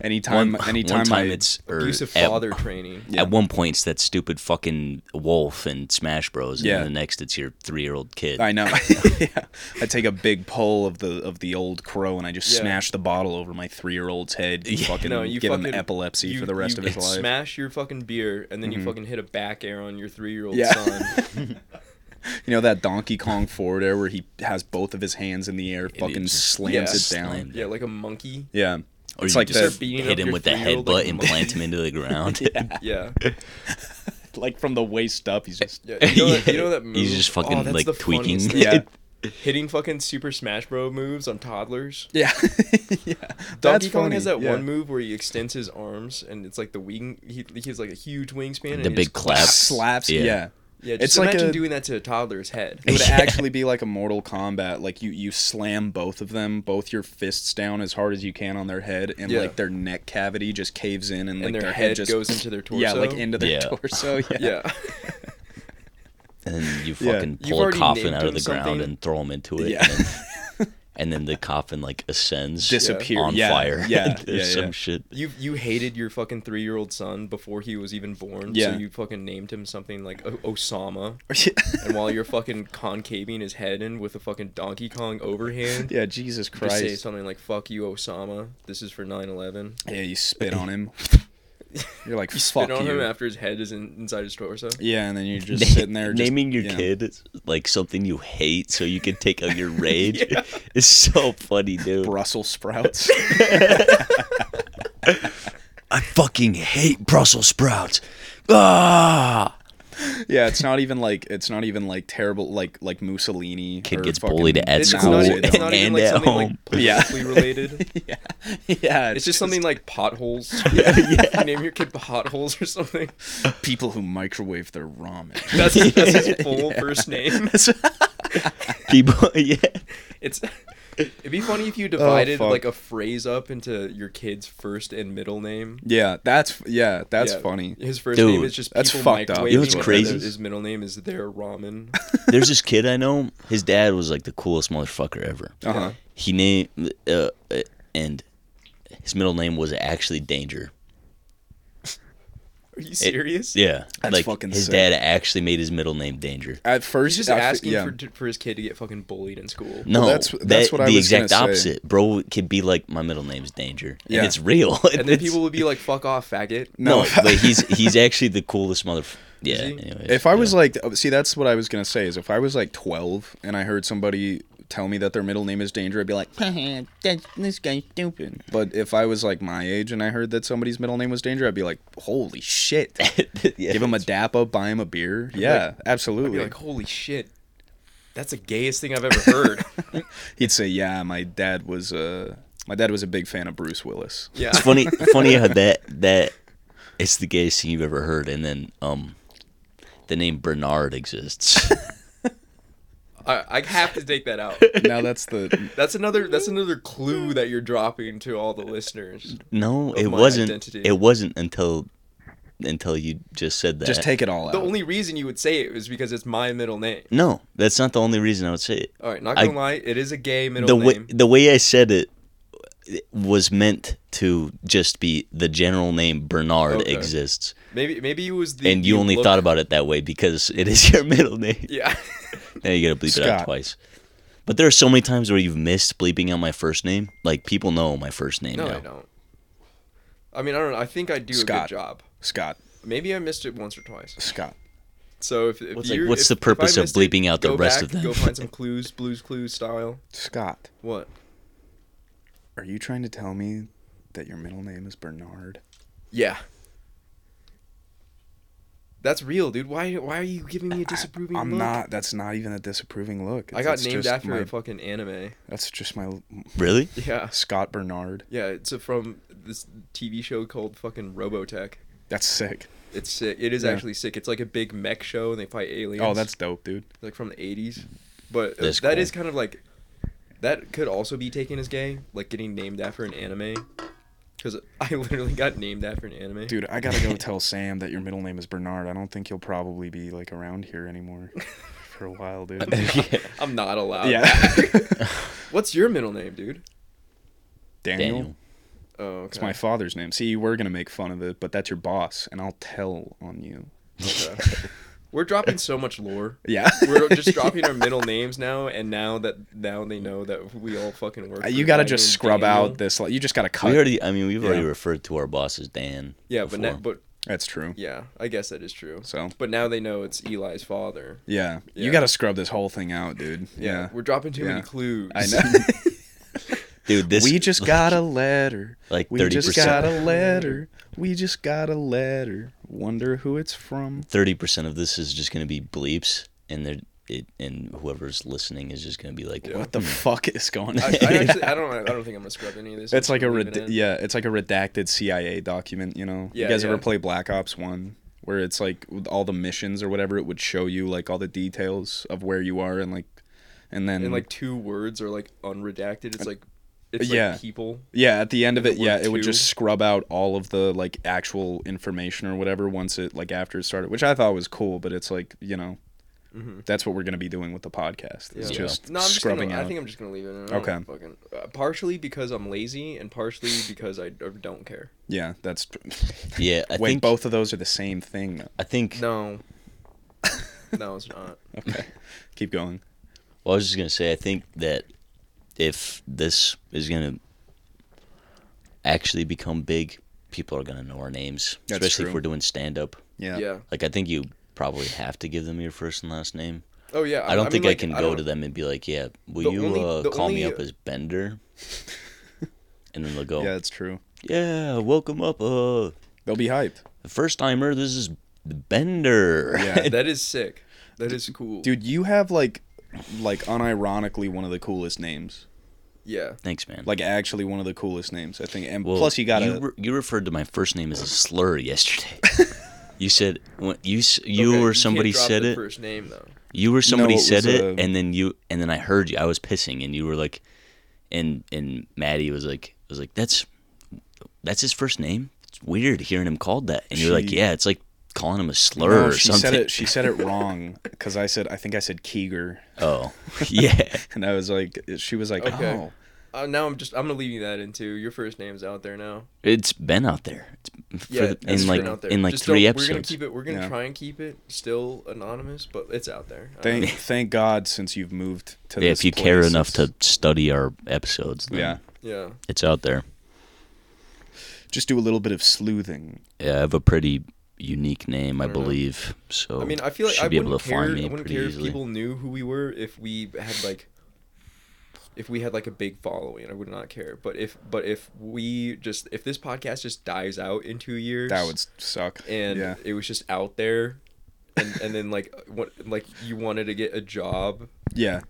[SPEAKER 2] Anytime,
[SPEAKER 3] one, [LAUGHS]
[SPEAKER 2] anytime
[SPEAKER 3] one time
[SPEAKER 2] I,
[SPEAKER 3] it's or
[SPEAKER 1] abusive
[SPEAKER 3] at-
[SPEAKER 1] father training.
[SPEAKER 3] At, one point, it's that stupid fucking wolf and Smash Bros. And
[SPEAKER 2] Yeah.
[SPEAKER 3] then the next, it's your three-year-old
[SPEAKER 1] [LAUGHS]
[SPEAKER 3] kid.
[SPEAKER 2] I know. [LAUGHS] yeah. I take a big pull of the of the old crow and I just
[SPEAKER 1] Yeah.
[SPEAKER 2] smash the bottle over my three year
[SPEAKER 1] [LAUGHS]
[SPEAKER 2] old's head. You fucking
[SPEAKER 1] No, you
[SPEAKER 2] give
[SPEAKER 1] fucking
[SPEAKER 2] him epilepsy
[SPEAKER 1] you-
[SPEAKER 2] for the rest
[SPEAKER 1] you
[SPEAKER 2] of his life. Mm-hmm.
[SPEAKER 1] Smash your fucking beer, and then you fucking hit a back air on your three-year-old
[SPEAKER 2] Yeah. [LAUGHS]
[SPEAKER 1] son.
[SPEAKER 2] you know that Donkey Kong forward air where he has both of his hands in the air, fucking
[SPEAKER 3] just
[SPEAKER 2] slams
[SPEAKER 1] yeah,
[SPEAKER 2] it down.
[SPEAKER 3] slammed.
[SPEAKER 1] yeah, like a monkey.
[SPEAKER 2] Yeah.
[SPEAKER 3] Or
[SPEAKER 2] it's
[SPEAKER 3] you
[SPEAKER 2] like
[SPEAKER 3] just
[SPEAKER 2] that,
[SPEAKER 1] Start beating
[SPEAKER 3] hit
[SPEAKER 1] up
[SPEAKER 3] him
[SPEAKER 1] your
[SPEAKER 3] with the
[SPEAKER 1] three-year-old
[SPEAKER 3] headbutt
[SPEAKER 1] like a [LAUGHS]
[SPEAKER 3] and
[SPEAKER 1] monkey.
[SPEAKER 3] plant him into the ground.
[SPEAKER 1] [LAUGHS] Yeah,
[SPEAKER 2] like from the waist up. He's just
[SPEAKER 3] [LAUGHS]
[SPEAKER 1] yeah. You know, that, you know that
[SPEAKER 3] Yeah,
[SPEAKER 1] move.
[SPEAKER 3] he's just
[SPEAKER 1] Oh,
[SPEAKER 3] fucking,
[SPEAKER 1] that's
[SPEAKER 3] like,
[SPEAKER 1] the
[SPEAKER 3] tweaking.
[SPEAKER 1] funniest thing.
[SPEAKER 2] yeah,
[SPEAKER 1] hitting fucking Super Smash Bro moves on toddlers.
[SPEAKER 2] [LAUGHS] yeah, yeah.
[SPEAKER 1] Donkey Kong has that
[SPEAKER 2] yeah.
[SPEAKER 1] one move where he extends his arms, and it's like the wing. He, he has like a huge wingspan. and
[SPEAKER 3] The
[SPEAKER 1] he
[SPEAKER 3] big
[SPEAKER 1] just
[SPEAKER 3] clap.
[SPEAKER 2] slaps.
[SPEAKER 3] Yeah.
[SPEAKER 2] Yeah.
[SPEAKER 1] [LAUGHS] Yeah, just
[SPEAKER 2] It's like
[SPEAKER 1] imagine
[SPEAKER 2] a-
[SPEAKER 1] doing that to a toddler's
[SPEAKER 2] [LAUGHS]
[SPEAKER 1] head.
[SPEAKER 2] It would
[SPEAKER 3] Yeah.
[SPEAKER 2] actually be like a Mortal Kombat. Like you, you slam both of them, both your fists down as hard as you can on their head, and
[SPEAKER 1] Yeah.
[SPEAKER 2] like their neck cavity just caves in, and, like
[SPEAKER 1] and their,
[SPEAKER 2] head,
[SPEAKER 1] head,
[SPEAKER 2] just
[SPEAKER 1] goes into their torso.
[SPEAKER 2] yeah, like into their
[SPEAKER 3] Yeah.
[SPEAKER 2] torso. [LAUGHS] Yeah.
[SPEAKER 1] yeah.
[SPEAKER 3] and then you
[SPEAKER 2] Yeah.
[SPEAKER 3] fucking
[SPEAKER 1] You've
[SPEAKER 3] pull a
[SPEAKER 1] already
[SPEAKER 3] coffin
[SPEAKER 1] named
[SPEAKER 3] out of
[SPEAKER 1] him
[SPEAKER 3] the ground
[SPEAKER 1] something.
[SPEAKER 3] and throw him into it,
[SPEAKER 2] Yeah.
[SPEAKER 3] and, then, and then the coffin like ascends
[SPEAKER 2] Disappear.
[SPEAKER 3] on
[SPEAKER 2] Yeah,
[SPEAKER 3] fire.
[SPEAKER 2] yeah,
[SPEAKER 3] [LAUGHS] There's
[SPEAKER 2] yeah,
[SPEAKER 3] some
[SPEAKER 2] yeah.
[SPEAKER 3] shit.
[SPEAKER 1] You you hated your fucking three year old son before he was even born.
[SPEAKER 2] Yeah.
[SPEAKER 1] So you fucking named him something like o- Osama.
[SPEAKER 2] Yeah.
[SPEAKER 1] And while you're fucking concaving his head in with a fucking Donkey Kong
[SPEAKER 2] [LAUGHS]
[SPEAKER 1] overhand,
[SPEAKER 2] [LAUGHS] Yeah, Jesus
[SPEAKER 1] just say
[SPEAKER 2] Christ.
[SPEAKER 1] something like "Fuck you, Osama. This is for 9/11."
[SPEAKER 2] Yeah, you spit
[SPEAKER 1] [LAUGHS]
[SPEAKER 2] on him. You're like,
[SPEAKER 1] You
[SPEAKER 2] fuck
[SPEAKER 1] spit on
[SPEAKER 2] you.
[SPEAKER 1] him after his head is in, inside his torso.
[SPEAKER 2] yeah, and then [LAUGHS] you're just
[SPEAKER 3] Na-
[SPEAKER 2] sitting there. Just,
[SPEAKER 3] naming your
[SPEAKER 2] yeah.
[SPEAKER 3] kid like something you hate so you can
[SPEAKER 2] [LAUGHS]
[SPEAKER 3] take out your rage [LAUGHS] is so funny, dude.
[SPEAKER 2] Brussels [LAUGHS] sprouts.
[SPEAKER 3] I fucking hate Brussels sprouts. Ah,
[SPEAKER 2] yeah, it's not even like it's not even like terrible like like Mussolini.
[SPEAKER 3] kid
[SPEAKER 2] or
[SPEAKER 3] gets
[SPEAKER 2] fucking- e-,
[SPEAKER 3] bullied at
[SPEAKER 1] It's
[SPEAKER 3] school
[SPEAKER 1] not, e,
[SPEAKER 2] Nazi
[SPEAKER 3] [LAUGHS]
[SPEAKER 1] it's not even
[SPEAKER 3] and
[SPEAKER 1] like
[SPEAKER 3] at
[SPEAKER 1] something
[SPEAKER 3] home.
[SPEAKER 1] like politically
[SPEAKER 2] Yeah.
[SPEAKER 1] related.
[SPEAKER 2] yeah, yeah.
[SPEAKER 1] It's just [LAUGHS] something like potholes. Yeah, yeah. [LAUGHS] Name your kid potholes or something.
[SPEAKER 2] people who microwave their
[SPEAKER 1] [LAUGHS]
[SPEAKER 2] ramen.
[SPEAKER 1] That's, that's his full first name.
[SPEAKER 3] People, [LAUGHS] yeah.
[SPEAKER 1] It's [LAUGHS] it'd be funny if you divided
[SPEAKER 2] Oh, fuck.
[SPEAKER 1] like a phrase up into your kid's first and middle name.
[SPEAKER 2] yeah, that's yeah, that's
[SPEAKER 1] Yeah,
[SPEAKER 2] funny.
[SPEAKER 1] His first
[SPEAKER 3] Dude,
[SPEAKER 1] name is just
[SPEAKER 2] that's
[SPEAKER 1] people
[SPEAKER 2] fucked up.
[SPEAKER 1] microwaving
[SPEAKER 2] You know what's
[SPEAKER 1] him, and
[SPEAKER 3] crazy?
[SPEAKER 1] then His middle name is their ramen. [LAUGHS]
[SPEAKER 3] There's this kid I know. His dad was like the coolest motherfucker ever.
[SPEAKER 2] Uh huh.
[SPEAKER 3] He named uh, uh, and his middle name was actually Danger.
[SPEAKER 1] Are you
[SPEAKER 3] It-
[SPEAKER 1] serious?
[SPEAKER 3] yeah,
[SPEAKER 2] That's
[SPEAKER 3] like
[SPEAKER 2] fucking
[SPEAKER 3] his
[SPEAKER 2] sick.
[SPEAKER 3] dad actually made his middle name Danger.
[SPEAKER 2] At first,
[SPEAKER 1] He's just
[SPEAKER 2] I fe-
[SPEAKER 1] asking
[SPEAKER 2] yeah.
[SPEAKER 1] for, for his kid to get fucking bullied in
[SPEAKER 3] [LAUGHS]
[SPEAKER 1] school.
[SPEAKER 3] No,
[SPEAKER 2] that's-
[SPEAKER 3] that's,
[SPEAKER 2] that's what
[SPEAKER 3] what
[SPEAKER 2] I
[SPEAKER 3] the
[SPEAKER 2] was
[SPEAKER 3] exact
[SPEAKER 2] gonna say.
[SPEAKER 3] opposite. Bro could be like, my middle name's Danger,
[SPEAKER 2] Yeah.
[SPEAKER 3] and it's real.
[SPEAKER 1] And then
[SPEAKER 3] [LAUGHS] it's-
[SPEAKER 1] people would be like, "Fuck off, faggot."
[SPEAKER 3] [LAUGHS]
[SPEAKER 2] [LAUGHS]
[SPEAKER 3] No,
[SPEAKER 2] No.
[SPEAKER 3] but he's he's actually the coolest motherfucker. Yeah.
[SPEAKER 1] he?
[SPEAKER 3] Anyways,
[SPEAKER 2] If I was
[SPEAKER 3] yeah.
[SPEAKER 2] like, oh, see, that's what I was gonna say is if I was like twelve and I heard somebody tell me that their middle name is Danger, I'd be like, [LAUGHS]
[SPEAKER 4] That's, this guy's stupid.
[SPEAKER 2] but if I was like my age and I heard that somebody's middle name was Danger, I'd be like, holy shit!
[SPEAKER 3] [LAUGHS] Yeah.
[SPEAKER 2] Give him a dappa, buy him a beer. Yeah,
[SPEAKER 1] I'd be
[SPEAKER 2] absolutely.
[SPEAKER 1] like, "Holy shit, that's the gayest thing I've ever
[SPEAKER 3] [LAUGHS]
[SPEAKER 1] heard."
[SPEAKER 2] He'd say, yeah, my dad was uh, my dad was a big fan of Bruce Willis.
[SPEAKER 1] yeah.
[SPEAKER 3] it's
[SPEAKER 2] [LAUGHS]
[SPEAKER 3] funny funny how that that it's the gayest thing you've ever heard, and then um, the name
[SPEAKER 2] [LAUGHS]
[SPEAKER 3] Bernard exists.
[SPEAKER 1] I, I have to take that
[SPEAKER 3] [LAUGHS]
[SPEAKER 1] out.
[SPEAKER 2] now that's the
[SPEAKER 1] That's another. That's another clue that you're dropping to all the listeners.
[SPEAKER 3] No,
[SPEAKER 1] Of
[SPEAKER 3] it
[SPEAKER 1] my
[SPEAKER 3] wasn't.
[SPEAKER 1] identity.
[SPEAKER 3] It wasn't until until you just said
[SPEAKER 2] [LAUGHS]
[SPEAKER 3] that.
[SPEAKER 2] just take it all out.
[SPEAKER 1] The only reason you would say it was because it's my middle name.
[SPEAKER 3] No, that's not the only reason I would say it.
[SPEAKER 1] All right, not
[SPEAKER 3] I-
[SPEAKER 1] gonna lie, it is a gay middle
[SPEAKER 3] the way
[SPEAKER 1] name.
[SPEAKER 3] the way I said it was meant to just be the general name Bernard
[SPEAKER 1] Okay.
[SPEAKER 3] exists,
[SPEAKER 1] Maybe maybe it was the
[SPEAKER 3] and you
[SPEAKER 1] the
[SPEAKER 3] only
[SPEAKER 1] look-
[SPEAKER 3] thought about it that way because it is your [LAUGHS] middle name.
[SPEAKER 1] [LAUGHS] Yeah,
[SPEAKER 3] Now you gotta bleep it
[SPEAKER 2] Scott.
[SPEAKER 3] out twice. But there are so many times where you've missed bleeping out my first name. Like people know my first name
[SPEAKER 1] no,
[SPEAKER 3] now.
[SPEAKER 1] I don't. I mean, I don't know. I think I do
[SPEAKER 2] Scott.
[SPEAKER 1] a good job.
[SPEAKER 2] Scott.
[SPEAKER 1] Maybe I missed it once or twice.
[SPEAKER 2] Scott.
[SPEAKER 1] So if, if
[SPEAKER 3] What's, like,
[SPEAKER 1] you-
[SPEAKER 3] what's
[SPEAKER 1] if-
[SPEAKER 3] the
[SPEAKER 1] if I
[SPEAKER 3] purpose of
[SPEAKER 1] missed
[SPEAKER 3] bleeping out the
[SPEAKER 1] go
[SPEAKER 3] rest
[SPEAKER 1] back,
[SPEAKER 3] of them? [LAUGHS]
[SPEAKER 1] Go find some clues, Blues Clues style.
[SPEAKER 2] Scott.
[SPEAKER 1] What?
[SPEAKER 2] Are you trying to tell me that your middle name is Bernard?
[SPEAKER 1] Yeah. That's real, dude. Why why are you giving me a disapproving
[SPEAKER 2] I'm
[SPEAKER 1] look?
[SPEAKER 2] not. That's not even a disapproving look.
[SPEAKER 1] I got
[SPEAKER 2] That's
[SPEAKER 1] named
[SPEAKER 2] just
[SPEAKER 1] after
[SPEAKER 2] my-
[SPEAKER 1] a fucking anime. [LAUGHS]
[SPEAKER 2] That's just my
[SPEAKER 3] Really?
[SPEAKER 1] Yeah.
[SPEAKER 2] Scott Bernard.
[SPEAKER 1] Yeah, it's uh, from this TV show called fucking Robotech.
[SPEAKER 2] That's sick.
[SPEAKER 1] It's sick. It is
[SPEAKER 2] Yeah.
[SPEAKER 1] actually sick. It's like a big mech show and they fight aliens.
[SPEAKER 2] Oh, that's
[SPEAKER 1] [LAUGHS]
[SPEAKER 2] dope, dude.
[SPEAKER 1] like from the 80s. But uh,
[SPEAKER 3] That's
[SPEAKER 1] that
[SPEAKER 3] cool.
[SPEAKER 1] is kind of like that could also be taken as gay, like getting named after an anime. Cuz I [LAUGHS] literally got named after an anime.
[SPEAKER 2] Dude, I gotta go tell Sam that your middle name is Bernard. I don't think he'll probably be like around here
[SPEAKER 1] [LAUGHS]
[SPEAKER 2] anymore for a while, dude.
[SPEAKER 1] I'm not allowed.
[SPEAKER 2] yeah.
[SPEAKER 1] [LAUGHS]
[SPEAKER 2] [LAUGHS]
[SPEAKER 1] What's your middle name, dude?
[SPEAKER 2] Daniel.
[SPEAKER 3] Daniel.
[SPEAKER 1] Oh, okay.
[SPEAKER 2] It's my father's name. See, you were gonna make fun of it, but that's your boss, and I'll tell on you. [LAUGHS]
[SPEAKER 1] Okay. We're dropping so much lore.
[SPEAKER 2] Yeah.
[SPEAKER 1] We're just dropping our middle names now, and now that now they know that we all fucking work.
[SPEAKER 2] Uh,
[SPEAKER 1] for
[SPEAKER 2] [LAUGHS] You
[SPEAKER 1] a
[SPEAKER 2] gotta
[SPEAKER 1] guy
[SPEAKER 2] just
[SPEAKER 1] named
[SPEAKER 2] scrub
[SPEAKER 1] Daniel.
[SPEAKER 2] out this. Like, you just gotta cut.
[SPEAKER 3] We already. I mean, we've already
[SPEAKER 2] Yeah.
[SPEAKER 3] referred to our boss as Dan.
[SPEAKER 1] Yeah, but na-
[SPEAKER 3] before.
[SPEAKER 1] but
[SPEAKER 2] That's true.
[SPEAKER 1] yeah, I guess that is true.
[SPEAKER 2] So
[SPEAKER 1] But now they know it's Eli's father.
[SPEAKER 2] yeah. you
[SPEAKER 1] Yeah.
[SPEAKER 2] gotta scrub this whole thing out, dude. Yeah.
[SPEAKER 1] [LAUGHS] we're dropping too
[SPEAKER 2] Yeah.
[SPEAKER 1] many clues.
[SPEAKER 2] I know.
[SPEAKER 3] dude, this
[SPEAKER 2] we just got a letter.
[SPEAKER 3] Like
[SPEAKER 2] we just
[SPEAKER 3] 30%.
[SPEAKER 2] got a letter. We just got a letter. Wonder who it's from.
[SPEAKER 3] thirty percent of this is just gonna be bleeps, and they're it, and whoever's listening is just gonna be like,
[SPEAKER 2] What the fuck is going
[SPEAKER 1] [LAUGHS]
[SPEAKER 2] [LAUGHS] on?
[SPEAKER 1] I, I actually, I don't, I don't think I'm gonna scrub any of this.
[SPEAKER 2] it's
[SPEAKER 1] I'm
[SPEAKER 2] like a
[SPEAKER 1] just leaving
[SPEAKER 2] red-
[SPEAKER 1] it in.
[SPEAKER 2] yeah, it's like a redacted CIA document. You know, you
[SPEAKER 1] Yeah,
[SPEAKER 2] guys ever
[SPEAKER 1] yeah.
[SPEAKER 2] play Black Ops One? where it's like with all the missions or whatever. It would show you like all the details of where you are and like, and then
[SPEAKER 1] and like two words are like unredacted. It's like it's
[SPEAKER 2] Yeah.
[SPEAKER 1] like people.
[SPEAKER 2] Yeah, at the end of
[SPEAKER 1] the
[SPEAKER 2] it, yeah,
[SPEAKER 1] word
[SPEAKER 2] it would
[SPEAKER 1] two.
[SPEAKER 2] just scrub out all of the like actual information or whatever once it like after it started, which I thought was cool, but it's like, you know, that's what we're going to be doing with the podcast. It's
[SPEAKER 1] Mm-hmm. Yeah.
[SPEAKER 2] just
[SPEAKER 1] No, I'm just
[SPEAKER 2] scrubbing
[SPEAKER 1] gonna,
[SPEAKER 2] out.
[SPEAKER 1] I think I'm just gonna leave it. In. I don't
[SPEAKER 2] Okay.
[SPEAKER 1] Fucking, uh, partially because I'm lazy and partially because I d- don't care.
[SPEAKER 2] yeah, that's
[SPEAKER 3] Yeah, I
[SPEAKER 2] Wait,
[SPEAKER 3] think
[SPEAKER 2] both of those are the same thing. Though.
[SPEAKER 3] I
[SPEAKER 2] [LAUGHS]
[SPEAKER 3] think.
[SPEAKER 1] No. no, it's not.
[SPEAKER 2] Okay. Keep going.
[SPEAKER 3] Well, I was just gonna say, I think that if this is gonna actually become big, people are gonna know our names,
[SPEAKER 2] That's
[SPEAKER 3] especially
[SPEAKER 2] true.
[SPEAKER 3] if we're doing stand up.
[SPEAKER 2] Yeah.
[SPEAKER 1] yeah.
[SPEAKER 3] Like, I think you probably have to give them your first and last name.
[SPEAKER 1] Oh yeah.
[SPEAKER 3] I don't
[SPEAKER 1] mean,
[SPEAKER 3] think I
[SPEAKER 1] like,
[SPEAKER 3] can go
[SPEAKER 1] don't-
[SPEAKER 3] to them and be like, "Yeah, will
[SPEAKER 1] The
[SPEAKER 3] you
[SPEAKER 1] only-
[SPEAKER 3] uh,
[SPEAKER 1] the
[SPEAKER 3] call me
[SPEAKER 1] only-
[SPEAKER 3] up as
[SPEAKER 1] [LAUGHS]
[SPEAKER 3] Bender?" and then they'll go,
[SPEAKER 2] Yeah,
[SPEAKER 3] "Yeah,
[SPEAKER 2] it's true.
[SPEAKER 3] welcome up, uh,
[SPEAKER 2] They'll be hyped.
[SPEAKER 3] first timer. This is Bender."
[SPEAKER 2] Yeah.
[SPEAKER 1] That is sick. That is cool.
[SPEAKER 2] Dude, you have like like unironically one of the coolest names.
[SPEAKER 1] Yeah.
[SPEAKER 3] [LAUGHS] Thanks, man.
[SPEAKER 2] Like actually one of the coolest names, I think. And
[SPEAKER 3] Well,
[SPEAKER 2] plus you got
[SPEAKER 3] You,
[SPEAKER 2] to
[SPEAKER 3] re- you referred to my first name as a slur yesterday. you said when you s- you
[SPEAKER 1] Okay,
[SPEAKER 3] or
[SPEAKER 1] can't
[SPEAKER 3] somebody
[SPEAKER 1] drop
[SPEAKER 3] said
[SPEAKER 1] the
[SPEAKER 3] it.
[SPEAKER 1] First name though.
[SPEAKER 3] You or somebody
[SPEAKER 2] it
[SPEAKER 3] said
[SPEAKER 2] was,
[SPEAKER 3] it,
[SPEAKER 2] uh,
[SPEAKER 3] and then you and then I heard you. I was pissing, and you were like, and and Maddie was like was like that's that's his first name. It's weird hearing him called that, and you're like,
[SPEAKER 2] She-
[SPEAKER 3] yeah, it's like calling him a slur
[SPEAKER 2] No,
[SPEAKER 3] or
[SPEAKER 2] she
[SPEAKER 3] something.
[SPEAKER 2] said it she said it wrong cuz I said I think I said Keeger.
[SPEAKER 3] [LAUGHS]
[SPEAKER 2] [LAUGHS]
[SPEAKER 3] Oh, [LAUGHS] yeah.
[SPEAKER 2] And I was like, she was like,
[SPEAKER 1] Okay.
[SPEAKER 2] oh,
[SPEAKER 1] Uh, now I'm just I'm gonna leave you that into your first name's out there now.
[SPEAKER 3] It's been out there. It's for,
[SPEAKER 1] Yeah, it's
[SPEAKER 3] in
[SPEAKER 1] been
[SPEAKER 3] like
[SPEAKER 1] out there.
[SPEAKER 3] in like
[SPEAKER 1] Just don't-
[SPEAKER 3] three
[SPEAKER 1] We're gonna
[SPEAKER 3] episodes.
[SPEAKER 1] keep it. We're gonna
[SPEAKER 2] Yeah.
[SPEAKER 1] try and keep it still anonymous, but it's out there. I
[SPEAKER 2] thank
[SPEAKER 1] don't-
[SPEAKER 2] thank God since you've moved to.
[SPEAKER 3] yeah,
[SPEAKER 2] this
[SPEAKER 3] if you care
[SPEAKER 2] place,
[SPEAKER 3] enough
[SPEAKER 2] it's-
[SPEAKER 3] to study our episodes, then
[SPEAKER 2] yeah,
[SPEAKER 1] [LAUGHS] yeah.
[SPEAKER 3] it's out there.
[SPEAKER 2] just do a little bit of sleuthing.
[SPEAKER 3] Yeah, I have a pretty unique name, I,
[SPEAKER 1] don't know.
[SPEAKER 3] believe. So
[SPEAKER 1] Mm-hmm. I mean, I feel like
[SPEAKER 3] should
[SPEAKER 1] I
[SPEAKER 3] be able
[SPEAKER 1] wouldn't
[SPEAKER 3] to
[SPEAKER 1] care. I
[SPEAKER 3] find me
[SPEAKER 1] wouldn't
[SPEAKER 3] pretty
[SPEAKER 1] care if
[SPEAKER 3] easily.
[SPEAKER 1] people knew who we were if we had like, if we had like a big following. I would not care. But if but if we just if this podcast just dies out in two years,
[SPEAKER 2] That would suck.
[SPEAKER 1] and
[SPEAKER 2] yeah,
[SPEAKER 1] it was just out there, and and then like [LAUGHS] what like you wanted to get a job
[SPEAKER 2] yeah,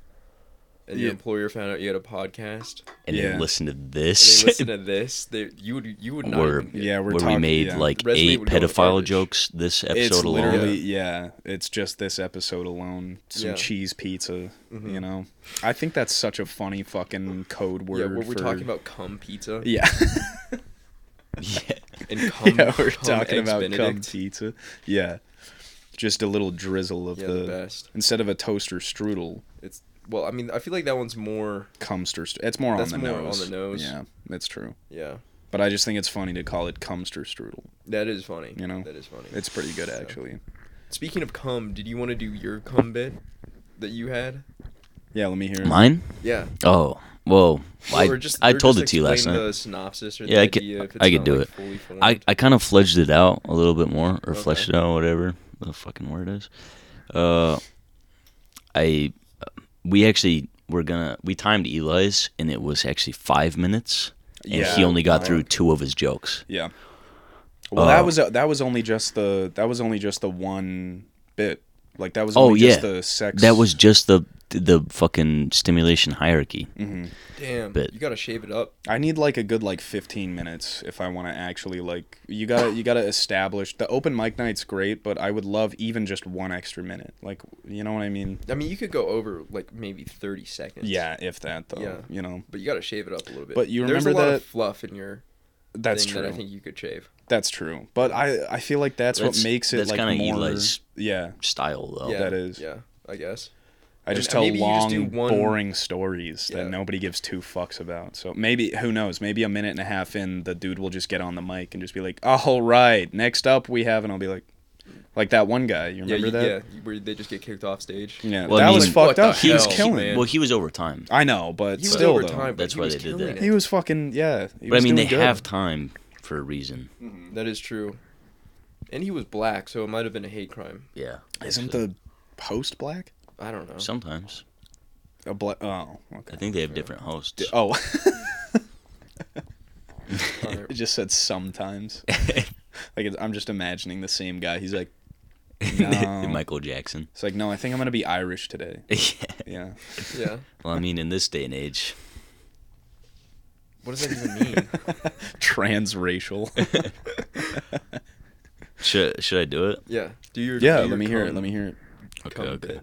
[SPEAKER 1] and your
[SPEAKER 2] Yeah.
[SPEAKER 1] employer found out you had a podcast
[SPEAKER 3] and
[SPEAKER 2] Yeah.
[SPEAKER 3] then listen to
[SPEAKER 1] and
[SPEAKER 3] [LAUGHS] this.
[SPEAKER 1] they listened to this, they you would you would not.
[SPEAKER 3] Where-
[SPEAKER 1] even get-
[SPEAKER 2] yeah. We're
[SPEAKER 3] where
[SPEAKER 2] talking,
[SPEAKER 3] we made
[SPEAKER 2] yeah.
[SPEAKER 3] like
[SPEAKER 1] Resume
[SPEAKER 3] eight
[SPEAKER 1] would go in the
[SPEAKER 3] pedophile
[SPEAKER 1] garbage.
[SPEAKER 3] jokes this episode
[SPEAKER 2] It's
[SPEAKER 3] alone.
[SPEAKER 2] literally yeah. It's just this episode alone. Some
[SPEAKER 1] Yeah. Mm-hmm.
[SPEAKER 2] cheese pizza. You know, I think that's such a funny fucking code word.
[SPEAKER 1] Yeah, where we're
[SPEAKER 2] for-
[SPEAKER 1] talking about cum pizza
[SPEAKER 2] Yeah,
[SPEAKER 3] Yeah.
[SPEAKER 1] and cum.
[SPEAKER 2] [LAUGHS] yeah, we're
[SPEAKER 1] cum
[SPEAKER 2] talking
[SPEAKER 1] eggs
[SPEAKER 2] about cum
[SPEAKER 1] Benedict.
[SPEAKER 2] pizza. Yeah, just a little drizzle of
[SPEAKER 1] Yeah,
[SPEAKER 2] the,
[SPEAKER 1] the best.
[SPEAKER 2] instead of a toaster strudel.
[SPEAKER 1] It's well, I mean, I feel like that one's more.
[SPEAKER 2] Cumster. St- it's more
[SPEAKER 1] That's
[SPEAKER 2] on the
[SPEAKER 1] more on
[SPEAKER 2] nose.
[SPEAKER 1] the nose.
[SPEAKER 2] Yeah, that's true.
[SPEAKER 1] Yeah,
[SPEAKER 2] But I just think it's funny to call it Cumster strudel.
[SPEAKER 1] that is funny.
[SPEAKER 2] You know,
[SPEAKER 1] that is funny.
[SPEAKER 2] It's pretty good
[SPEAKER 1] So-
[SPEAKER 2] actually.
[SPEAKER 1] Speaking of cum, did you want to do your cum bit that you had?
[SPEAKER 2] Yeah, let me hear. it.
[SPEAKER 3] Mine?
[SPEAKER 1] Yeah,
[SPEAKER 3] Oh, whoa. I,
[SPEAKER 1] Or just-
[SPEAKER 3] I
[SPEAKER 1] or
[SPEAKER 3] told
[SPEAKER 1] just
[SPEAKER 3] it to you last
[SPEAKER 1] explain
[SPEAKER 3] night.
[SPEAKER 1] The synopsis or the
[SPEAKER 3] Yeah, I could-
[SPEAKER 1] idea if it's
[SPEAKER 3] I could
[SPEAKER 1] not,
[SPEAKER 3] do
[SPEAKER 1] like,
[SPEAKER 3] it.
[SPEAKER 1] fully formed.
[SPEAKER 3] I, I kind of fledged it out a little bit more, or
[SPEAKER 1] Okay.
[SPEAKER 3] fleshed it out, whatever the fucking word is. Uh, I we actually were gonna we timed Eli's, and it was actually five minutes, and
[SPEAKER 2] Yeah.
[SPEAKER 3] he only got
[SPEAKER 2] Wow.
[SPEAKER 3] through
[SPEAKER 1] Uh-huh.
[SPEAKER 3] two of his jokes.
[SPEAKER 2] Yeah. Well, that
[SPEAKER 3] Uh,
[SPEAKER 2] was that was only just the that was only just the one bit. Like that was
[SPEAKER 3] Oh,
[SPEAKER 2] only just
[SPEAKER 3] yeah.
[SPEAKER 2] the sex.
[SPEAKER 3] That was just the the fucking stimulation hierarchy.
[SPEAKER 1] Damn,
[SPEAKER 3] bit.
[SPEAKER 1] you gotta shave it up.
[SPEAKER 2] I need like a good like 15 minutes if I want to actually like you got to you got to establish the open mic night's great, but I would love even just one extra minute. Like you know what I mean?
[SPEAKER 1] I mean, you could go over like maybe thirty seconds.
[SPEAKER 2] Yeah, if that though.
[SPEAKER 1] Yeah.
[SPEAKER 2] You know.
[SPEAKER 1] but you gotta shave it up a little bit.
[SPEAKER 2] But you
[SPEAKER 1] There's a
[SPEAKER 2] remember
[SPEAKER 1] lot
[SPEAKER 2] that-
[SPEAKER 1] of fluff in your
[SPEAKER 2] That's
[SPEAKER 1] thing
[SPEAKER 2] true.
[SPEAKER 1] that I think you could shave.
[SPEAKER 2] That's true. But I I feel like that's,
[SPEAKER 3] That's-
[SPEAKER 2] what makes it
[SPEAKER 3] that's
[SPEAKER 2] like
[SPEAKER 3] kinda
[SPEAKER 2] more
[SPEAKER 3] Eli's-
[SPEAKER 2] Yeah.
[SPEAKER 3] Style though.
[SPEAKER 1] yeah,
[SPEAKER 2] Oh, that is-
[SPEAKER 1] Yeah, I guess.
[SPEAKER 2] I
[SPEAKER 1] And-
[SPEAKER 2] just
[SPEAKER 1] and
[SPEAKER 2] tell
[SPEAKER 1] maybe you just
[SPEAKER 2] long,
[SPEAKER 1] do one-
[SPEAKER 2] boring stories
[SPEAKER 1] Yeah.
[SPEAKER 2] that nobody gives two fucks about. So maybe, who knows? Maybe a minute and a half in, the dude will just get on the mic and just be like, "All right, next up we have," and I'll be like, "Like that one guy, you
[SPEAKER 1] Yeah,
[SPEAKER 2] remember
[SPEAKER 1] you-
[SPEAKER 2] that?
[SPEAKER 1] yeah, where they just get kicked off stage.
[SPEAKER 2] Yeah,
[SPEAKER 3] Well,
[SPEAKER 2] that
[SPEAKER 3] I mean,
[SPEAKER 2] was
[SPEAKER 3] like,
[SPEAKER 1] what
[SPEAKER 2] fucked up.
[SPEAKER 1] the
[SPEAKER 2] He was
[SPEAKER 1] hell,
[SPEAKER 2] killing.
[SPEAKER 1] man.
[SPEAKER 3] Well, he was over time,
[SPEAKER 2] I know, but
[SPEAKER 1] He was
[SPEAKER 2] still, though,
[SPEAKER 1] overtime, but
[SPEAKER 3] That's
[SPEAKER 1] he
[SPEAKER 3] why
[SPEAKER 1] was
[SPEAKER 3] they did
[SPEAKER 1] killing
[SPEAKER 3] that.
[SPEAKER 1] it.
[SPEAKER 2] he was fucking yeah. He
[SPEAKER 3] but I
[SPEAKER 2] was
[SPEAKER 3] mean they
[SPEAKER 2] doing good.
[SPEAKER 3] have time for a reason.
[SPEAKER 1] That is true. And he was black, so it might have been a hate crime.
[SPEAKER 3] Yeah.
[SPEAKER 2] Isn't
[SPEAKER 3] actually.
[SPEAKER 2] the host black?
[SPEAKER 1] I don't know.
[SPEAKER 3] sometimes
[SPEAKER 2] A black? Oh, okay.
[SPEAKER 3] I think they have different hosts. [LAUGHS]
[SPEAKER 2] Oh, [LAUGHS]
[SPEAKER 1] Alright.
[SPEAKER 2] it just said sometimes.
[SPEAKER 1] oh.
[SPEAKER 3] [LAUGHS]
[SPEAKER 2] like it's, I'm just imagining the same guy. He's like, No.
[SPEAKER 3] Michael Jackson. [LAUGHS]
[SPEAKER 2] it's like, no, I think I'm gonna be Irish today.
[SPEAKER 3] yeah.
[SPEAKER 2] Yeah.
[SPEAKER 1] yeah.
[SPEAKER 3] Well, I mean, in this day and age,
[SPEAKER 1] [LAUGHS]
[SPEAKER 3] [LAUGHS]
[SPEAKER 2] [LAUGHS]
[SPEAKER 1] What does that even mean?
[SPEAKER 2] Transracial.
[SPEAKER 3] Should should I do it?
[SPEAKER 1] Yeah. Do your
[SPEAKER 2] Yeah,
[SPEAKER 1] do
[SPEAKER 2] let
[SPEAKER 1] your
[SPEAKER 2] me hear it.
[SPEAKER 1] cum-
[SPEAKER 2] Let me hear it.
[SPEAKER 3] Okay,
[SPEAKER 1] cum
[SPEAKER 3] okay.
[SPEAKER 1] bit.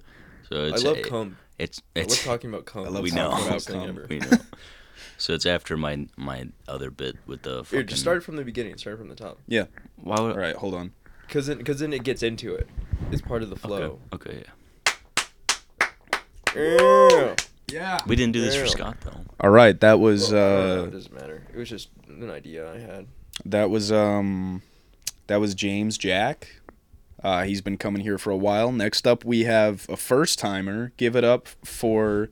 [SPEAKER 3] So
[SPEAKER 1] I
[SPEAKER 3] it's
[SPEAKER 1] love
[SPEAKER 3] it-
[SPEAKER 1] cum.
[SPEAKER 3] It's
[SPEAKER 1] I love
[SPEAKER 3] it's
[SPEAKER 1] talking about cum.
[SPEAKER 2] I love
[SPEAKER 3] we
[SPEAKER 1] It's
[SPEAKER 3] know.
[SPEAKER 1] the best
[SPEAKER 2] cum.
[SPEAKER 1] thing ever.
[SPEAKER 3] we know. So it's after my my other bit with the fucking.
[SPEAKER 1] Here, just start from the beginning. Start from the top.
[SPEAKER 2] Yeah.
[SPEAKER 3] Why
[SPEAKER 2] [LAUGHS]
[SPEAKER 3] would,
[SPEAKER 2] All right, hold on.
[SPEAKER 1] Because then, cause then it gets into it. It's part of the flow.
[SPEAKER 3] Okay, okay, yeah.
[SPEAKER 1] Ew.
[SPEAKER 2] Yeah.
[SPEAKER 3] We didn't do this for
[SPEAKER 1] Ew.
[SPEAKER 3] Scott though.
[SPEAKER 2] All right, that was
[SPEAKER 1] Well, I don't know, Oh,
[SPEAKER 2] uh
[SPEAKER 1] it doesn't matter. It was just an idea I had.
[SPEAKER 2] that was um that was James Jack. Uh, he's been coming here for a while. Next up, we have a first timer. Give it up for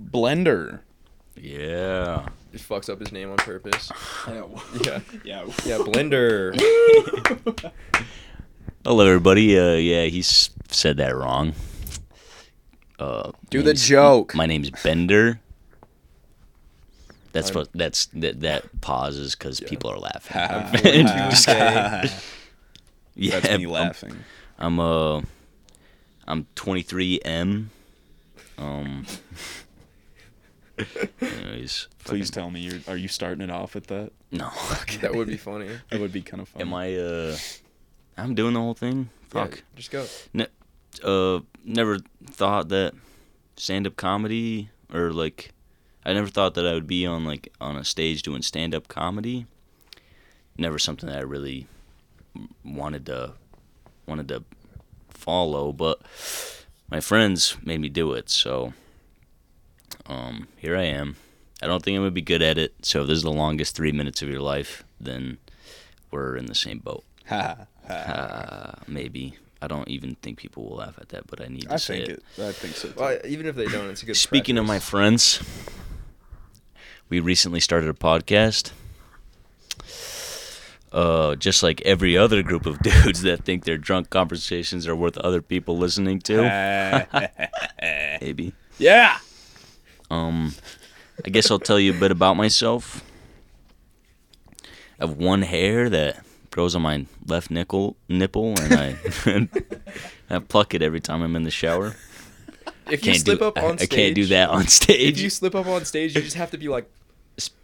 [SPEAKER 2] Blender.
[SPEAKER 3] Yeah.
[SPEAKER 1] It fucks up his name on purpose. [LAUGHS] Yeah.
[SPEAKER 2] yeah.
[SPEAKER 1] Yeah,
[SPEAKER 3] [LAUGHS]
[SPEAKER 1] Blender.
[SPEAKER 3] Hello, everybody. Uh, yeah, he s- said that wrong. Uh,
[SPEAKER 2] Do the
[SPEAKER 3] name's-
[SPEAKER 2] joke. [LAUGHS]
[SPEAKER 3] My [LAUGHS] name's Bender. That's
[SPEAKER 1] I'm-
[SPEAKER 3] what. That's that. That pauses because
[SPEAKER 1] Yeah.
[SPEAKER 3] people are laughing.
[SPEAKER 2] Ha.
[SPEAKER 3] I'm-
[SPEAKER 1] Just say-
[SPEAKER 3] [LAUGHS] yeah,
[SPEAKER 2] That's me
[SPEAKER 3] I'm-
[SPEAKER 2] laughing.
[SPEAKER 3] I'm uh, I'm 23M. Um. anyways,
[SPEAKER 2] Please tell me, you're, are you starting it off with that?
[SPEAKER 3] fucking- no.
[SPEAKER 1] that would be funny.
[SPEAKER 2] That would be kind of fun. [LAUGHS]
[SPEAKER 3] Am I uh? I'm doing the whole thing. Fuck.
[SPEAKER 1] Yeah, just go.
[SPEAKER 3] uh never thought that stand up comedy or like I never thought that I would be on like on a stage doing stand up comedy. Never something that I really m- wanted to wanted to follow, but my friends made me do it, so um here I am. I don't think I'm gonna be good at it, so if this is the longest three minutes of your life, then we're in the same boat.
[SPEAKER 2] Ha, ha.
[SPEAKER 3] Uh, maybe. I don't even think people will laugh at that, but I need to
[SPEAKER 2] I
[SPEAKER 3] say
[SPEAKER 2] think
[SPEAKER 3] it.
[SPEAKER 2] it. I think so. too. [LAUGHS]
[SPEAKER 1] Well, even if they don't, it's a good.
[SPEAKER 3] Speaking of my
[SPEAKER 1] practice.
[SPEAKER 3] friends, we recently started a podcast. Uh, just like every other group of [LAUGHS] dudes that think their drunk conversations are worth other people listening to,
[SPEAKER 1] Ah.
[SPEAKER 3] maybe.
[SPEAKER 2] yeah. [LAUGHS]
[SPEAKER 3] Um, I guess I'll tell you a bit about myself. I have one hair that grows on my left nickel, nipple, and I, [LAUGHS] I pluck it every time I'm in the shower.
[SPEAKER 1] if you slip
[SPEAKER 3] do,
[SPEAKER 1] up
[SPEAKER 3] I-
[SPEAKER 1] on
[SPEAKER 3] I,
[SPEAKER 1] stage,
[SPEAKER 3] can't do that on
[SPEAKER 1] If
[SPEAKER 3] stage.
[SPEAKER 1] you slip up on stage, you just have to be like,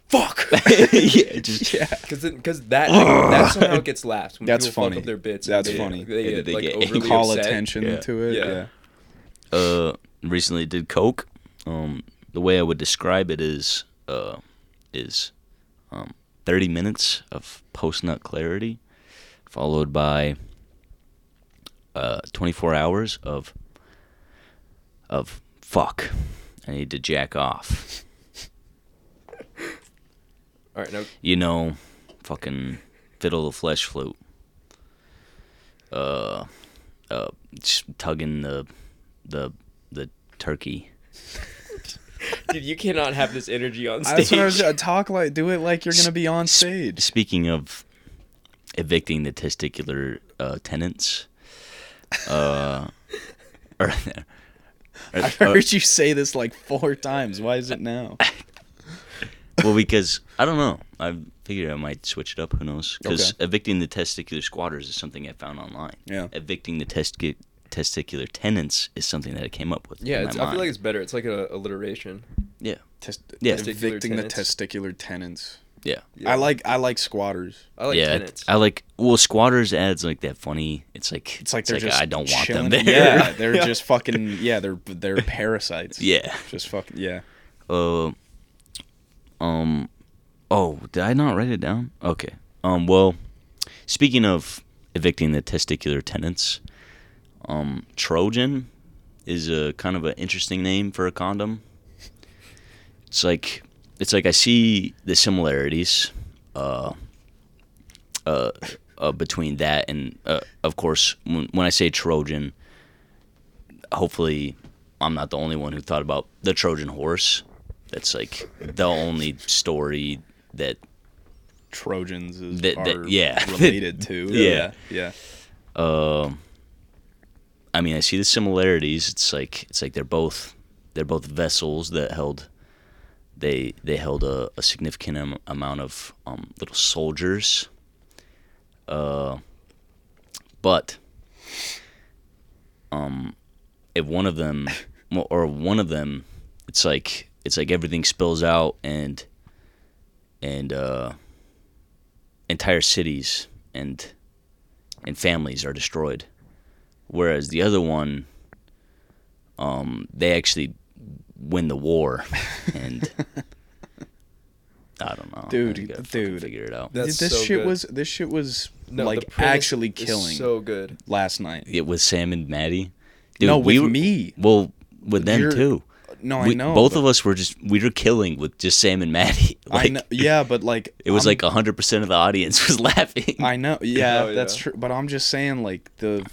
[SPEAKER 3] Fuck. [LAUGHS] yeah,
[SPEAKER 1] [LAUGHS]
[SPEAKER 3] just,
[SPEAKER 2] Yeah.
[SPEAKER 1] because because
[SPEAKER 3] [LAUGHS]
[SPEAKER 1] that that somehow gets laughs. When
[SPEAKER 2] That's
[SPEAKER 1] people fuck
[SPEAKER 2] funny.
[SPEAKER 1] up their bits. and
[SPEAKER 2] That's
[SPEAKER 1] they-
[SPEAKER 2] funny.
[SPEAKER 1] They
[SPEAKER 3] And
[SPEAKER 1] get,
[SPEAKER 3] they
[SPEAKER 1] like,
[SPEAKER 3] get
[SPEAKER 1] overly
[SPEAKER 3] angry.
[SPEAKER 2] Call
[SPEAKER 1] upset.
[SPEAKER 2] attention
[SPEAKER 3] Yeah.
[SPEAKER 2] to it.
[SPEAKER 1] Yeah.
[SPEAKER 2] Yeah.
[SPEAKER 3] uh, recently did coke. Um, the way I would describe it is, uh, is, um, thirty minutes of post nut clarity, followed by, uh, twenty four hours of, of fuck. I need to jack off.
[SPEAKER 1] All right, now
[SPEAKER 3] you know, fucking fiddle the flesh flute. Uh, uh, just tugging the, the, the turkey.
[SPEAKER 1] dude, you cannot have this energy on
[SPEAKER 2] That's what I was,
[SPEAKER 1] stage.
[SPEAKER 2] talk like. Do it like you're gonna be on stage. [LAUGHS]
[SPEAKER 3] Speaking of evicting the testicular uh, tenants, uh, [LAUGHS] or, uh, or-
[SPEAKER 2] I've heard you say this like four times. Why is it now?
[SPEAKER 3] well, because I don't know. I figured I might switch it up. Who knows? Because evicting the testicular squatters is something I found online.
[SPEAKER 2] Yeah.
[SPEAKER 3] Evicting the testi- testicular tenants is something that I came up with.
[SPEAKER 1] [LAUGHS] Yeah,
[SPEAKER 3] in my
[SPEAKER 1] it's, I feel
[SPEAKER 3] mind.
[SPEAKER 1] like it's better. It's like a alliteration.
[SPEAKER 3] yeah,
[SPEAKER 2] Test-
[SPEAKER 3] Yeah.
[SPEAKER 2] Evicting
[SPEAKER 1] Testicular
[SPEAKER 2] the
[SPEAKER 1] tenants.
[SPEAKER 2] testicular tenants.
[SPEAKER 3] yeah.
[SPEAKER 1] Yeah.
[SPEAKER 2] I like I like squatters.
[SPEAKER 1] I like
[SPEAKER 3] yeah,
[SPEAKER 1] tenants.
[SPEAKER 3] I like well squatters ads like that funny. It's like
[SPEAKER 2] It's like they're just
[SPEAKER 3] I don't want
[SPEAKER 2] chilling-
[SPEAKER 3] them there.
[SPEAKER 2] Yeah,
[SPEAKER 3] [LAUGHS]
[SPEAKER 2] they're just fucking yeah, they're they're parasites.
[SPEAKER 3] yeah.
[SPEAKER 2] Just fucking yeah.
[SPEAKER 3] Uh, um, oh, did I not write it down? Okay. Um, well, speaking of evicting the testicular tenants, um, Trojan is a kind of an interesting name for a condom. It's like it's like I see the similarities, uh, uh, uh between that and uh, of course when, when I say Trojan, hopefully I'm not the only one who thought about the Trojan horse. That's like the only story that
[SPEAKER 2] Trojans is
[SPEAKER 3] That- that-
[SPEAKER 2] are
[SPEAKER 3] yeah.
[SPEAKER 2] related to.
[SPEAKER 3] Yeah.
[SPEAKER 2] Yeah.
[SPEAKER 3] um I mean I see the similarities. It's like it's like they're both they're both vessels that held they they held a, a significant am- amount of um, little soldiers. Uh, but um, if one
[SPEAKER 2] [LAUGHS]
[SPEAKER 3] of them well, or one of them, it's like it's like everything spills out and and uh, entire cities and and families are destroyed. Whereas the other one, um, they actually win
[SPEAKER 2] [LAUGHS]
[SPEAKER 3] the war, and I don't know,
[SPEAKER 2] Dude,
[SPEAKER 3] I gotta fucking
[SPEAKER 2] dude.
[SPEAKER 3] figure it out.
[SPEAKER 1] That's
[SPEAKER 2] this
[SPEAKER 1] so
[SPEAKER 2] shit
[SPEAKER 1] good.
[SPEAKER 2] was this shit was
[SPEAKER 1] No, the
[SPEAKER 2] like
[SPEAKER 1] premise
[SPEAKER 2] actually
[SPEAKER 1] is
[SPEAKER 2] killing
[SPEAKER 1] So good.
[SPEAKER 2] last night.
[SPEAKER 3] It was Sam and Maddie. Dude,
[SPEAKER 2] no,
[SPEAKER 3] we
[SPEAKER 2] with
[SPEAKER 3] were-
[SPEAKER 2] me.
[SPEAKER 3] Well, with them
[SPEAKER 2] You're-
[SPEAKER 3] too.
[SPEAKER 2] No,
[SPEAKER 3] we,
[SPEAKER 2] I know.
[SPEAKER 3] both
[SPEAKER 2] but-
[SPEAKER 3] of us were just we were killing with just Sam and Maddie. [LAUGHS] Like
[SPEAKER 2] I know. Yeah, but like
[SPEAKER 3] [LAUGHS] it was
[SPEAKER 2] I'm-
[SPEAKER 3] like like hundred percent of the audience [LAUGHS] was laughing
[SPEAKER 2] I know. Yeah,
[SPEAKER 1] [LAUGHS] Oh,
[SPEAKER 2] that's
[SPEAKER 1] yeah.
[SPEAKER 2] true. But I'm just saying, like the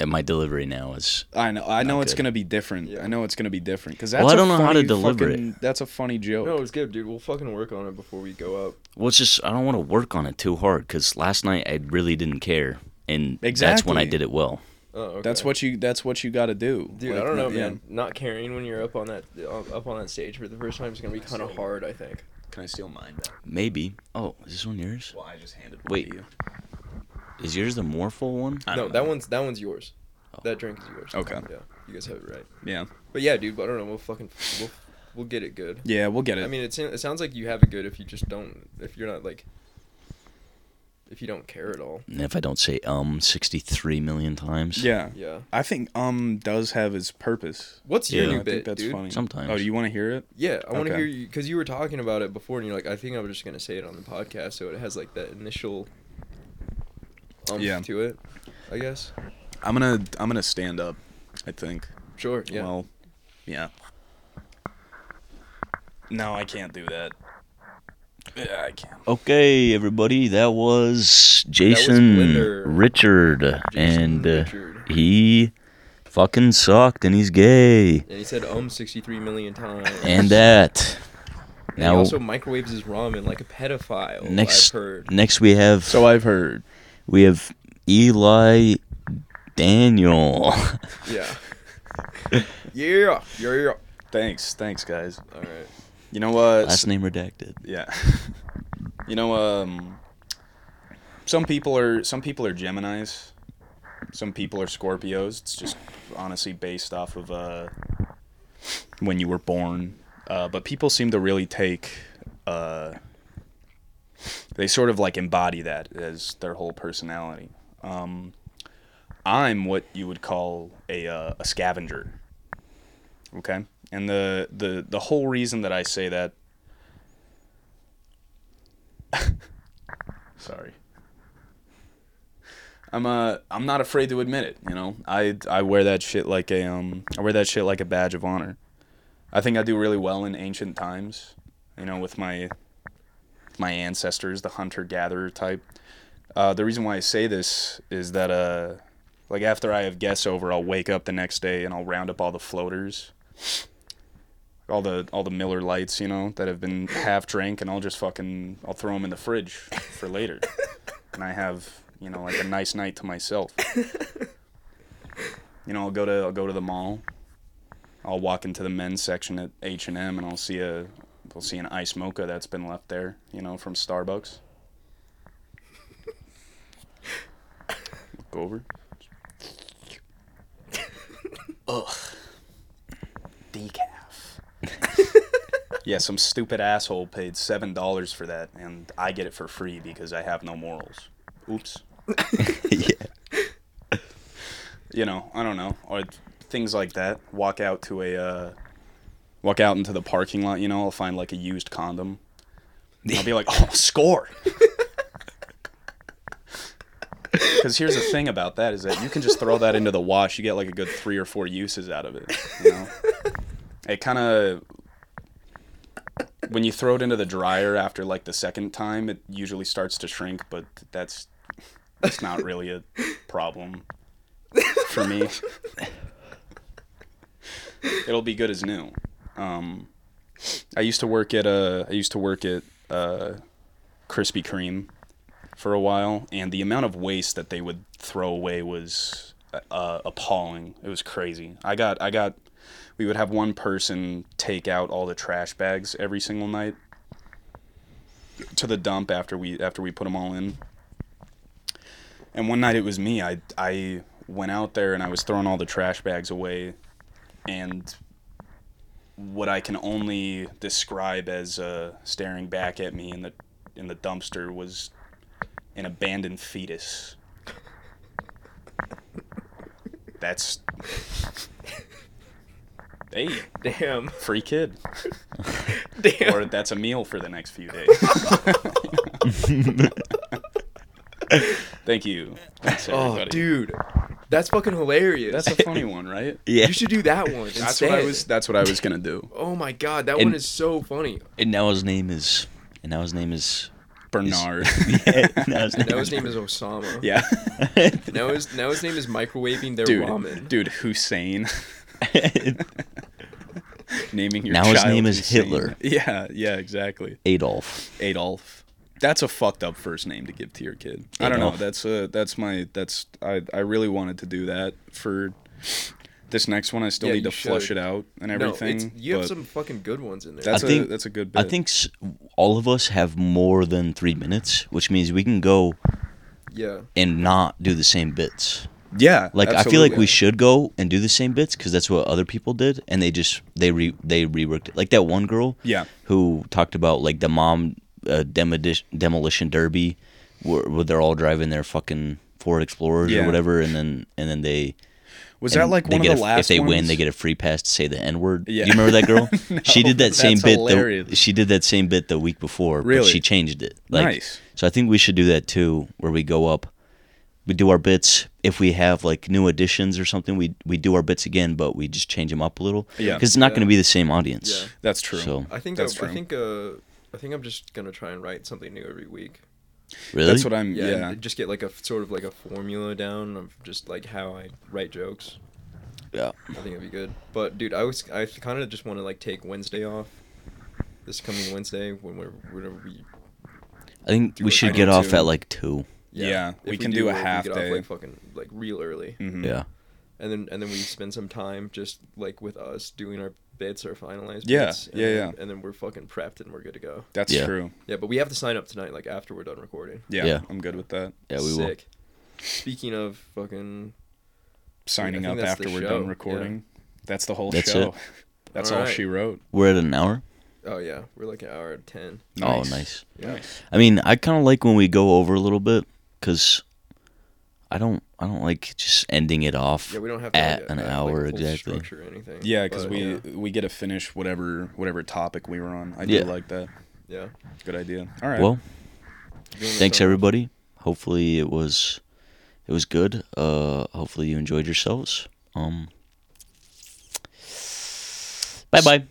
[SPEAKER 3] at my delivery. Now is
[SPEAKER 2] I know. I know
[SPEAKER 3] Not
[SPEAKER 2] it's
[SPEAKER 3] good.
[SPEAKER 2] gonna be different.
[SPEAKER 1] Yeah.
[SPEAKER 2] I know it's gonna be different because that's.
[SPEAKER 3] Well, I
[SPEAKER 2] a
[SPEAKER 3] don't know how to
[SPEAKER 2] funny
[SPEAKER 3] deliver it.
[SPEAKER 2] fucking- That's a funny joke.
[SPEAKER 1] No, it was good, dude. We'll fucking work on it before we go up.
[SPEAKER 3] well, it's just I don't want to work on it too hard because last night I really didn't care, and that's when I
[SPEAKER 2] Exactly.
[SPEAKER 3] did it well.
[SPEAKER 1] Oh, okay.
[SPEAKER 2] That's what you. That's what you got to do.
[SPEAKER 1] Dude,
[SPEAKER 2] Like,
[SPEAKER 1] I don't know,
[SPEAKER 2] yeah.
[SPEAKER 1] man. Not carrying when you're up on that uh, up on that stage for the first time is gonna be kind of hard, I think.
[SPEAKER 2] Can I steal mine?
[SPEAKER 3] Maybe. Oh, is this one yours?
[SPEAKER 2] Well, I just handed.
[SPEAKER 3] Wait. Is yours the Morphle one?
[SPEAKER 1] No, that one's that one's yours. That drink is yours.
[SPEAKER 2] Oh. Okay.
[SPEAKER 1] Yeah, you guys have it right.
[SPEAKER 2] Yeah.
[SPEAKER 1] But yeah, dude. But I don't know. We'll fucking we'll, we'll get it good.
[SPEAKER 2] Yeah, we'll get it.
[SPEAKER 1] I mean, it's, it sounds like you have it good if you just don't if you're not like if you don't care at all.
[SPEAKER 3] And if I don't say um sixty three million times,
[SPEAKER 2] yeah.
[SPEAKER 1] Yeah.
[SPEAKER 2] I think um does have its purpose.
[SPEAKER 1] What's your
[SPEAKER 3] Yeah,
[SPEAKER 2] I
[SPEAKER 1] new
[SPEAKER 2] think
[SPEAKER 1] bit,
[SPEAKER 2] that's
[SPEAKER 1] dude?
[SPEAKER 2] funny.
[SPEAKER 3] Sometimes.
[SPEAKER 2] Oh, do you want to hear it?
[SPEAKER 1] Yeah, I want to
[SPEAKER 2] Okay.
[SPEAKER 1] hear you because you were talking about it before, and you're like, I think I was just gonna say it on the podcast, so it has like that initial umph
[SPEAKER 2] Yeah.
[SPEAKER 1] to it, I guess.
[SPEAKER 2] I'm gonna I'm gonna stand up. I think.
[SPEAKER 1] Sure. Yeah.
[SPEAKER 2] Well, yeah. No, I can't do that. Yeah, I can't.
[SPEAKER 3] Okay, everybody, that was Jason
[SPEAKER 1] Blender.
[SPEAKER 3] Richard,
[SPEAKER 1] Jason
[SPEAKER 3] and uh,
[SPEAKER 1] Richard.
[SPEAKER 3] he fucking sucked, and he's gay,
[SPEAKER 1] and he said um 63 million times. [LAUGHS]
[SPEAKER 3] and that.
[SPEAKER 1] And he
[SPEAKER 3] Now,
[SPEAKER 1] also microwaves his ramen like a pedophile.
[SPEAKER 3] next,
[SPEAKER 1] I've heard.
[SPEAKER 3] next we have
[SPEAKER 2] So I've heard.
[SPEAKER 3] we have Eli Daniel.
[SPEAKER 1] Yeah. [LAUGHS] yeah. Yeah. Yeah.
[SPEAKER 2] Thanks, thanks guys.
[SPEAKER 1] All right.
[SPEAKER 2] You know what?
[SPEAKER 3] Last name redacted.
[SPEAKER 2] Yeah. [LAUGHS] you know, um, some people are some people are Gemini's, some people are Scorpios. It's just honestly based off of uh, when you were born. Uh, but people seem to really take, uh, they sort of like embody that as their whole personality. Um, I'm what you would call a uh, a scavenger. Okay, and the the the whole reason that I say that Sorry. I'm uh I'm not afraid to admit it, you know. I I wear that shit like a um I wear that shit like a badge of honor. I think I do really well in ancient times, you know, with my my ancestors, the hunter gatherer type. Uh, the reason why I say this is that uh like after I have guests over, I'll wake up the next day and I'll round up all the floaters. All the all the Miller lights, you know, that have been half drank, and I'll just fucking I'll throw them in the fridge for later, and I have you know like a nice night to myself. You know, I'll go to I'll go to the mall. I'll walk into the men's section at H and M, and I'll see a I'll see an ice mocha that's been left there, you know, from Starbucks. Look over. decaf. yeah, some stupid asshole paid seven dollars for that, and I get it for free because I have no morals. Oops.
[SPEAKER 3] yeah.
[SPEAKER 2] You know, I don't know, or things like that. Walk out to a, uh, walk out into the parking lot. You know, I'll find like a used condom. I'll be like, oh, score. Because here's the thing about that is that you can just throw that into the wash. You get like a good three or four uses out of it. You know, it kind of when you throw it into the dryer after like the second time, it usually starts to shrink. But that's that's not really a problem for me. It'll be good as new. Um, I used to work at uh, I used to work at uh, Krispy Kreme for a while, and the amount of waste that they would throw away was uh, appalling. It was crazy. I got I got we would have one person take out all the trash bags every single night to the dump after we after we put them all in. And one night it was me. I I went out there and I was throwing all the trash bags away, and what I can only describe as uh, staring back at me in the in the dumpster was an abandoned fetus. That's. Hey,
[SPEAKER 1] Damn. [LAUGHS]
[SPEAKER 2] free kid.
[SPEAKER 1] Damn.
[SPEAKER 2] Or that's a meal for the next few
[SPEAKER 1] [LAUGHS]
[SPEAKER 2] days. Thank you. Thanks,
[SPEAKER 1] oh,
[SPEAKER 2] everybody.
[SPEAKER 1] dude. That's fucking hilarious.
[SPEAKER 2] That's
[SPEAKER 3] [LAUGHS]
[SPEAKER 2] a funny one, right?
[SPEAKER 3] Yeah.
[SPEAKER 1] you should do that one.
[SPEAKER 2] That's
[SPEAKER 1] instead.
[SPEAKER 2] what I was. That's what I was gonna do.
[SPEAKER 1] Oh my god, that
[SPEAKER 3] And-
[SPEAKER 1] one is so funny.
[SPEAKER 3] And now his name is. And now his name is.
[SPEAKER 1] [LAUGHS]
[SPEAKER 2] Bernard.
[SPEAKER 3] Yeah, [LAUGHS] now his
[SPEAKER 1] Now his name is Osama.
[SPEAKER 2] [LAUGHS] yeah.
[SPEAKER 1] Now his now his name is microwaving their
[SPEAKER 2] Dude,
[SPEAKER 1] ramen.
[SPEAKER 2] dude, Hussein. [LAUGHS] Naming your
[SPEAKER 3] Now his
[SPEAKER 2] child
[SPEAKER 3] name is
[SPEAKER 2] Hussein.
[SPEAKER 3] Hitler.
[SPEAKER 2] Yeah, yeah, exactly.
[SPEAKER 3] [LAUGHS] Adolf.
[SPEAKER 2] Adolf. That's a fucked up first name to give to your kid. I don't know.
[SPEAKER 3] Adolf.
[SPEAKER 2] That's uh that's my that's I I really wanted to do that for this next one. I still
[SPEAKER 1] Yeah,
[SPEAKER 2] need
[SPEAKER 1] you
[SPEAKER 2] to flush
[SPEAKER 1] should.
[SPEAKER 2] it out and
[SPEAKER 1] no,
[SPEAKER 2] everything.
[SPEAKER 1] it's, you have
[SPEAKER 2] but
[SPEAKER 1] some fucking good ones in there.
[SPEAKER 2] That's
[SPEAKER 3] I
[SPEAKER 2] a
[SPEAKER 3] think-
[SPEAKER 2] that's a good bit.
[SPEAKER 3] I think s- all of us have more than three minutes, which means we can go
[SPEAKER 1] yeah.
[SPEAKER 3] and not do the same bits.
[SPEAKER 2] yeah.
[SPEAKER 3] Like I feel like we
[SPEAKER 2] absolutely.
[SPEAKER 3] should go and do the same bits because that's what other people did, and they just they re they reworked it. Like that one girl,
[SPEAKER 2] Yeah.
[SPEAKER 3] who talked about like the mom uh, demolition demolition derby, where, where they're all driving their fucking Ford Explorers
[SPEAKER 2] Yeah.
[SPEAKER 3] or whatever, and then and then they
[SPEAKER 2] was
[SPEAKER 3] and
[SPEAKER 2] that like
[SPEAKER 3] they
[SPEAKER 2] one of
[SPEAKER 3] get
[SPEAKER 2] the
[SPEAKER 3] a-
[SPEAKER 2] last
[SPEAKER 3] if they win
[SPEAKER 2] ones?
[SPEAKER 3] they get a free pass to say the n word.
[SPEAKER 2] Yeah.
[SPEAKER 3] Do you remember that girl?
[SPEAKER 2] [LAUGHS]
[SPEAKER 3] she did that
[SPEAKER 2] that's
[SPEAKER 3] same bit. The,
[SPEAKER 2] hilarious.
[SPEAKER 3] she did that same bit the week before, but
[SPEAKER 2] Really?
[SPEAKER 3] she changed it. Like,
[SPEAKER 2] Nice.
[SPEAKER 3] So I think we should do that too, where we go up, we do our bits. If we have like new additions or something, we we do our bits again, but we just change them up a little.
[SPEAKER 2] Yeah.
[SPEAKER 3] Because it's not
[SPEAKER 1] Yeah.
[SPEAKER 3] going to be the same audience.
[SPEAKER 1] Yeah.
[SPEAKER 2] That's true.
[SPEAKER 3] So
[SPEAKER 1] I think
[SPEAKER 2] That's
[SPEAKER 1] I, I
[SPEAKER 2] true.
[SPEAKER 1] think uh I think I'm just gonna try and write something new every week.
[SPEAKER 3] really,
[SPEAKER 2] That's what I'm.
[SPEAKER 1] Yeah,
[SPEAKER 2] Yeah,
[SPEAKER 1] and just get like a f- sort of like a formula down of just like how I write jokes.
[SPEAKER 3] Yeah.
[SPEAKER 1] I think it'd be good. But dude, I was I kind of just want to like take Wednesday off. This coming Wednesday, when we're whenever we
[SPEAKER 3] I think
[SPEAKER 1] I
[SPEAKER 3] we should
[SPEAKER 1] do
[SPEAKER 3] get off
[SPEAKER 2] too.
[SPEAKER 3] at like two.
[SPEAKER 2] Yeah,
[SPEAKER 1] if
[SPEAKER 2] we can do a
[SPEAKER 1] it, we
[SPEAKER 2] half
[SPEAKER 1] get off,
[SPEAKER 2] day.
[SPEAKER 1] like fucking like real early,
[SPEAKER 2] Mhm.
[SPEAKER 3] Yeah.
[SPEAKER 1] and then and then we spend some time just like with us doing our bits, our finalized
[SPEAKER 2] Yeah,
[SPEAKER 1] bits, and
[SPEAKER 2] yeah,
[SPEAKER 1] then,
[SPEAKER 2] yeah.
[SPEAKER 1] and then we're fucking prepped and we're good to go.
[SPEAKER 2] That's
[SPEAKER 3] Yeah.
[SPEAKER 2] true.
[SPEAKER 1] Yeah, but we have to sign up tonight, like after we're done recording.
[SPEAKER 2] Yeah,
[SPEAKER 3] Yeah.
[SPEAKER 2] I'm good with that.
[SPEAKER 3] Yeah, we will.
[SPEAKER 1] Sick. Speaking of fucking,
[SPEAKER 2] Signing
[SPEAKER 1] think
[SPEAKER 2] up
[SPEAKER 1] that's the
[SPEAKER 2] after we're
[SPEAKER 1] show,
[SPEAKER 2] done
[SPEAKER 1] yeah.
[SPEAKER 2] recording. That's the whole
[SPEAKER 3] That's
[SPEAKER 2] show.
[SPEAKER 3] it.
[SPEAKER 2] [LAUGHS] That's
[SPEAKER 1] All
[SPEAKER 2] all,
[SPEAKER 1] right.
[SPEAKER 2] she wrote.
[SPEAKER 3] We're at an hour.
[SPEAKER 1] oh yeah, we're like an hour and ten.
[SPEAKER 3] Oh, nice.
[SPEAKER 1] Yeah.
[SPEAKER 2] Nice.
[SPEAKER 3] I mean, I kind of like when we go over a little bit because I don't I don't like just ending it off
[SPEAKER 1] Yeah, we don't have to
[SPEAKER 3] at
[SPEAKER 1] like,
[SPEAKER 3] an
[SPEAKER 1] have, like,
[SPEAKER 3] hour
[SPEAKER 1] full
[SPEAKER 3] exactly.
[SPEAKER 1] Structure or anything.
[SPEAKER 2] Yeah, because
[SPEAKER 1] but,
[SPEAKER 2] we
[SPEAKER 1] yeah,
[SPEAKER 2] we get to finish whatever whatever topic we were on. I
[SPEAKER 3] Yeah.
[SPEAKER 2] do like that.
[SPEAKER 1] yeah.
[SPEAKER 2] Good idea. All right.
[SPEAKER 3] Well,
[SPEAKER 1] You wanna
[SPEAKER 3] thanks
[SPEAKER 1] sign-
[SPEAKER 3] everybody. Hopefully it was it was good. Uh hopefully you enjoyed yourselves. Um Bye-bye.